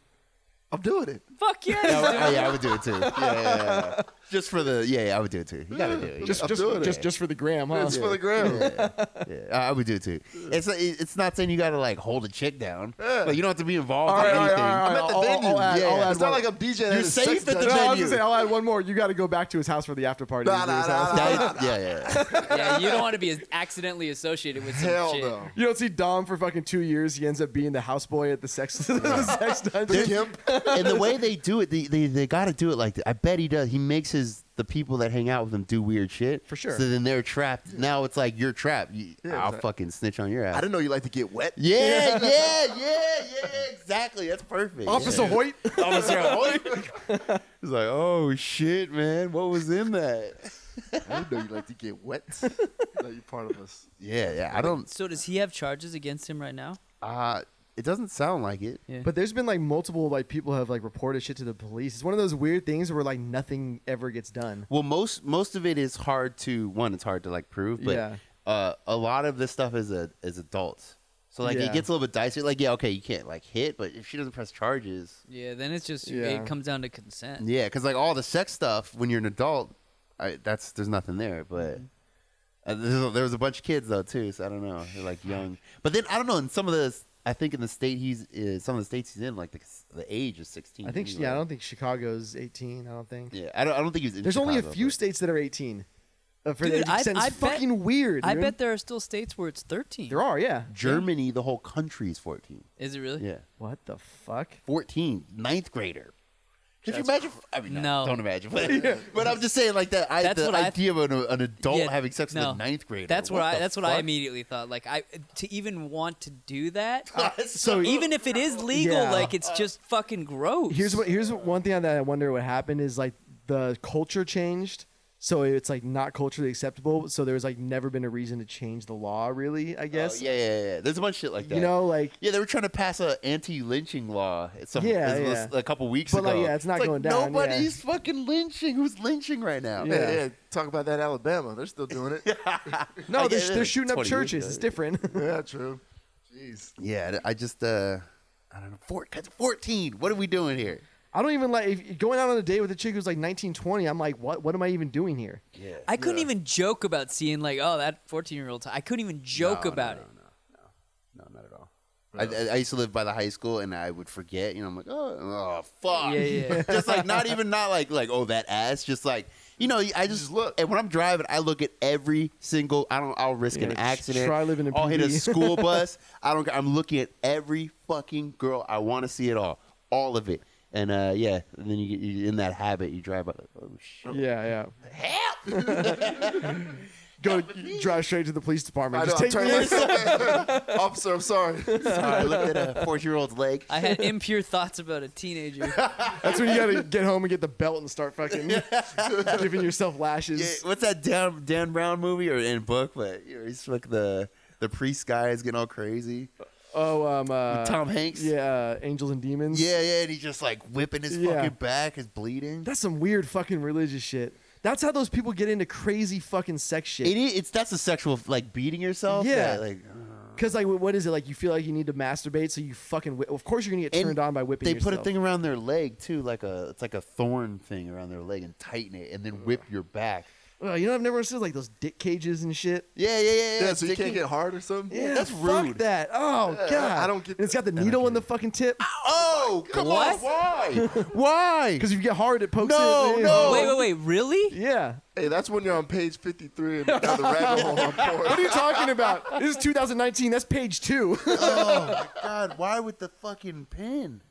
Speaker 4: I'm doing it.
Speaker 1: Fuck yeah.
Speaker 2: Yeah,
Speaker 1: he's
Speaker 2: I-
Speaker 1: doing
Speaker 2: oh,
Speaker 1: it.
Speaker 2: yeah, I would do it too. Yeah, yeah, yeah, yeah. just for the yeah, yeah, I would do it too. You gotta do it. You
Speaker 3: Just
Speaker 4: I'm
Speaker 3: just
Speaker 4: doing it.
Speaker 3: just, just for the gram, huh?
Speaker 4: It's for the gram.
Speaker 2: gotta- yeah, I I would do it too. It's it's not saying you gotta like hold a chick down.
Speaker 4: Yeah.
Speaker 2: Like you don't have to be involved
Speaker 3: All right,
Speaker 2: in
Speaker 3: all right,
Speaker 2: anything.
Speaker 3: all right,
Speaker 4: I'm at
Speaker 3: I'll-
Speaker 4: the
Speaker 3: I'll-
Speaker 4: venue.
Speaker 3: I'll add-
Speaker 2: Yeah.
Speaker 3: I'll add
Speaker 4: It's not
Speaker 3: one-
Speaker 4: like I'm DJing.
Speaker 2: You're
Speaker 4: at a sex
Speaker 2: safe at the
Speaker 4: dungeon.
Speaker 3: No, I was
Speaker 2: venue.
Speaker 3: gonna say I'll add one more. You got to go back to his house for the after party.
Speaker 4: Nah,
Speaker 3: and do
Speaker 4: nah,
Speaker 3: his
Speaker 4: nah,
Speaker 3: house.
Speaker 4: nah.
Speaker 2: That- yeah, yeah.
Speaker 1: yeah, you don't want to be accidentally associated with some
Speaker 4: Hell
Speaker 1: shit.
Speaker 4: no.
Speaker 3: You don't see Dom for fucking two years. He ends up being the houseboy at the sex the sex dungeon.
Speaker 4: Gimp.
Speaker 2: and the way they do it, they they, they got to do it like that. I bet he does. He makes his the people that hang out with him do weird shit
Speaker 3: For sure.
Speaker 2: So then they're trapped. Now it's like you're trapped. You-
Speaker 4: Yeah,
Speaker 2: I'll
Speaker 4: exact-
Speaker 2: fucking snitch on your
Speaker 4: I
Speaker 2: ass.
Speaker 4: didn't know you like to get wet.
Speaker 2: Yeah, yeah, yeah, yeah. Exactly. That's perfect.
Speaker 3: Officer
Speaker 2: yeah.
Speaker 3: Hoyt.
Speaker 2: Officer Hoyt. He's like, oh shit, man, what was in that?
Speaker 4: I didn't know you like to get wet. Now you're part of us.
Speaker 2: Yeah, yeah. I don't.
Speaker 1: So does he have charges against him right now?
Speaker 2: Uh, it doesn't sound like it.
Speaker 1: Yeah.
Speaker 3: But there's been like multiple like people have like reported shit to the police. It's one of those weird things where like nothing ever gets done.
Speaker 2: Well, most most of it is hard to one. It's hard to like prove, but
Speaker 3: Yeah.
Speaker 2: uh, a lot of this stuff is a is adults. So like
Speaker 3: Yeah.
Speaker 2: it gets a little bit dicey. Like yeah, okay, you can't like hit, but if she doesn't press charges,
Speaker 1: yeah, then it's just
Speaker 3: Yeah.
Speaker 1: it comes down to consent.
Speaker 2: yeah, because like all the sex stuff when you're an adult, I, that's there's nothing there. But uh, there's- there was a bunch of kids though too, so I don't know. They're like young, but then I don't know. In some of the, I think in the state he's uh, some of the states he's in, like the, the age is 16.
Speaker 3: I think she,
Speaker 2: anyway.
Speaker 3: yeah, I don't think Chicago's 18. I don't think
Speaker 2: Yeah, I don't. I don't think he was. In
Speaker 3: there's only a
Speaker 2: Chicago,
Speaker 3: few
Speaker 2: but-
Speaker 3: states that are 18. Uh, for
Speaker 1: Dude,
Speaker 3: the
Speaker 1: I-
Speaker 3: age
Speaker 1: I
Speaker 3: I,
Speaker 1: bet-
Speaker 3: fucking weird.
Speaker 1: I
Speaker 3: dude.
Speaker 1: bet there are still states where it's 13.
Speaker 3: there are. Yeah.
Speaker 2: Germany, the whole country is 14.
Speaker 1: Is it really?
Speaker 2: Yeah.
Speaker 3: What the fuck?
Speaker 2: 14, ninth grader. Could you imagine? I mean, no,
Speaker 1: No.
Speaker 2: don't imagine. But, but I'm just saying, like that. I,
Speaker 1: That's
Speaker 2: the
Speaker 1: what I-
Speaker 2: idea of an, an adult
Speaker 1: Yeah,
Speaker 2: having sex
Speaker 1: no.
Speaker 2: with a ninth grader.
Speaker 1: That's what,
Speaker 2: what
Speaker 1: I.
Speaker 2: the
Speaker 1: That's what I
Speaker 2: fuck?
Speaker 1: immediately thought. Like I to even want to do that.
Speaker 2: so
Speaker 1: even if it is legal,
Speaker 3: Yeah.
Speaker 1: like it's just fucking gross.
Speaker 3: Here's what. Here's one thing that I wonder what happened is like the culture changed, so it's like not culturally acceptable. So there was like never been a reason to change the law, really. I guess.
Speaker 2: yes, Oh, yeah, yeah, yeah. There's a bunch of shit like that.
Speaker 3: You know, like
Speaker 2: Yeah, they were trying to pass a anti-lynching law. At some,
Speaker 3: Yeah,
Speaker 2: it was
Speaker 3: yeah.
Speaker 2: a couple weeks
Speaker 3: But,
Speaker 2: ago.
Speaker 3: like, yeah, it's not
Speaker 2: like,
Speaker 3: going down, yeah.
Speaker 2: Nobody's fucking lynching. Who's lynching right now?
Speaker 3: Yeah.
Speaker 4: Yeah, yeah. Talk about that Alabama. They're still doing it.
Speaker 3: no,
Speaker 2: I
Speaker 3: they're,
Speaker 2: get it,
Speaker 3: they're shooting up
Speaker 2: 20 years
Speaker 3: churches.
Speaker 2: ago,
Speaker 3: It's
Speaker 2: yeah.
Speaker 3: different.
Speaker 4: yeah, true. Jeez.
Speaker 2: Yeah, I just, uh, I don't know. Four, 14. What are we doing here?
Speaker 3: I don't even like if, going out on a date with a chick who's like 19, 20. I'm like, what? What am I even doing here?
Speaker 2: Yeah.
Speaker 1: I couldn't even joke about seeing like oh that 14 year old. I couldn't even joke
Speaker 2: No, no,
Speaker 1: about
Speaker 2: no,
Speaker 1: it.
Speaker 2: No, no, not at all. I, I- I used to live by the high school, and I would forget. You know, I'm like, oh, oh fuck.
Speaker 1: Yeah, yeah.
Speaker 2: just like not even not like like oh that ass. Just like you know, I just look. And when I'm driving, I look at every single. I don't. I'll risk an
Speaker 3: Yeah,
Speaker 2: accident.
Speaker 3: try living in
Speaker 2: I'll hit a
Speaker 3: PB.
Speaker 2: school bus. I don't. care. I'm looking at every fucking girl. I want to see it all, all of it. And uh, yeah, and then you get you in that habit. You drive by. Like, oh shit.
Speaker 3: Yeah, yeah. Go drive straight to the police department.
Speaker 4: I know,
Speaker 3: Just
Speaker 4: I'm
Speaker 3: take
Speaker 4: turning
Speaker 3: me-
Speaker 4: left. Officer, I'm sorry.
Speaker 2: Sorry, I looked at a 4 year old's leg.
Speaker 1: I had impure thoughts about a teenager.
Speaker 3: That's when you gotta get home and get the belt and start fucking giving yourself lashes.
Speaker 2: Yeah, what's that Dan Dan Brown movie or in book? But you know, he's like the the priest guy is getting all crazy.
Speaker 3: Oh, um, uh,
Speaker 2: Tom Hanks.
Speaker 3: Yeah, uh, Angels and Demons.
Speaker 2: Yeah, yeah, and he's just like whipping his
Speaker 3: Yeah.
Speaker 2: fucking back, is bleeding.
Speaker 3: that's some weird fucking religious shit. That's how those people get into crazy fucking sex shit.
Speaker 2: it is. It's that's a sexual like beating yourself.
Speaker 3: Yeah.
Speaker 2: that, like uh,
Speaker 3: Because like, wh- what is it like? You feel like you need to masturbate, so you fucking. Whi- of course, you're gonna get
Speaker 2: And
Speaker 3: turned on by whipping.
Speaker 2: They put a
Speaker 3: yourself.
Speaker 2: thing around their leg too, like a it's like a thorn thing around their leg, and tighten it, and then whip your back.
Speaker 3: Ugh, Oh, you know, I've never seen like those dick cages and shit.
Speaker 2: Yeah, yeah, yeah.
Speaker 4: Yeah, so you can't
Speaker 2: dicky.
Speaker 4: get hard or something.
Speaker 3: Yeah,
Speaker 2: that's
Speaker 3: fuck
Speaker 2: rude.
Speaker 3: That. Oh
Speaker 4: Yeah, I-
Speaker 3: god,
Speaker 4: I don't get
Speaker 3: And it's got the
Speaker 2: I don't
Speaker 3: needle in
Speaker 2: get
Speaker 3: the fucking tip.
Speaker 2: Oh, come
Speaker 1: What?
Speaker 2: on! Why? Why?
Speaker 3: Because if you get hard, it pokes
Speaker 2: No,
Speaker 3: it. in.
Speaker 2: no.
Speaker 1: Wait, wait, wait! Really?
Speaker 3: Yeah.
Speaker 4: Hey, that's when you're on page 53 and down the rabbit hole on
Speaker 3: What are
Speaker 4: porn.
Speaker 3: you talking about? This is 2019. That's page two.
Speaker 2: oh my god! Why with the fucking pin?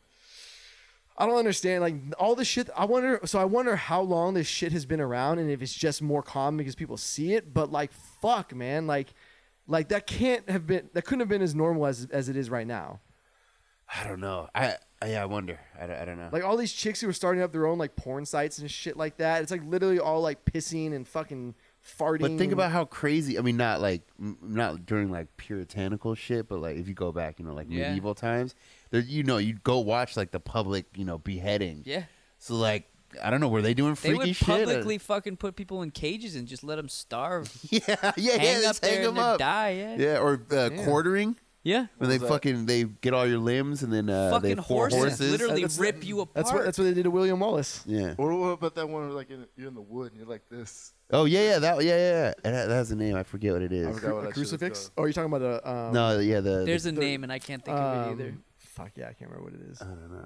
Speaker 3: I don't understand. Like all this shit. I wonder. So I wonder how long this shit has been around, and if it's just more common because people see it. But like, fuck, man. Like, like that can't have been. That couldn't have been as normal as as it is right now.
Speaker 2: I don't know. I, I yeah, I wonder. I, don't- I don't know.
Speaker 3: Like all these chicks who are starting up their own like porn sites and shit like that. It's like literally all like pissing and fucking farting.
Speaker 2: But think about how crazy. I mean, not like m- not during like puritanical shit, but like if you go back, you know, like
Speaker 1: Yeah.
Speaker 2: medieval times, there you know you'd go watch like the public, you know, beheading.
Speaker 1: Yeah.
Speaker 2: So like I don't know, were they doing
Speaker 1: They
Speaker 2: freaky
Speaker 1: would
Speaker 2: shit? or-
Speaker 1: publicly fucking put people in cages and just let them starve,
Speaker 2: yeah, yeah, yeah.
Speaker 1: hang
Speaker 2: just
Speaker 1: up
Speaker 2: hang
Speaker 1: there, and
Speaker 2: them
Speaker 1: they'd
Speaker 2: up.
Speaker 1: die. Yeah.
Speaker 2: Yeah, or uh, quartering
Speaker 1: Yeah.
Speaker 2: when they
Speaker 4: was that?
Speaker 2: fucking they get all your limbs and then uh,
Speaker 1: fucking
Speaker 2: they four
Speaker 1: horses,
Speaker 2: horses.
Speaker 1: literally
Speaker 3: That's-
Speaker 1: rip you apart.
Speaker 3: that's what that's what they did to William Wallace.
Speaker 2: Yeah.
Speaker 4: Or what about that one where like in, you're in the wood and you're like this?
Speaker 2: Oh yeah, yeah, that yeah, yeah. yeah. And that, that has a name. I forget what it
Speaker 4: I
Speaker 2: is.
Speaker 4: forgot what
Speaker 3: A
Speaker 4: that shit was
Speaker 3: crucifix?
Speaker 4: called.
Speaker 3: Oh, you're talking about the um,
Speaker 2: No, yeah, the
Speaker 1: There's
Speaker 2: the,
Speaker 1: a name, and I can't think of it
Speaker 3: um,
Speaker 1: either.
Speaker 3: Fuck yeah, I can't remember what it is.
Speaker 4: Uh-huh.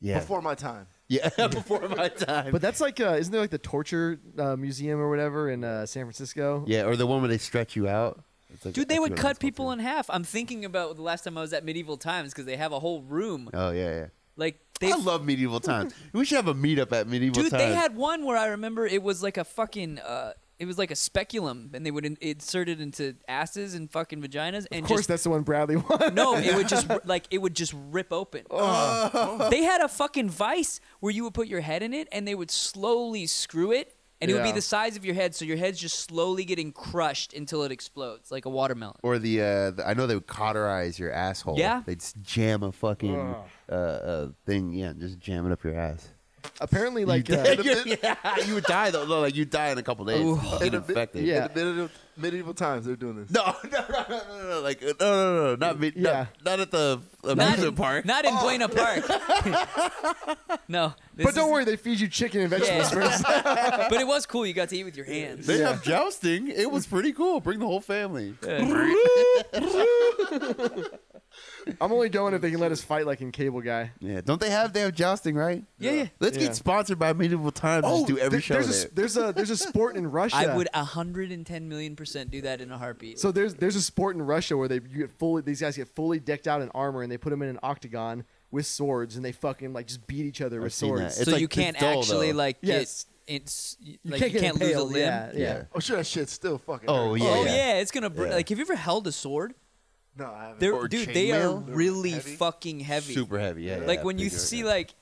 Speaker 2: yeah,
Speaker 4: Before my time.
Speaker 2: yeah, before my time.
Speaker 3: But that's like, uh, isn't there like the torture uh, museum or whatever in uh, San Francisco?
Speaker 2: Yeah, or the one where they stretch you out. It's like-
Speaker 1: Dude,
Speaker 2: I
Speaker 1: they
Speaker 2: forget
Speaker 1: would
Speaker 2: what
Speaker 1: cut
Speaker 2: it's called,
Speaker 1: people in half. I'm thinking about the last time I was at Medieval Times because they have a whole room.
Speaker 2: too. Oh yeah, yeah.
Speaker 1: Like they,
Speaker 2: I love medieval times. we should have a meetup at medieval
Speaker 1: dude,
Speaker 2: times.
Speaker 1: they had one where I remember it was like a fucking, uh, it was like a speculum, and they would in- insert it into asses and fucking vaginas, and
Speaker 3: Of course,
Speaker 1: just
Speaker 3: that's the one Bradley won.
Speaker 1: no, it would just like it would just rip open.
Speaker 3: Oh.
Speaker 1: They had a fucking vice where you would put your head in it, and they would slowly screw it. And it would
Speaker 3: Yeah.
Speaker 1: be the size of your head, so your head's just slowly getting crushed until it explodes, like a watermelon.
Speaker 2: or the, uh, the I know they would cauterize your asshole.
Speaker 1: Yeah.
Speaker 2: they'd s- jam a fucking uh, uh, thing. Yeah, and just jam it up your ass.
Speaker 3: Apparently, like,
Speaker 2: you,
Speaker 3: uh,
Speaker 2: yeah, you would die though. No, like you die in a couple days.
Speaker 1: Ooh.
Speaker 2: Fucking
Speaker 4: In a bit-
Speaker 2: infected.
Speaker 3: Yeah.
Speaker 4: In the medieval, medieval times, they're doing this.
Speaker 2: No, no, no, no, no, no, like uh, no, no, no, not me,
Speaker 3: Yeah.
Speaker 2: not, not at the
Speaker 1: Not
Speaker 2: amusement
Speaker 1: in,
Speaker 2: park.
Speaker 1: Not in Buena Park. no. this
Speaker 3: Oh. but don't
Speaker 1: is-
Speaker 3: worry, they feed you chicken and vegetables
Speaker 1: Yeah.
Speaker 3: first.
Speaker 1: but it was cool. You got to eat with your hands.
Speaker 2: They have jousting. It was pretty cool. Bring the whole family.
Speaker 1: Yeah.
Speaker 3: I'm only going if they can let us fight like in Cable Guy.
Speaker 2: Yeah, don't they have they have jousting right?
Speaker 1: Yeah, Oh, yeah.
Speaker 2: Let's
Speaker 3: Yeah.
Speaker 2: get sponsored by Medieval Times. and just do every
Speaker 3: there-
Speaker 2: show
Speaker 3: there's, a,
Speaker 2: there.
Speaker 3: s- there's a there's a sport in Russia.
Speaker 1: I would 110 million percent do that in a heartbeat.
Speaker 3: So there's there's a sport in Russia where they you get fully these guys get fully decked out in armor and they put them in an octagon with swords and they fucking like just beat each other with
Speaker 2: seen that.
Speaker 3: swords.
Speaker 2: it's
Speaker 1: so
Speaker 2: like
Speaker 1: you can't
Speaker 2: it's dull,
Speaker 1: actually
Speaker 2: though.
Speaker 1: like get
Speaker 3: Yes.
Speaker 1: it's like
Speaker 3: You can't, get
Speaker 1: lose a
Speaker 3: impaled,
Speaker 1: limb.
Speaker 3: Yeah, yeah.
Speaker 2: Yeah.
Speaker 4: Oh, sure, that shit's still fucking.
Speaker 2: Oh,
Speaker 4: hurt.
Speaker 2: yeah.
Speaker 1: oh yeah. it's gonna br-
Speaker 2: Yeah.
Speaker 1: like. Have you ever held a sword?
Speaker 4: No, I haven't.
Speaker 1: They're,
Speaker 2: Or
Speaker 1: dude, they are
Speaker 2: chainmail?
Speaker 1: really
Speaker 4: Heavy?
Speaker 1: fucking heavy.
Speaker 2: super heavy. Yeah,
Speaker 1: like
Speaker 2: yeah,
Speaker 1: when you
Speaker 2: bigger,
Speaker 1: see
Speaker 2: yeah.
Speaker 1: like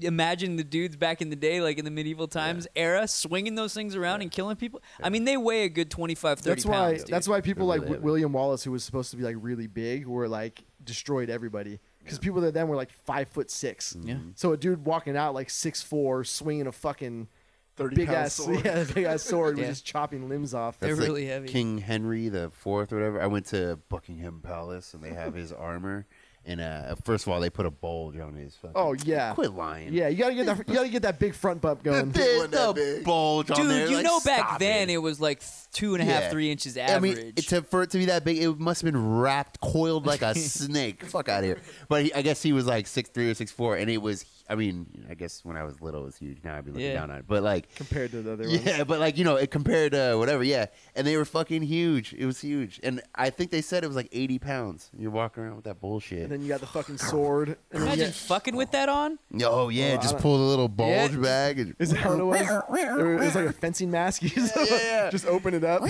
Speaker 1: imagine the dudes back in the day like in the medieval times era swinging those things around and killing people i mean they weigh a good 25 30
Speaker 3: That's why
Speaker 1: pounds dude.
Speaker 3: that's why people
Speaker 2: They're really
Speaker 3: like Wi-
Speaker 2: heavy.
Speaker 3: William Wallace, who was supposed to be like really big, were like destroyed everybody because people that then were like five foot six.
Speaker 1: Yeah.
Speaker 3: So a dude walking out like six four, swinging a fucking
Speaker 4: 30
Speaker 3: big
Speaker 4: pound
Speaker 3: ass
Speaker 4: sword.
Speaker 3: yeah big ass sword, was
Speaker 1: Yeah.
Speaker 3: just chopping limbs off.
Speaker 1: They're
Speaker 2: That's like
Speaker 1: really heavy.
Speaker 2: King Henry the Fourth or whatever. I went to Buckingham Palace and they have his armor. And uh, first of all, they put a bulge on his. Fucking,
Speaker 3: Oh, yeah.
Speaker 2: Quit lying.
Speaker 3: yeah, you gotta get that you gotta get that big front bump going.
Speaker 4: It wasn't that
Speaker 2: the
Speaker 4: big.
Speaker 2: bulge on
Speaker 1: Dude,
Speaker 2: there.
Speaker 1: you
Speaker 2: like,
Speaker 1: know back
Speaker 2: stop
Speaker 1: then it. was like two and a half,
Speaker 2: Yeah.
Speaker 1: three inches
Speaker 2: I
Speaker 1: average.
Speaker 2: mean, to, for it to be that big, it must have been wrapped, coiled like a snake. Fuck out of here. But he, I guess he was like six three or six four, and it was. I mean, I guess when I was little, it was huge. Now I'd be looking
Speaker 1: Yeah.
Speaker 2: down on it. But like,
Speaker 3: compared to the other ones.
Speaker 2: yeah, but like you know, it compared to whatever. Yeah, and they were fucking huge. It was huge, and I think they said it was like eighty pounds. You're walking around with that bullshit.
Speaker 3: And then you got the fucking sword. And then you
Speaker 1: Imagine
Speaker 3: got-
Speaker 1: fucking with that on.
Speaker 2: oh yeah,
Speaker 3: I
Speaker 2: just
Speaker 3: don't-
Speaker 2: pull the little bulge
Speaker 1: Yeah.
Speaker 2: bag. And,
Speaker 3: is that what it was? It was like a fencing mask. You just,
Speaker 2: yeah.
Speaker 3: just open it up.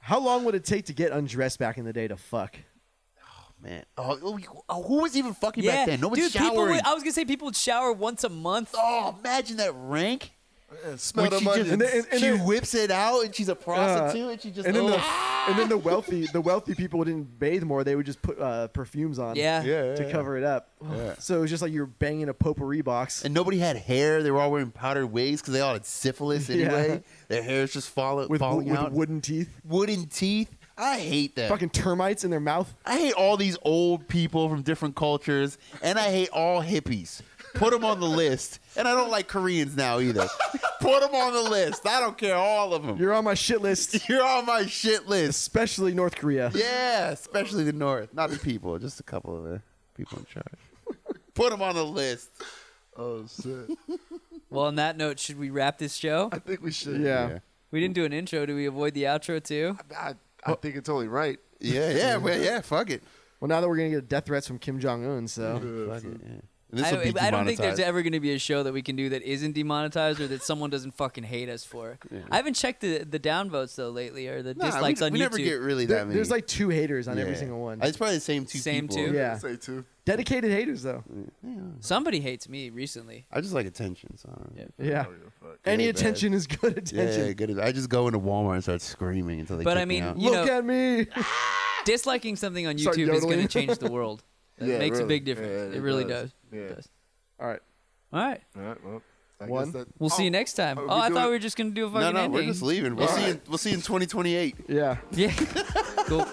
Speaker 3: How long would it take to get undressed back in the day to fuck?
Speaker 2: man, oh, oh, you- oh, who was even fucking
Speaker 1: Yeah,
Speaker 2: back then? No one
Speaker 1: dude. People
Speaker 2: showered.
Speaker 1: would, I was gonna say people would shower once a month.
Speaker 2: oh, imagine that rank.
Speaker 4: Yeah, smell
Speaker 2: When
Speaker 4: them
Speaker 2: she just-
Speaker 4: onions.
Speaker 3: And then- and
Speaker 2: she
Speaker 3: then-
Speaker 2: whips it out, and she's a prostitute, and she just
Speaker 3: Uh, and then, the,
Speaker 2: oh.
Speaker 3: and then the wealthy the wealthy people didn't bathe more they would just put uh, perfumes on
Speaker 1: Yeah. Yeah,
Speaker 3: to cover it up so it was just like you're banging a potpourri box
Speaker 2: and nobody had hair. They were all wearing powdered wigs because they all had syphilis
Speaker 3: Yeah.
Speaker 2: anyway. Their hair's just fall,
Speaker 3: with, wo-
Speaker 2: falling
Speaker 3: with
Speaker 2: out.
Speaker 3: wooden teeth
Speaker 2: Wooden teeth. I hate that.
Speaker 3: Fucking termites in their mouth.
Speaker 2: I hate all these old people from different cultures, and I hate all hippies. Put them on the list, and I don't like Koreans now either. Put them on the list. I don't care all of them. You're,
Speaker 3: You're on my shit list,
Speaker 2: on my shit list.
Speaker 3: especially North Korea.
Speaker 2: Yeah, especially the North. Not the people, just a couple of the people in charge. Put them on the list.
Speaker 4: Oh shit!
Speaker 1: Well, on that note, should we wrap this show?
Speaker 4: I think we should.
Speaker 3: Yeah.
Speaker 1: We didn't do an intro. Do we avoid the outro too?
Speaker 4: I, I think it's only right.
Speaker 2: yeah, yeah, well, yeah. Fuck it.
Speaker 3: Well, now that we're gonna get death threats from Kim Jong Un, so
Speaker 2: Fuck it. Yeah. This will
Speaker 1: I,
Speaker 2: be
Speaker 1: I don't think there's
Speaker 2: demonetized.
Speaker 1: ever going to be a show that we can do that isn't demonetized or that someone doesn't fucking hate us for. I haven't checked the the downvotes though lately or the
Speaker 2: Nah,
Speaker 1: dislikes
Speaker 2: we,
Speaker 1: on
Speaker 2: we
Speaker 1: YouTube.
Speaker 2: never get really that
Speaker 3: There-
Speaker 2: many.
Speaker 3: there's like two haters on every
Speaker 2: Yeah.
Speaker 3: single one.
Speaker 2: It's probably the same two
Speaker 1: Same
Speaker 2: people.
Speaker 1: two?
Speaker 3: Yeah.
Speaker 4: Say two.
Speaker 3: Dedicated haters though.
Speaker 1: Somebody hates me recently.
Speaker 2: I just like attention. So I don't know.
Speaker 3: Yeah.
Speaker 4: Oh, yeah, fuck.
Speaker 3: Any
Speaker 2: Yeah,
Speaker 3: attention is good
Speaker 2: Yeah,
Speaker 3: attention.
Speaker 2: yeah, good. I just go into Walmart and start screaming until they.
Speaker 1: But
Speaker 2: kick
Speaker 1: I mean,
Speaker 2: me out.
Speaker 1: you
Speaker 3: Look
Speaker 1: know-
Speaker 3: at me.
Speaker 1: Disliking something on
Speaker 3: Start
Speaker 1: YouTube is going
Speaker 3: yodeling.
Speaker 1: to change the world. It
Speaker 4: Yeah,
Speaker 1: makes a
Speaker 4: really.
Speaker 1: big difference.
Speaker 4: Yeah,
Speaker 1: it
Speaker 4: it
Speaker 1: really does.
Speaker 4: does.
Speaker 1: It
Speaker 4: Yeah.
Speaker 1: does.
Speaker 3: All right.
Speaker 1: All right.
Speaker 4: All right. Well, I
Speaker 3: One.
Speaker 4: Guess that,
Speaker 1: We'll see
Speaker 4: Oh,
Speaker 1: you next time.
Speaker 4: are
Speaker 1: Oh,
Speaker 4: we
Speaker 1: I
Speaker 4: doing-
Speaker 1: thought we were just going to do a fucking
Speaker 2: no, no,
Speaker 1: ending.
Speaker 2: we're just leaving. We'll
Speaker 4: Yeah.
Speaker 2: see. You in, we'll see you in 2028.
Speaker 3: Yeah.
Speaker 1: Yeah. cool.